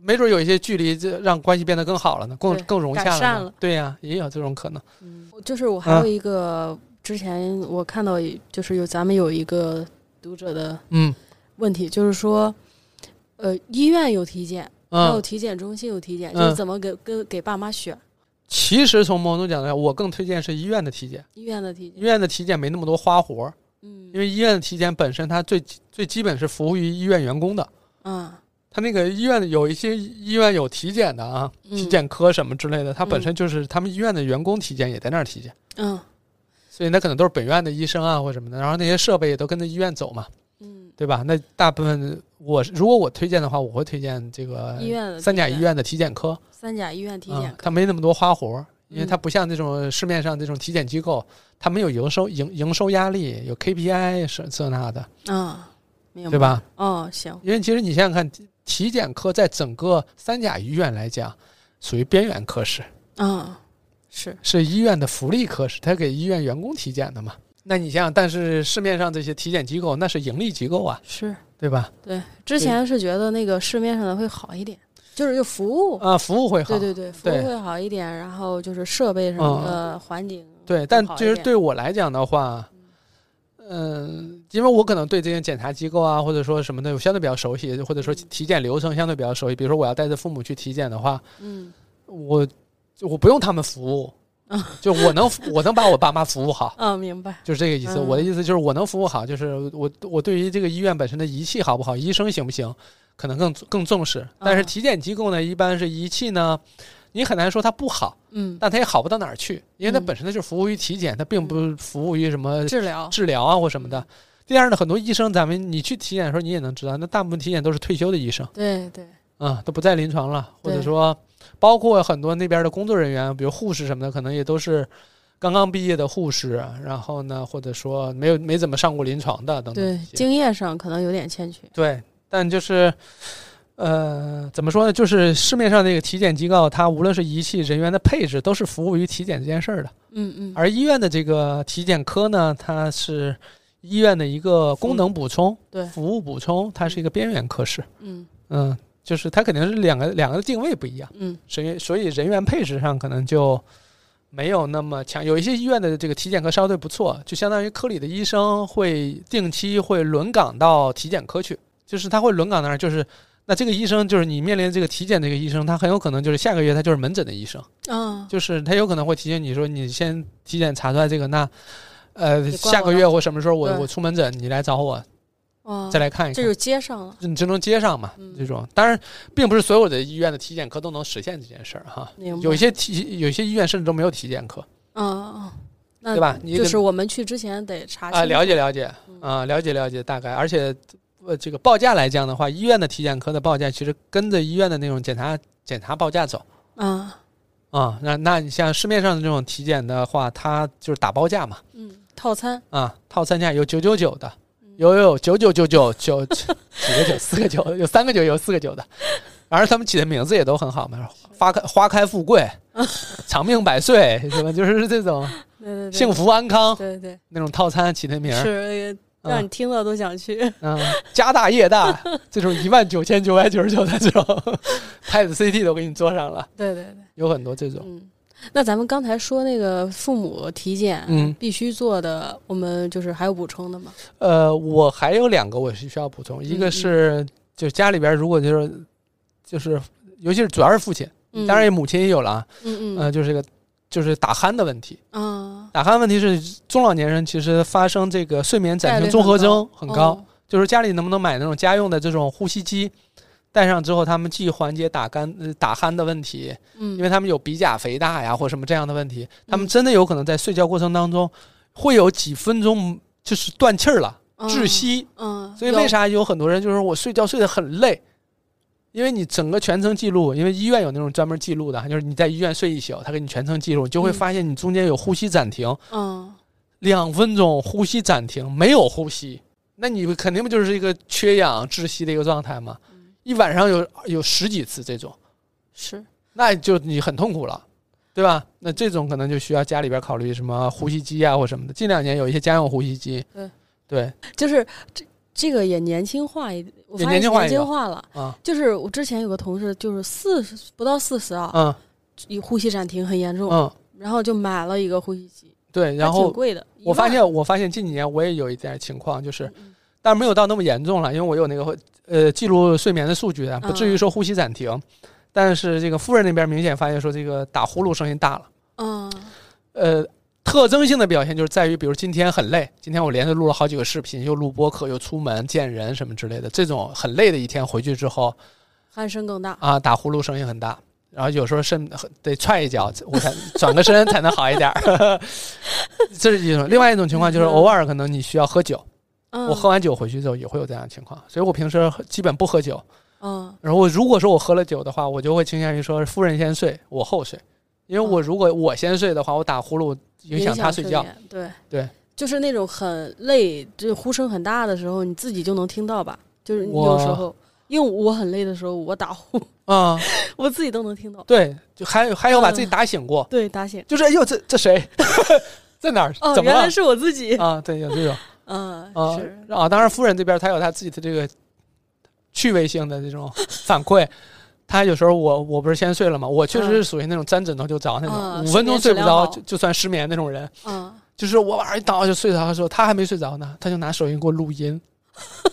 S1: 没准有一些距离，这让关系变得更好了呢，更
S2: 对
S1: 更融洽
S2: 改善
S1: 呢
S2: 了
S1: 对呀、也有这种可能。
S2: 嗯，就是我还
S1: 啊
S2: 有一个，之前我看到就是有咱们有一个读者的
S1: 嗯
S2: 问题，就是说，呃，医院有体检，还有
S1: 嗯，
S2: 体检中心有体检，
S1: 嗯
S2: 就是怎么给跟给爸妈选
S1: 其实从某种角度上，我更推荐是医院的体检。
S2: 医院的体
S1: 医
S2: 检，
S1: 院的体检没那么多花活，
S2: 嗯，
S1: 因为医院的体检本身它最最基本是服务于医院员工的。
S2: 啊，
S1: 它那个医院有一些医院有体检的啊，
S2: 嗯
S1: 体检科什么之类的，它本
S2: 嗯
S1: 身就是他们医院的员工体检也在那儿体检。
S2: 嗯
S1: 所以那可能都是本院的医生啊或者什么的，然后那些设备也都跟着医院走嘛，
S2: 嗯，
S1: 对吧？那大部分我如果我推荐的话，我会推荐这个
S2: 医院的
S1: 呃三甲
S2: 体
S1: 医
S2: 检
S1: 院的体检科，
S2: 三甲医院体
S1: 啊
S2: 检，
S1: 它没那么多花活儿，因为
S2: 嗯
S1: 它不像这种市面上这种体检机构，它没有营收营营收压力，有 KPI 是这那的，
S2: 啊，明白
S1: 对？吧？
S2: 哦，行，
S1: 因为其实你想想看，体体检科在整个三甲医院来讲，属于边缘科室，
S2: 嗯，是，
S1: 是医院的福利科室，它给医院员工体检的嘛。那你想想，但是市面上这些体检机构那是盈利机构啊，
S2: 是
S1: 对吧？
S2: 对，之前是觉得那个市面上的会好一点，就是就服务，
S1: 啊、服务会好，
S2: 哦对对对，服务
S1: 对嗯
S2: 会好一点，然后就是设备什么的，环境
S1: 对但
S2: 好一
S1: 其实
S2: 点
S1: 对我来讲的话，嗯、因为我可能对这些检查机构啊，或者说什么的，我相对比较熟悉，或者说
S2: 嗯
S1: 体检流程相对比较熟悉。比如说我要带着父母去体检的话，
S2: 嗯
S1: 我我不用他们服务，就我能我能把我爸妈服务好。
S2: 嗯，明白，
S1: 就是这个意思。
S2: 嗯
S1: 我的意思就是，我能服务好，就是我我对于这个医院本身的仪器好不好，医生行不行，可能更更重视。但是
S2: 嗯
S1: 体检机构呢，一般是仪器呢，你很难说它不好，
S2: 嗯，
S1: 但它也好不到哪儿去，因为它
S2: 嗯
S1: 本身它就是服务于体检，它并不服务于什么
S2: 治疗，
S1: 治疗啊或什么的
S2: 嗯。
S1: 第二呢，很多医生，咱们你去体检的时候，你也能知道，那大部分体检都是退休的医生，
S2: 对对，
S1: 啊、都不在临床了，或者
S2: 对
S1: 说，包括很多那边的工作人员，比如护士什么的，可能也都是刚刚毕业的护士，啊然后呢，或者说没有没怎么上过临床的等等
S2: 对
S1: 这，些。
S2: 经验上可能有点欠缺。
S1: 对，但就是，呃，怎么说呢？就是市面上那个体检机构，它无论是仪器、人员的配置，都是服务于体检这件事儿的。
S2: 嗯嗯，
S1: 而医院的这个体检科呢，它是医院的一个功能补充、
S2: 对
S1: 服务补充，它是一个边缘科室。
S2: 嗯
S1: 嗯，就是它肯定是两个两个的定位不一样。
S2: 嗯
S1: 所以所以人员配置上可能就没有那么强。有一些医院的这个体检科相对不错，就相当于科里的医生会定期会轮岗到体检科去，就是他会轮岗那儿，就是那这个医生就是你面临这个体检这个医生，他很有可能就是下个月他就是门诊的医生，
S2: 啊，
S1: 就是他有可能会提醒你说你先体检查出来这个那。呃，
S2: 你挂我
S1: 下个月我什么时候我
S2: 对
S1: 我出门诊，你来找我
S2: 哇
S1: 再来看一
S2: 哦这
S1: 看，
S2: 就接上了，
S1: 你就能接上嘛。
S2: 嗯
S1: 这种当然，并不是所有的医院的体检科都能实现这件事儿哈。
S2: 明白？
S1: 有一些体有一些医院甚至都没有体检科，
S2: 啊啊，那
S1: 对吧？你
S2: 就
S1: 得
S2: 是我们去之前得查
S1: 啊，
S2: 清
S1: 了
S2: 楚
S1: 解了解
S2: 嗯
S1: 啊，了解了解大概，而且呃，这个报价来讲的话，医院的体检科的报价其实跟着医院的那种检查检查报价走
S2: 啊，
S1: 啊。那那你像市面上的这种体检的话，它就是打包价嘛
S2: 嗯，套餐
S1: 啊，套餐价有九九九的
S2: 嗯，
S1: 有有九九九九九 几个九，四个九，有三个九，有四个九的。然而他们起的名字也都很好嘛，花开花开富 贵，长命百岁，什么就是这种
S2: 对对对，
S1: 幸，福安康。
S2: 对对，
S1: 那种套餐起的名儿，
S2: 是呃
S1: 嗯
S2: 让你听了都想去，
S1: 嗯，家大业大，这种一万九千九百九十九的这种， 太子 CT 都给你做上了，
S2: 对对对，
S1: 有很多这种，
S2: 嗯。那咱们刚才说那个父母体检
S1: 嗯
S2: 必须做的，我们就是还有补充的吗？
S1: 呃，我还有两个我是需要补充，
S2: 嗯
S1: 一个是就家里边如果就是就是，尤其是主要是父亲，
S2: 嗯
S1: 当然母亲也有了啊，
S2: 嗯
S1: 呃，
S2: 嗯
S1: 就是这个就是打鼾的问题，
S2: 啊，
S1: 打鼾问题是中老年人其实发生这个睡眠
S2: 概
S1: 暂
S2: 率
S1: 停综合征很高，
S2: 哦
S1: 就是家里能不能买那种家用的这种呼吸机，戴上之后，他们既缓解打干呃打鼾的问题，
S2: 嗯，
S1: 因为他们有鼻甲肥大呀或什么这样的问题，他们
S2: 嗯
S1: 真的有可能在睡觉过程当中会有几分钟就是断气儿了，窒息。
S2: 嗯，
S1: 所以为
S2: 有？
S1: 啥有很多人就是我睡觉睡得很累？因为你整个全程记录，因为医院有那种专门记录的，就是你在医院睡一宿，他给你全程记录，你就会
S2: 嗯
S1: 发现你中间有呼吸暂停，
S2: 嗯，
S1: 两分钟呼吸暂停，没有呼吸，那你肯定不就是一个缺氧窒息的一个状态吗？
S2: 嗯
S1: 一晚上有有十几次这种，
S2: 是，
S1: 那就你很痛苦了，对吧？那这种可能就需要家里边考虑什么呼吸机啊或什么的。近两年有一些家用呼吸机，
S2: 对
S1: 对
S2: 就是这这个也年轻化一，我
S1: 也
S2: 发现
S1: 年轻化一
S2: 年轻
S1: 个
S2: 化了。
S1: 啊，
S2: 就是我之前有个同事，就是四十不到四十啊，
S1: 嗯
S2: 有呼吸暂停很严重，
S1: 嗯，
S2: 然后就买了一个呼吸机，
S1: 对。
S2: 还
S1: 然
S2: 挺
S1: 后
S2: 贵的。
S1: 我
S2: 一
S1: 发
S2: 万
S1: 现，我发现近几年我也有一点情况，就是
S2: 嗯嗯
S1: 但没有到那么严重了，因为我有那个呃记录睡眠的数据啊，不至于说呼吸暂停。但是这个夫人那边明显发现说，这个打呼噜声音大了。
S2: 嗯
S1: 呃，特征性的表现就是在于，比如今天很累，今天我连着录了好几个视频，又录播客，又出门见人什么之类的，这种很累的一天回去之后
S2: 鼾声更大。
S1: 啊，打呼噜声音很大。然后有时候甚得踹一脚，我才转个身才能好一点儿。 这是一种，另外一种情况就是偶尔可能你需要喝酒，
S2: 嗯，
S1: 我喝完酒回去之后也会有这样的情况，所以我平时喝基本不喝酒。
S2: 嗯
S1: 然后如果说我喝了酒的话，我就会倾向于说夫人先睡，我后睡，因为
S2: 嗯
S1: 我如果我先睡的话，我打呼噜影响她睡觉。
S2: 眠。对
S1: 对，
S2: 就是那种很累，就是呼声很大的时候，你自己就能听到吧？就是你有时
S1: 我
S2: 候，因为我很累的时候，我打呼，
S1: 啊、
S2: 我自己都能听到。
S1: 对，就还有还有把自己打醒过，
S2: 对，打醒。
S1: 就是哎呦这这谁 在哪儿、
S2: 哦，
S1: 怎么
S2: 原来
S1: 了
S2: 是我自己。
S1: 啊？对，有这种
S2: 嗯，
S1: 啊
S2: 是。
S1: 啊，当然夫人这边她有她自己的这个趣味性的这种反馈。 她有时候我我不是先睡了嘛，我确实是属于那种沾枕头就着那
S2: 嗯
S1: 种，五、
S2: 睡
S1: 分钟
S2: 眠
S1: 睡
S2: 质
S1: 不
S2: 量
S1: 着
S2: 好
S1: 就就算失眠那种人。
S2: 嗯，
S1: 就是我晚上一倒下就睡着的时候，他还没睡着呢，他就拿手机给我录音。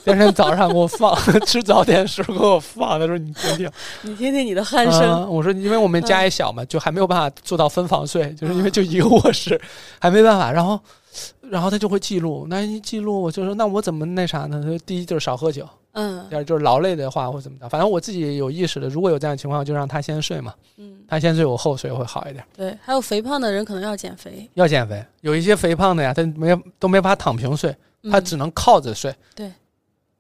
S1: 第二天早上给我放， 吃早点时候给我放，他说你听听。
S2: 你听听你的鼾声。嗯
S1: 嗯我说因为我们家也小嘛，就还没有办法做到分房睡，就是因为就一个卧室，还没办法。然后，然后他就会记录，那一记录我就说那我怎么那啥呢？他说第一就是少喝酒，
S2: 嗯
S1: 第二就是劳累的话或怎么的，反正我自己有意识的，如果有这样的情况，就让他先睡嘛，
S2: 嗯，
S1: 他先睡我后睡会好一点。
S2: 对。还有肥胖的人可能要减肥，
S1: 要减肥，有一些肥胖的呀，他没都没法躺平睡。
S2: 嗯
S1: 他只能靠着睡。
S2: 对，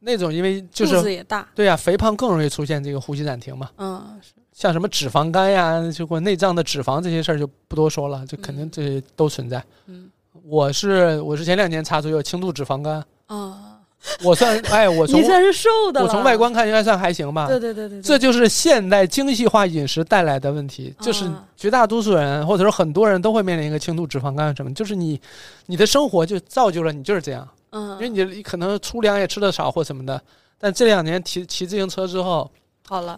S1: 那种因为就
S2: 肚子
S1: 是
S2: 也大。
S1: 对呀、肥胖更容易出现这个呼吸暂停嘛，
S2: 嗯，是
S1: 像什么脂肪肝呀，就或内脏的脂肪这些事儿就不多说了，就肯定
S2: 嗯
S1: 这些都存在。
S2: 嗯
S1: 我是我是前两年查出有轻度脂肪肝，
S2: 啊，
S1: 我 算哎，我从
S2: 你算是瘦的了。
S1: 我从外观看应该算还行吧。
S2: 对。对对对对，
S1: 这就是现代精细化饮食带来的问题，就是
S2: 啊
S1: 绝大多数人或者说很多人都会面临一个轻度脂肪肝什么，就是你你的生活就造就了你就是这样。
S2: 嗯，
S1: 因为你可能粗粮也吃的少或什么的。但这两年骑骑自行车之后，
S2: 好了，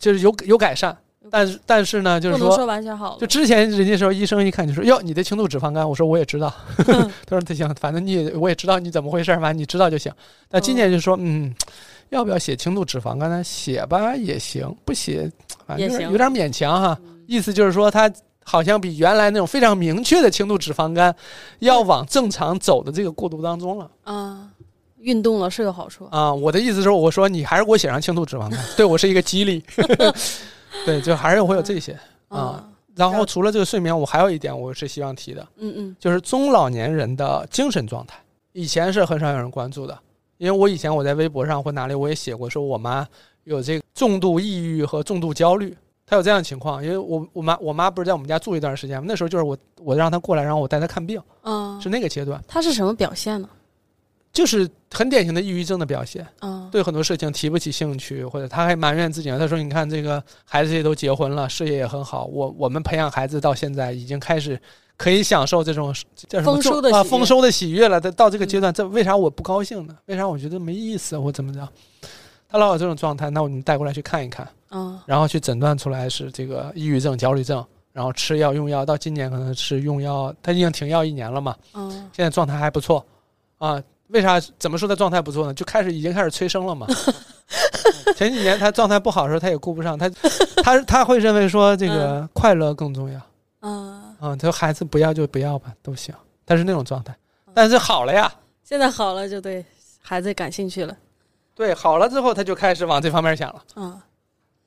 S1: 就是有有改善，但是但是呢，就是
S2: 不能
S1: 说，
S2: 说完全好了。
S1: 就之前人家说医生一看就说哟，你的轻度脂肪肝，我说我也 知道，他说那行，反正你也我也知道你怎么回事儿，反正你知道就行。但今年就说嗯，要不要写轻度脂肪肝呢？写吧也行，不写反正
S2: 也
S1: 就是
S2: 行
S1: 有点勉强哈。
S2: 嗯
S1: 意思就是说他。好像比原来那种非常明确的轻度脂肪肝，
S2: 嗯
S1: 要往正常走的这个过渡当中了。
S2: 啊，运动了是有好处。
S1: 啊、我的意思是，我说你还是给我写上轻度脂肪肝，对我是一个激励。 对，就还是会有这些。啊然后除了这个睡眠，我还有一点我是希望提的，
S2: 嗯嗯
S1: 就是中老年人的精神状态，以前是很少有人关注的，因为我以前我在微博上或哪里我也写过，说我妈有这个重度抑郁和重度焦虑。她有这样的情况，因为我我妈我妈不是在我们家住一段时间吗？那时候就是我我让她过来，然后我带她看病，
S2: 啊
S1: 是，那个阶段，
S2: 它是什么表现呢？
S1: 就是很典型的抑郁症的表现。
S2: 啊，
S1: 对很多事情提不起兴趣，或者他还埋怨自己呢。他说：“你看这个孩子也都结婚了，事业也很好，我我们培养孩子到现在已经开始可以享受这种叫什么
S2: 丰收
S1: 重啊
S2: 的喜悦嗯
S1: 丰收的喜悦了。但到这个阶段，这为啥我不高兴呢？为啥我觉得没意思？我怎么着？他老有这种状态，那我们带过来去看一看，
S2: 啊
S1: 然后去诊断出来是这个抑郁症、焦虑症，然后吃药用药，到今年可能是用药，他已经停药一年了嘛，
S2: 啊
S1: 现在状态还不错啊。为啥怎么说他状态不错呢？就开始已经开始催生了嘛。前几年他状态不好的时候，他也顾不上他，他他会认为说这个快乐更重要
S2: 啊！
S1: 啊。他说孩子不要就不要吧，都行。他是那种状态，但是好了呀，
S2: 现在好了，就对孩子感兴趣了。
S1: 对，好了之后他就开始往这方面想了，
S2: 啊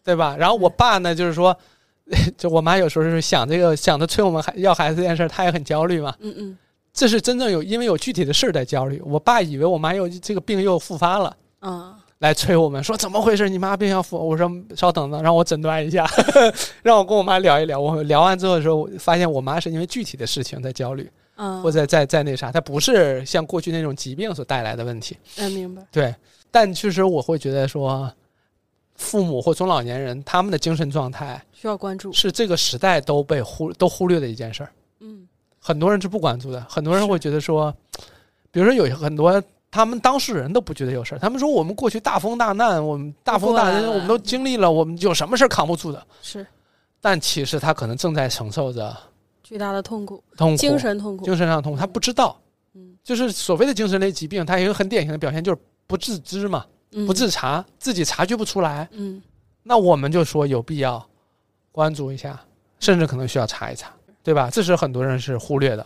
S1: 对吧？然后我爸呢，就是说， 就我妈有时候是想这个想着催我们孩要孩子这件事儿，他也很焦虑嘛。
S2: 嗯嗯
S1: 这是真正有因为有具体的事儿在焦虑。我爸以为我妈又这个病又复发了，
S2: 啊，
S1: 来催我们说怎么回事？你妈病要复？我说稍等等，让我诊断一下， 让我跟我妈聊一聊。我们聊完之后的时候，我发现我妈是因为具体的事情在焦虑，
S2: 啊，
S1: 或者在在那啥，她不是像过去那种疾病所带来的问题。
S2: 嗯，明白，
S1: 对，但确实我会觉得说，父母或中老年人他们的精神状态
S2: 需要关注，
S1: 是这个时代都被忽都忽略的一件事儿。
S2: 嗯
S1: 很多人是不关注的，很多人会觉得说，比如说有很多他们当事人都不觉得有事儿，他们说我们过去大风大难，我们大风大
S2: 过来啊
S1: 难，
S2: 了
S1: 我们都经历了，我们有什么事儿扛不住的？
S2: 是
S1: 但其实他可能正在承受着
S2: 巨大的痛苦，
S1: 痛苦、
S2: 精神痛苦，
S1: 精神上的痛苦，他不知道，
S2: 嗯
S1: 就是所谓的精神类疾病，它有一个很典型的表现就是不自知嘛，
S2: 嗯，
S1: 不自查，自己察觉不出来，
S2: 嗯，
S1: 那我们就说有必要关注一下，甚至可能需要查一查，对吧？这是很多人是忽略的，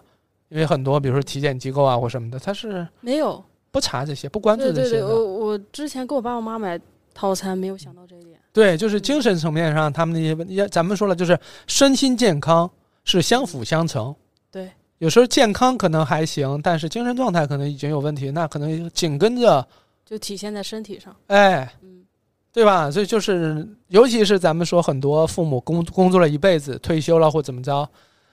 S1: 因为很多比如说体检机构啊或什么的，它是
S2: 没有，
S1: 不查这些，不关注
S2: 对
S1: 这
S2: 对
S1: 些
S2: 对，
S1: 的。
S2: 我我之前给我爸我妈买套餐，没有想到这一点，
S1: 对，就是精神层面上他们那些问题，咱们说了，就是身心健康是相辅相成。
S2: 对，
S1: 有时候健康可能还行，但是精神状态可能已经有问题，那可能紧跟着，
S2: 就体现在身体上，
S1: 哎，
S2: 嗯
S1: 对吧？所以就是，尤其是咱们说很多父母工工作了一辈子，退休了或怎么着，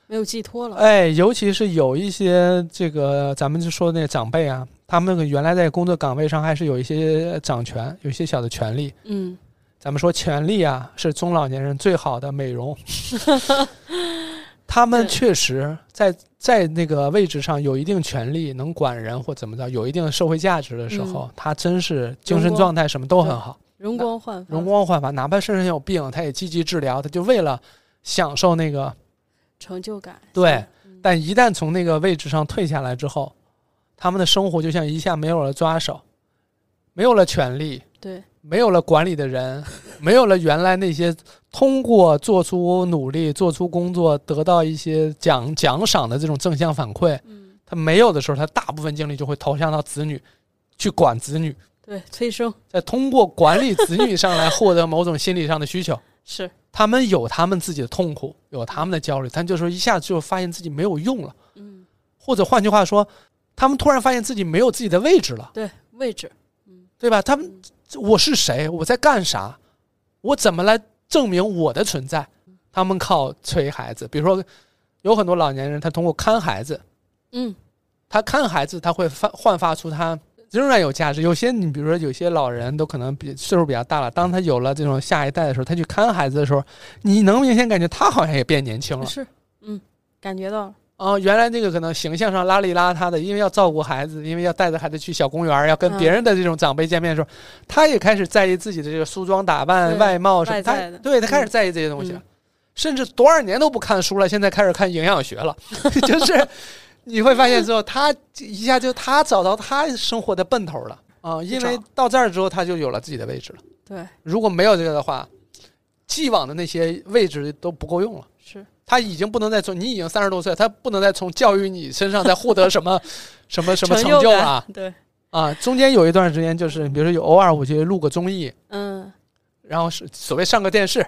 S2: 没有寄托了，
S1: 哎，尤其是有一些这个咱们就说的那长辈啊，他们原来在工作岗位上还是有一些掌权，有一些小的权利。
S2: 嗯，
S1: 咱们说权利啊，是中老年人最好的美 容。他们
S2: 对
S1: 确实在在那个位置上有一定权利，能管人或怎么着，有一定社会价值的时候，他真是精神
S2: 嗯荣光
S1: 状态什么都很好，
S2: 容光焕发，
S1: 容光焕发。哪怕身上有病，他也积极治疗，他就为了享受那个
S2: 成就感，
S1: 对
S2: 嗯，
S1: 但一旦从那个位置上退下来之后，他们的生活就像一下没有了抓手，没有了权利，
S2: 对，
S1: 没有了管理的人， 没有了原来那些通过做出努力、做出工作得到一些奖奖赏的这种正向反馈，
S2: 嗯
S1: 他没有的时候，他大部分精力就会投向到子女，去管子女，
S2: 对，催生
S1: 再通过管理子女上来获得某种心理上的需求。
S2: 是，
S1: 他们有他们自己的痛苦，有他们的焦虑，但就是一下子就发现自己没有用了。
S2: 嗯，
S1: 或者换句话说，他们突然发现自己没有自己的位置了，
S2: 对，位置，嗯
S1: 对吧？他们
S2: 嗯
S1: 我是谁？我在干啥？我怎么来证明我的存在？他们靠催孩子，比如说有很多老年人，他通过看孩子，
S2: 嗯，
S1: 他看孩子，他会发焕发出他仍然有价值。有些你比如说有些老人都可能比岁数比较大了，当他有了这种下一代的时候，他去看孩子的时候，你能明显感觉他好像也变年轻了。
S2: 是，嗯，感觉到了，
S1: 哦，原来那个可能形象上邋里邋遢的，因为要照顾孩子，因为要带着孩子去小公园儿，要跟
S2: 嗯
S1: 别人的这种长辈见面的时候，他也开始在意自己的这个梳妆打扮、
S2: 对
S1: 外貌什么，
S2: 外
S1: 他
S2: 在的嗯
S1: 对他开始在意这些东西了，甚至多少年都不看书了，现在开始看营养学 了，就是你会发现之后，他一下就他找到他生活的奔头了啊、因为
S2: 找
S1: 到这儿之后，他就有了自己的位置了。
S2: 对，
S1: 如果没有这个的话，既往的那些位置都不够用了。
S2: 是，
S1: 他已经不能再从你已经三十多岁了，他不能再从教育你身上再获得 什么什么什么成就了啊
S2: 感，对，
S1: 啊！中间有一段时间就是，比如说有偶尔我去录个综艺，
S2: 嗯，
S1: 然后是所谓上个电 视，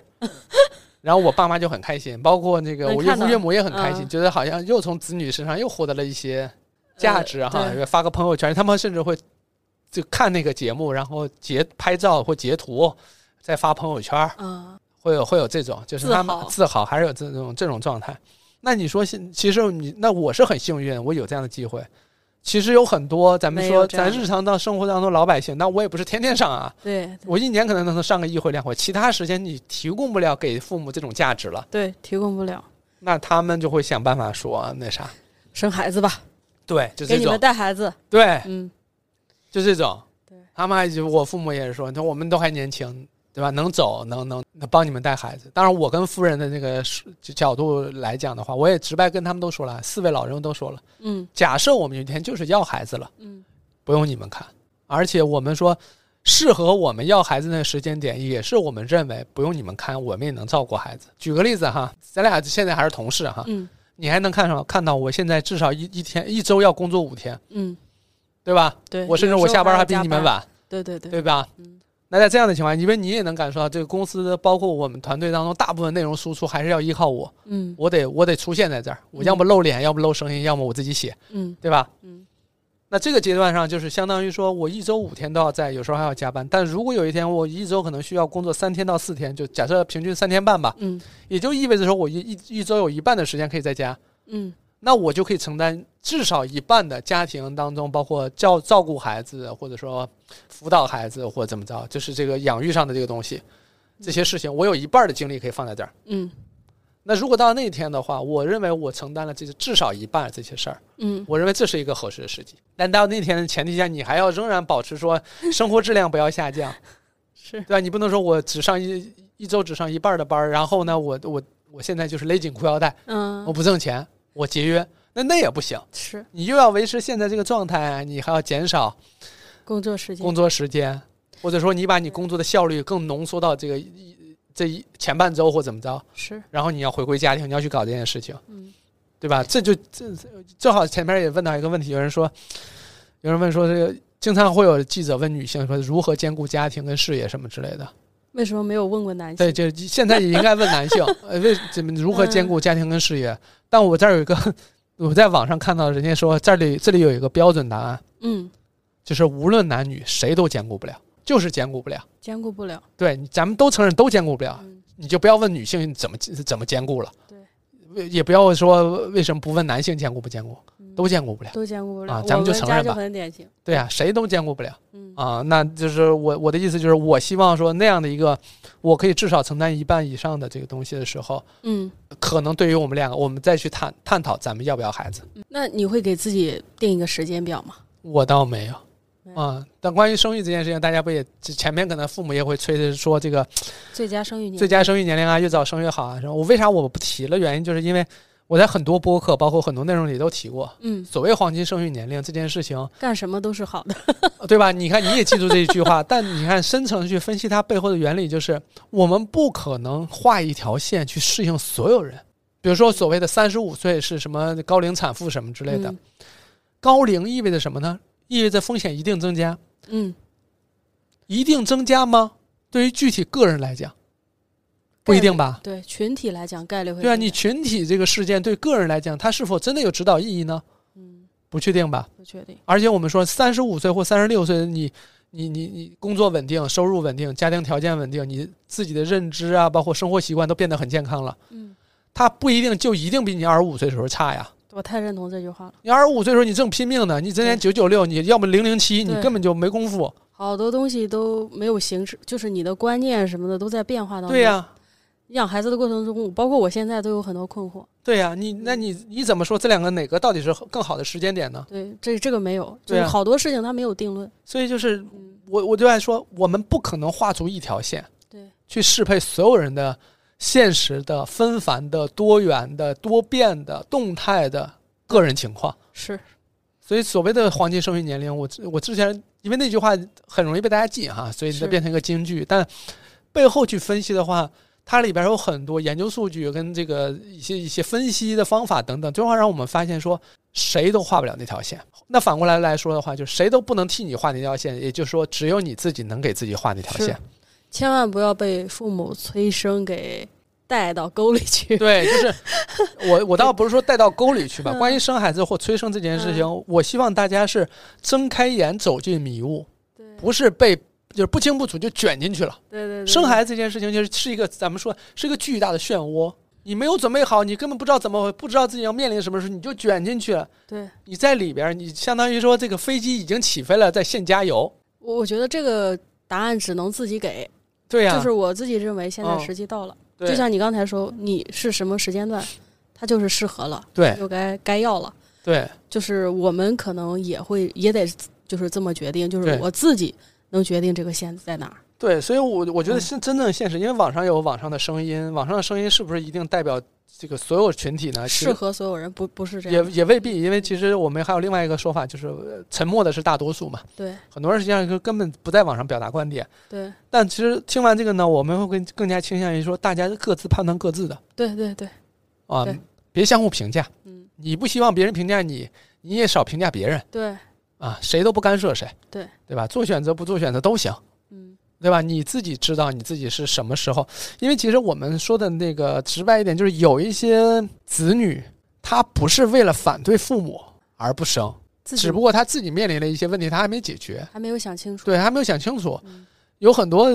S1: 然后我爸妈就很开心，包括那个
S2: 能
S1: 我岳
S2: 看
S1: 父
S2: 到
S1: 岳母也很开心，
S2: 嗯
S1: 觉得好像又从子女身上又获得了一些价值啊
S2: 呃
S1: 哈
S2: 对，
S1: 发个朋友圈，他们甚至会就看那个节目，然后截拍照或截图。再发朋友圈，
S2: 啊，
S1: 会有会有这种，就是
S2: 自
S1: 他们
S2: 豪
S1: 自豪还是有这种这种状态。那你说现，其实你那我是很幸运，我有这样的机会。其实有很多，咱们
S2: 没
S1: 说
S2: 有这样
S1: 咱
S2: 的
S1: 日常当生活当中老百姓，那我也不是天天上啊，
S2: 对
S1: 我一年可能能上个一回两回，其他时间你提供不了给父母这种价值了，
S2: 对，提供不了，
S1: 那他们就会想办法说那啥，
S2: 生孩子吧，
S1: 对，就
S2: 给
S1: 这
S2: 你们
S1: 种，
S2: 带孩子，
S1: 对，
S2: 嗯，
S1: 就这种
S2: 对。
S1: 他们还就我父母也是说，那我们都还年轻，对吧？能走，能能能帮你们带孩子。当然，我跟夫人的那个是角度来讲的话，我也直白跟他们都说了，四位老人都说了，
S2: 嗯
S1: 假设我们有一天就是要孩子了，
S2: 嗯，
S1: 不用你们看，而且我们说。适合我们要孩子的时间点，也是我们认为不用你们看，我们也能照顾孩子。举个例子哈，咱俩现在还是同事哈，
S2: 嗯
S1: 你还能看上看到我现在至少一一天一周要工作五天，
S2: 嗯，
S1: 对吧？
S2: 对，
S1: 我甚至
S2: 有
S1: 我
S2: 时候
S1: 下班
S2: 还
S1: 还
S2: 要
S1: 比
S2: 加
S1: 你们
S2: 班，
S1: 晚，
S2: 对对对，
S1: 对吧？
S2: 嗯
S1: 那在这样的情况下，因为你也能感受到，这个公司包括我们团队当中大部分内容输出还是要依靠我，
S2: 嗯
S1: 我得我得出现在这儿，我
S2: 嗯
S1: 要么露脸，要么露声音，要么我自己写，
S2: 嗯
S1: 对吧？
S2: 嗯
S1: 那这个阶段上，就是相当于说我一周五天都要在，有时候还要加班。但如果有一天我一周可能需要工作三天到四天，就假设平均三天半吧，
S2: 嗯
S1: 也就意味着说我一一一周有一半的时间可以在家，
S2: 嗯
S1: 那我就可以承担至少一半的家庭当中，包括照照顾孩子，或者说辅导孩子，或者怎么着，就是这个养育上的这个东西，这些事情我有一半的精力可以放在这儿。
S2: 嗯
S1: 那如果到那一天的话，我认为我承担了这些至少一半这些事儿。
S2: 嗯
S1: 我认为这是一个合适的时机。但到那天的前提下，你还要仍然保持说生活质量不要下降，
S2: 是
S1: 对吧？你不能说我只上一一周只上一半的班儿，然后呢，我我我现在就是勒紧裤腰带，
S2: 嗯
S1: 我不挣钱，我节约，那那也不行。
S2: 是
S1: 你又要维持现在这个状态，你还要减少
S2: 工作时间
S1: 工作时间，或者说你把你工作的效率更浓缩到这个一这一前半周或怎么着，
S2: 是
S1: 然后你要回归家庭，你要去搞这件事情。
S2: 嗯
S1: 对吧？这就这正好前面也问到一个问题，有人说，有人问说这个经常会有记者问女性说如何兼顾家庭跟事业什么之类的。
S2: 为什么没有问过男性
S1: 对，就现在也应该问男性，呃，为怎么如何兼顾家庭跟事业？但我这儿有一个，我在网上看到人家说这里这里有一个标准答案，
S2: 嗯
S1: 就是无论男女谁都兼顾不了，就是兼顾不了。
S2: 兼顾不了
S1: 对，咱们都承认都兼顾不了，
S2: 嗯
S1: 你就不要问女性怎么怎么兼顾了。
S2: 对
S1: 对，也不要说为什么不问男性兼顾不兼顾，
S2: 嗯
S1: 都兼顾不了。
S2: 都兼顾不了
S1: 啊咱们就
S2: 我
S1: 承
S2: 家
S1: 认
S2: 就
S1: 吧
S2: 很典型
S1: 对啊，谁都兼顾不了
S2: 嗯
S1: 啊。那就是我我的意思就是，我希望说那样的一个，我可以至少承担一半以上的这个东西的时候，
S2: 嗯
S1: 可能对于我们两个，我们再去探探讨咱们要不要孩子。
S2: 那你会给自己定一个时间表吗
S1: 我倒没有
S2: 没有
S1: 啊。但关于生育这件事情，大家不也前面可能父母也会催着说这个
S2: 最佳生育年
S1: 最佳生育年龄啊，越早生越好啊。然后我为啥我不提了？原因就是因为我在很多播客，包括很多内容里都提过。
S2: 嗯
S1: 所谓黄金生育年龄这件事情，
S2: 干什么都是好的
S1: 对吧？你看，你也记住这一句话， 但你看深层去分析它背后的原理，就是我们不可能画一条线去适应所有人。比如说，所谓的三十五岁是什么高龄产妇什么之类的，
S2: 嗯
S1: 高龄意味着什么呢？意味着风险一定增加，
S2: 嗯
S1: 一定增加吗？对于具体个人来讲，不一定吧？
S2: 对群体来讲概率会
S1: 对啊，
S2: 更
S1: 你
S2: 大
S1: 群体这个事件对个人来讲，它是否真的有指导意义呢？
S2: 嗯
S1: 不确定吧？
S2: 不确定
S1: 而且我们说，三十五岁或三十六岁，你你你你工作稳定，收入稳定，家庭条件稳定，你自己的认知啊，包括生活习惯都变得很健康了。
S2: 嗯
S1: 他不一定就一定比你二十五岁时候差呀。
S2: 我太认同这句话了。
S1: 你二十五岁时候你正拼命呢，你今年九九六，你要么零零七，你
S2: 对
S1: 根本就没功夫。
S2: 好多东西都没有形式，就是你的观念什么的都在变化当中。
S1: 对啊呀、
S2: 你养孩子的过程中，包括我现在都有很多困惑。
S1: 对呀、你那你你怎么说这两个哪个到底是更好的时间点呢？
S2: 对，这这个没有，就
S1: 对啊
S2: 是好多事情它没有定论。
S1: 所以就是
S2: 嗯，
S1: 我我就爱说，我们不可能画出一条线。
S2: 对，
S1: 去适配所有人的现实的、纷繁的、多元的、多变的、动态的个人情况。
S2: 是，
S1: 所以，所谓的黄金生育年龄，我之我之前因为那句话很容易被大家记哈，所以
S2: 是
S1: 它变成一个金句。但背后去分析的话，它里边有很多研究数据跟这个一些一些分析的方法等等，最后让我们发现说，谁都画不了那条线。那反过来来说的话，就谁都不能替你画那条线，也就是说，只有你自己能给自己画那条
S2: 是
S1: 线。
S2: 千万不要被父母催生给带到沟里 去。
S1: 对，就是我我倒不是说带到沟里去吧。关于生孩子或催生这件事情，
S2: 嗯
S1: 我希望大家是睁开眼走进迷雾，
S2: 对
S1: 不是被就是不清不楚就卷进去了。
S2: 对对，
S1: 生孩子这件事情就是是一个咱们说是一个巨大的漩涡，你没有准备好，你根本不知道怎么回，不知道自己要面临什么事，你就卷进去了。
S2: 对
S1: 你在里边儿，你相当于说这个飞机已经起飞了，在现加油。
S2: 我我觉得这个答案只能自己给，
S1: 对呀、
S2: 就是我自己认为现在
S1: 嗯
S2: 时机到了。
S1: 对
S2: 就像你刚才说，你是什么时间段，它就是适合了，
S1: 对
S2: 就该该要了。
S1: 对
S2: 就是我们可能也会也得就是这么决定，就是
S1: 对
S2: 我自己能决定这个线在哪儿。
S1: 对，所以我我觉得
S2: 嗯
S1: 是真正现实，因为网上有网上的声音，网上的声音是不是一定代表这个所有群体呢？啊其
S2: 适
S1: 实
S2: 合所有人不不是这
S1: 也
S2: 样，
S1: 也未必，因为其实我们还有另外一个说法，就是呃沉默的是大多数嘛。
S2: 对
S1: 很多人实际上就根本不在网上表达观点。
S2: 对
S1: 但其实听完这个呢，我们会更更加倾向于说，大家各自判断各自的
S2: 对对对，
S1: 啊
S2: 对，
S1: 别相互评价。
S2: 嗯，
S1: 你不希望别人评价你，你也少评价别人
S2: 对，
S1: 啊，谁都不干涉谁，
S2: 对
S1: 对吧？做选择不做选择都行。
S2: 嗯，
S1: 对吧？你自己知道你自己是什么时候，因为其实我们说的那个直白一点，就是有一些子女他不是为了反对父母而不生，
S2: 自己
S1: 只不过他自己面临了一些问题，他还没解决，
S2: 还没有想清楚。
S1: 对，还没有想清楚。
S2: 嗯
S1: 有很多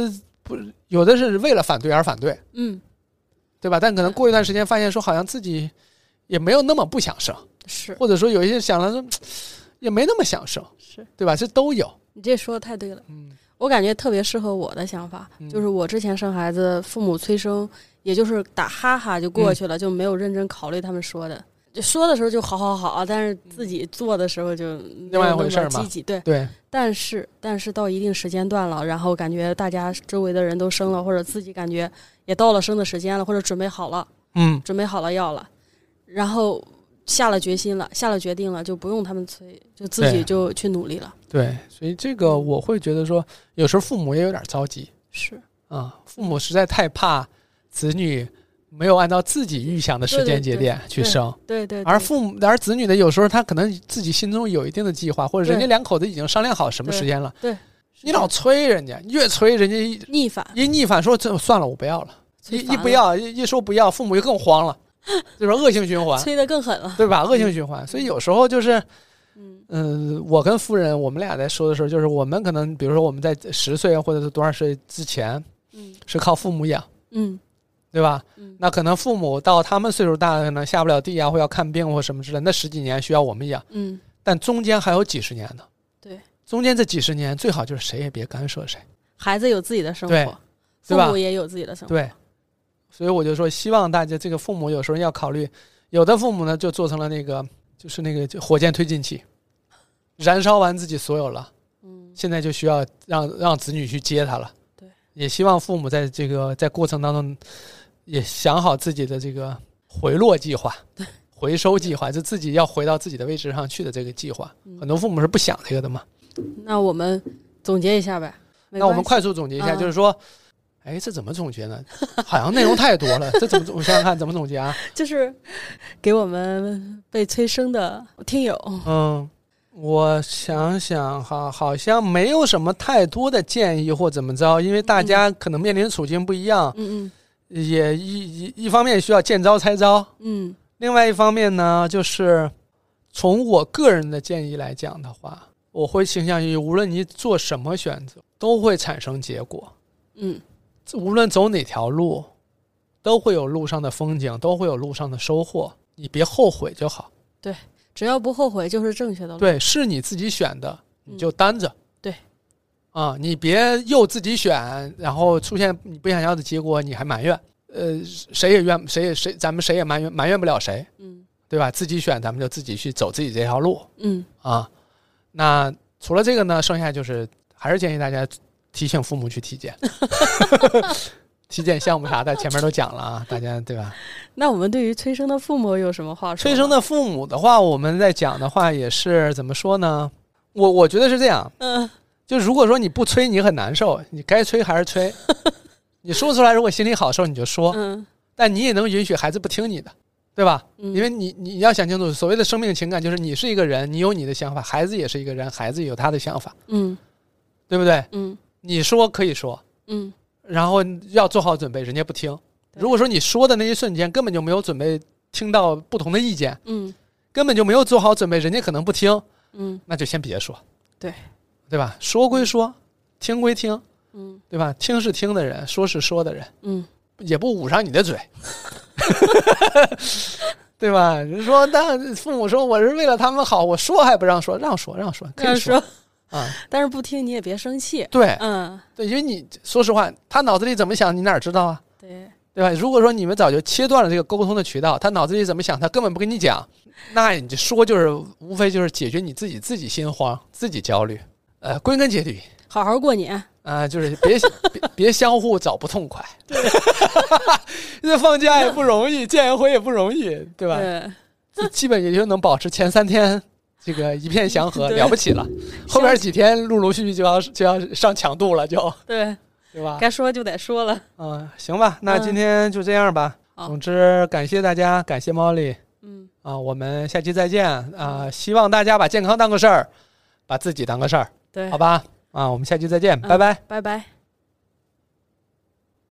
S1: 不，有的是为了反对而反对，
S2: 嗯，
S1: 对吧？但可能过一段时间发现说，好像自己也没有那么不想生，
S2: 是
S1: 或者说有一些想了说也没那么想生，
S2: 是，
S1: 对吧？这都有。
S2: 你这说的太对了。
S1: 嗯
S2: 我感觉特别适合我的想法，
S1: 嗯
S2: 就是我之前生孩子，父母催生，也就是打哈哈就
S1: 嗯
S2: 过去了，就没有认真考虑他们说的。就说的时候就好好好，但是自己做的时候就没有
S1: 嗯另外一
S2: 那
S1: 回
S2: 么
S1: 事儿嘛
S2: 积极对，
S1: 对，
S2: 但是但是到一定时间段了，然后感觉大家周围的人都生了，或者自己感觉也到了生的时间了，或者准备好了，
S1: 嗯，
S2: 准备好了要了，然后下了决心了，下了决定了，就不用他们催，就自己
S1: 对
S2: 就去努力了。
S1: 对，所以这个我会觉得说，有时候父母也有点着急
S2: 是，
S1: 啊、父母实在太怕子女没有按照自己预想的时间节点去生，
S2: 对对对
S1: 而父母而子女的有时候他可能自己心中有一定的计划，或者人家
S2: 对
S1: 两口子已经商量好什么时间了，
S2: 是
S1: 你老催人家，越催人家一
S2: 逆反，
S1: 一逆反说这算了，我不要了，一
S2: 催
S1: 一
S2: 烦
S1: 不
S2: 了
S1: 要一一说不要，父母就更慌 了，就是恶性循环，
S2: 催得更狠了。
S1: 对 吧？恶性循环，所以有时候就是。
S2: 嗯
S1: 嗯，我跟夫人，我们俩在说的时候，就是我们可能，比如说我们在十岁或者是多少岁之前
S2: 嗯
S1: 是靠父母养，
S2: 嗯
S1: 对吧？
S2: 嗯，
S1: 那可能父母到他们岁数大了，可能下不了地啊，或要看病或什么之类，那十几年需要我们养，
S2: 嗯
S1: 但中间还有几十年呢。
S2: 对，
S1: 中间这几十年最好就是谁也别干涉谁。
S2: 孩子有自己的生
S1: 对
S2: 活，父
S1: 对吧
S2: 母也有自己的生活。
S1: 对，所以我就说，希望大家这个父母有时候要考虑，有的父母呢就做成了那个，就是那个就火箭推进器，燃烧完自己所有了。
S2: 嗯，
S1: 现在就需要让让子女去接他了。
S2: 对，
S1: 也希望父母在这个在过程当中也想好自己的这个回落计划、回收计划，就自己要回到自己的位置上去的这个计划。
S2: 嗯
S1: 很多父母是不想这个的嘛。
S2: 那我们总结一下呗。没
S1: 那我们
S2: 关
S1: 快速总结一下，
S2: 嗯
S1: 就是说。哎，这怎么总结呢？ 好像内容太多了，这 怎么我想想看怎么总结啊？
S2: 系就是给我们被催生的听友，
S1: 嗯，我想想哈，好像没有什么太多的建议或怎么着，因为大家可能面临的处境不一样，
S2: 嗯
S1: 也一一一方面需要见招拆招，
S2: 嗯
S1: 另外一方面呢，就是从我个人的建议来讲的话，我会倾向于无论你做什么选择，都会产生结果，
S2: 嗯
S1: 无论走哪条路，都会有路上的风景，都会有路上的收获，你别后悔就好。
S2: 嗯，只要不后悔就是正确的路。
S1: 对，是你自己选的，
S2: 嗯
S1: 你就担着。
S2: 对。
S1: 啊、你别又自己选，然后出现你不想要的结果，你还埋怨。呃，谁也怨，谁也谁，咱们谁也埋怨埋怨不了谁，
S2: 嗯
S1: 对吧？自己选，咱们就自己去走自己这条路
S2: 嗯，
S1: 啊。那除了这个呢，剩下就是还是建议大家提醒父母去体检，体检项目啥的前面都讲了啊，大家对吧？
S2: 那我们对于催生的父母有什么话说？
S1: 催生，的父母的话，我们在讲的话也是怎么说呢？我我觉得是这样，
S2: 嗯、
S1: 就如果说你不催，你很难受，你该催还是催。你说出来，如果心里好受，你就说，
S2: 嗯
S1: 但你也能允许孩子不听你的，对吧？
S2: 嗯，
S1: 因为你你要想清楚，所谓的生命情感就是你是一个人，你有你的想法，孩子也是一个人，孩子也有他的想法，
S2: 嗯
S1: 对不对？
S2: 嗯
S1: 你说可以说，
S2: 嗯
S1: 然后要做好准备，人家不听。
S2: 对
S1: 如果说你说的那一瞬间根本就没有准备听到不同的意见，
S2: 嗯
S1: 根本就没有做好准备，人家可能不听，
S2: 嗯
S1: 那就先别说，
S2: 对
S1: 对吧？说归说，听归听，
S2: 嗯
S1: 对吧？听是听的人，说是说的人，
S2: 嗯，
S1: 也不捂上你的嘴， 对吧？人说，但父母说我是为了他们好，我说还不让说，让说让说，可
S2: 但
S1: 以
S2: 是说，
S1: 啊，
S2: 但是不听你也别生气。
S1: 对
S2: 嗯，
S1: 对，因为你说实话，他脑子里怎么想，你哪知道啊？
S2: 对，
S1: 对吧？如果说你们早就切断了这个沟通的渠道，他脑子里怎么想，他根本不跟你讲，那你就说就是无非就是解决你自己自己心慌、自己焦虑。呃，归根结底，
S2: 好好过年。
S1: 啊、就是别别别相互找不痛快。 这放假也不容易，见一回也不容易，对吧？
S2: 对，
S1: 基本也就能保持前三天这个一片祥和，
S2: 对
S1: 了不起了。后边几天陆陆续续就要就要上强度了，就
S2: 对，
S1: 对吧？
S2: 该说就得说了。
S1: 嗯、行吧，那
S2: 嗯
S1: 今天就这样吧。
S2: 好
S1: 总之，感谢大家，感谢 Molly
S2: 嗯，
S1: 啊、我们下期再见啊、希望大家把健康当个事儿，把自己当个事儿，
S2: 对，
S1: 好吧？啊、我们下期再见，
S2: 嗯
S1: 拜拜。
S2: 拜拜。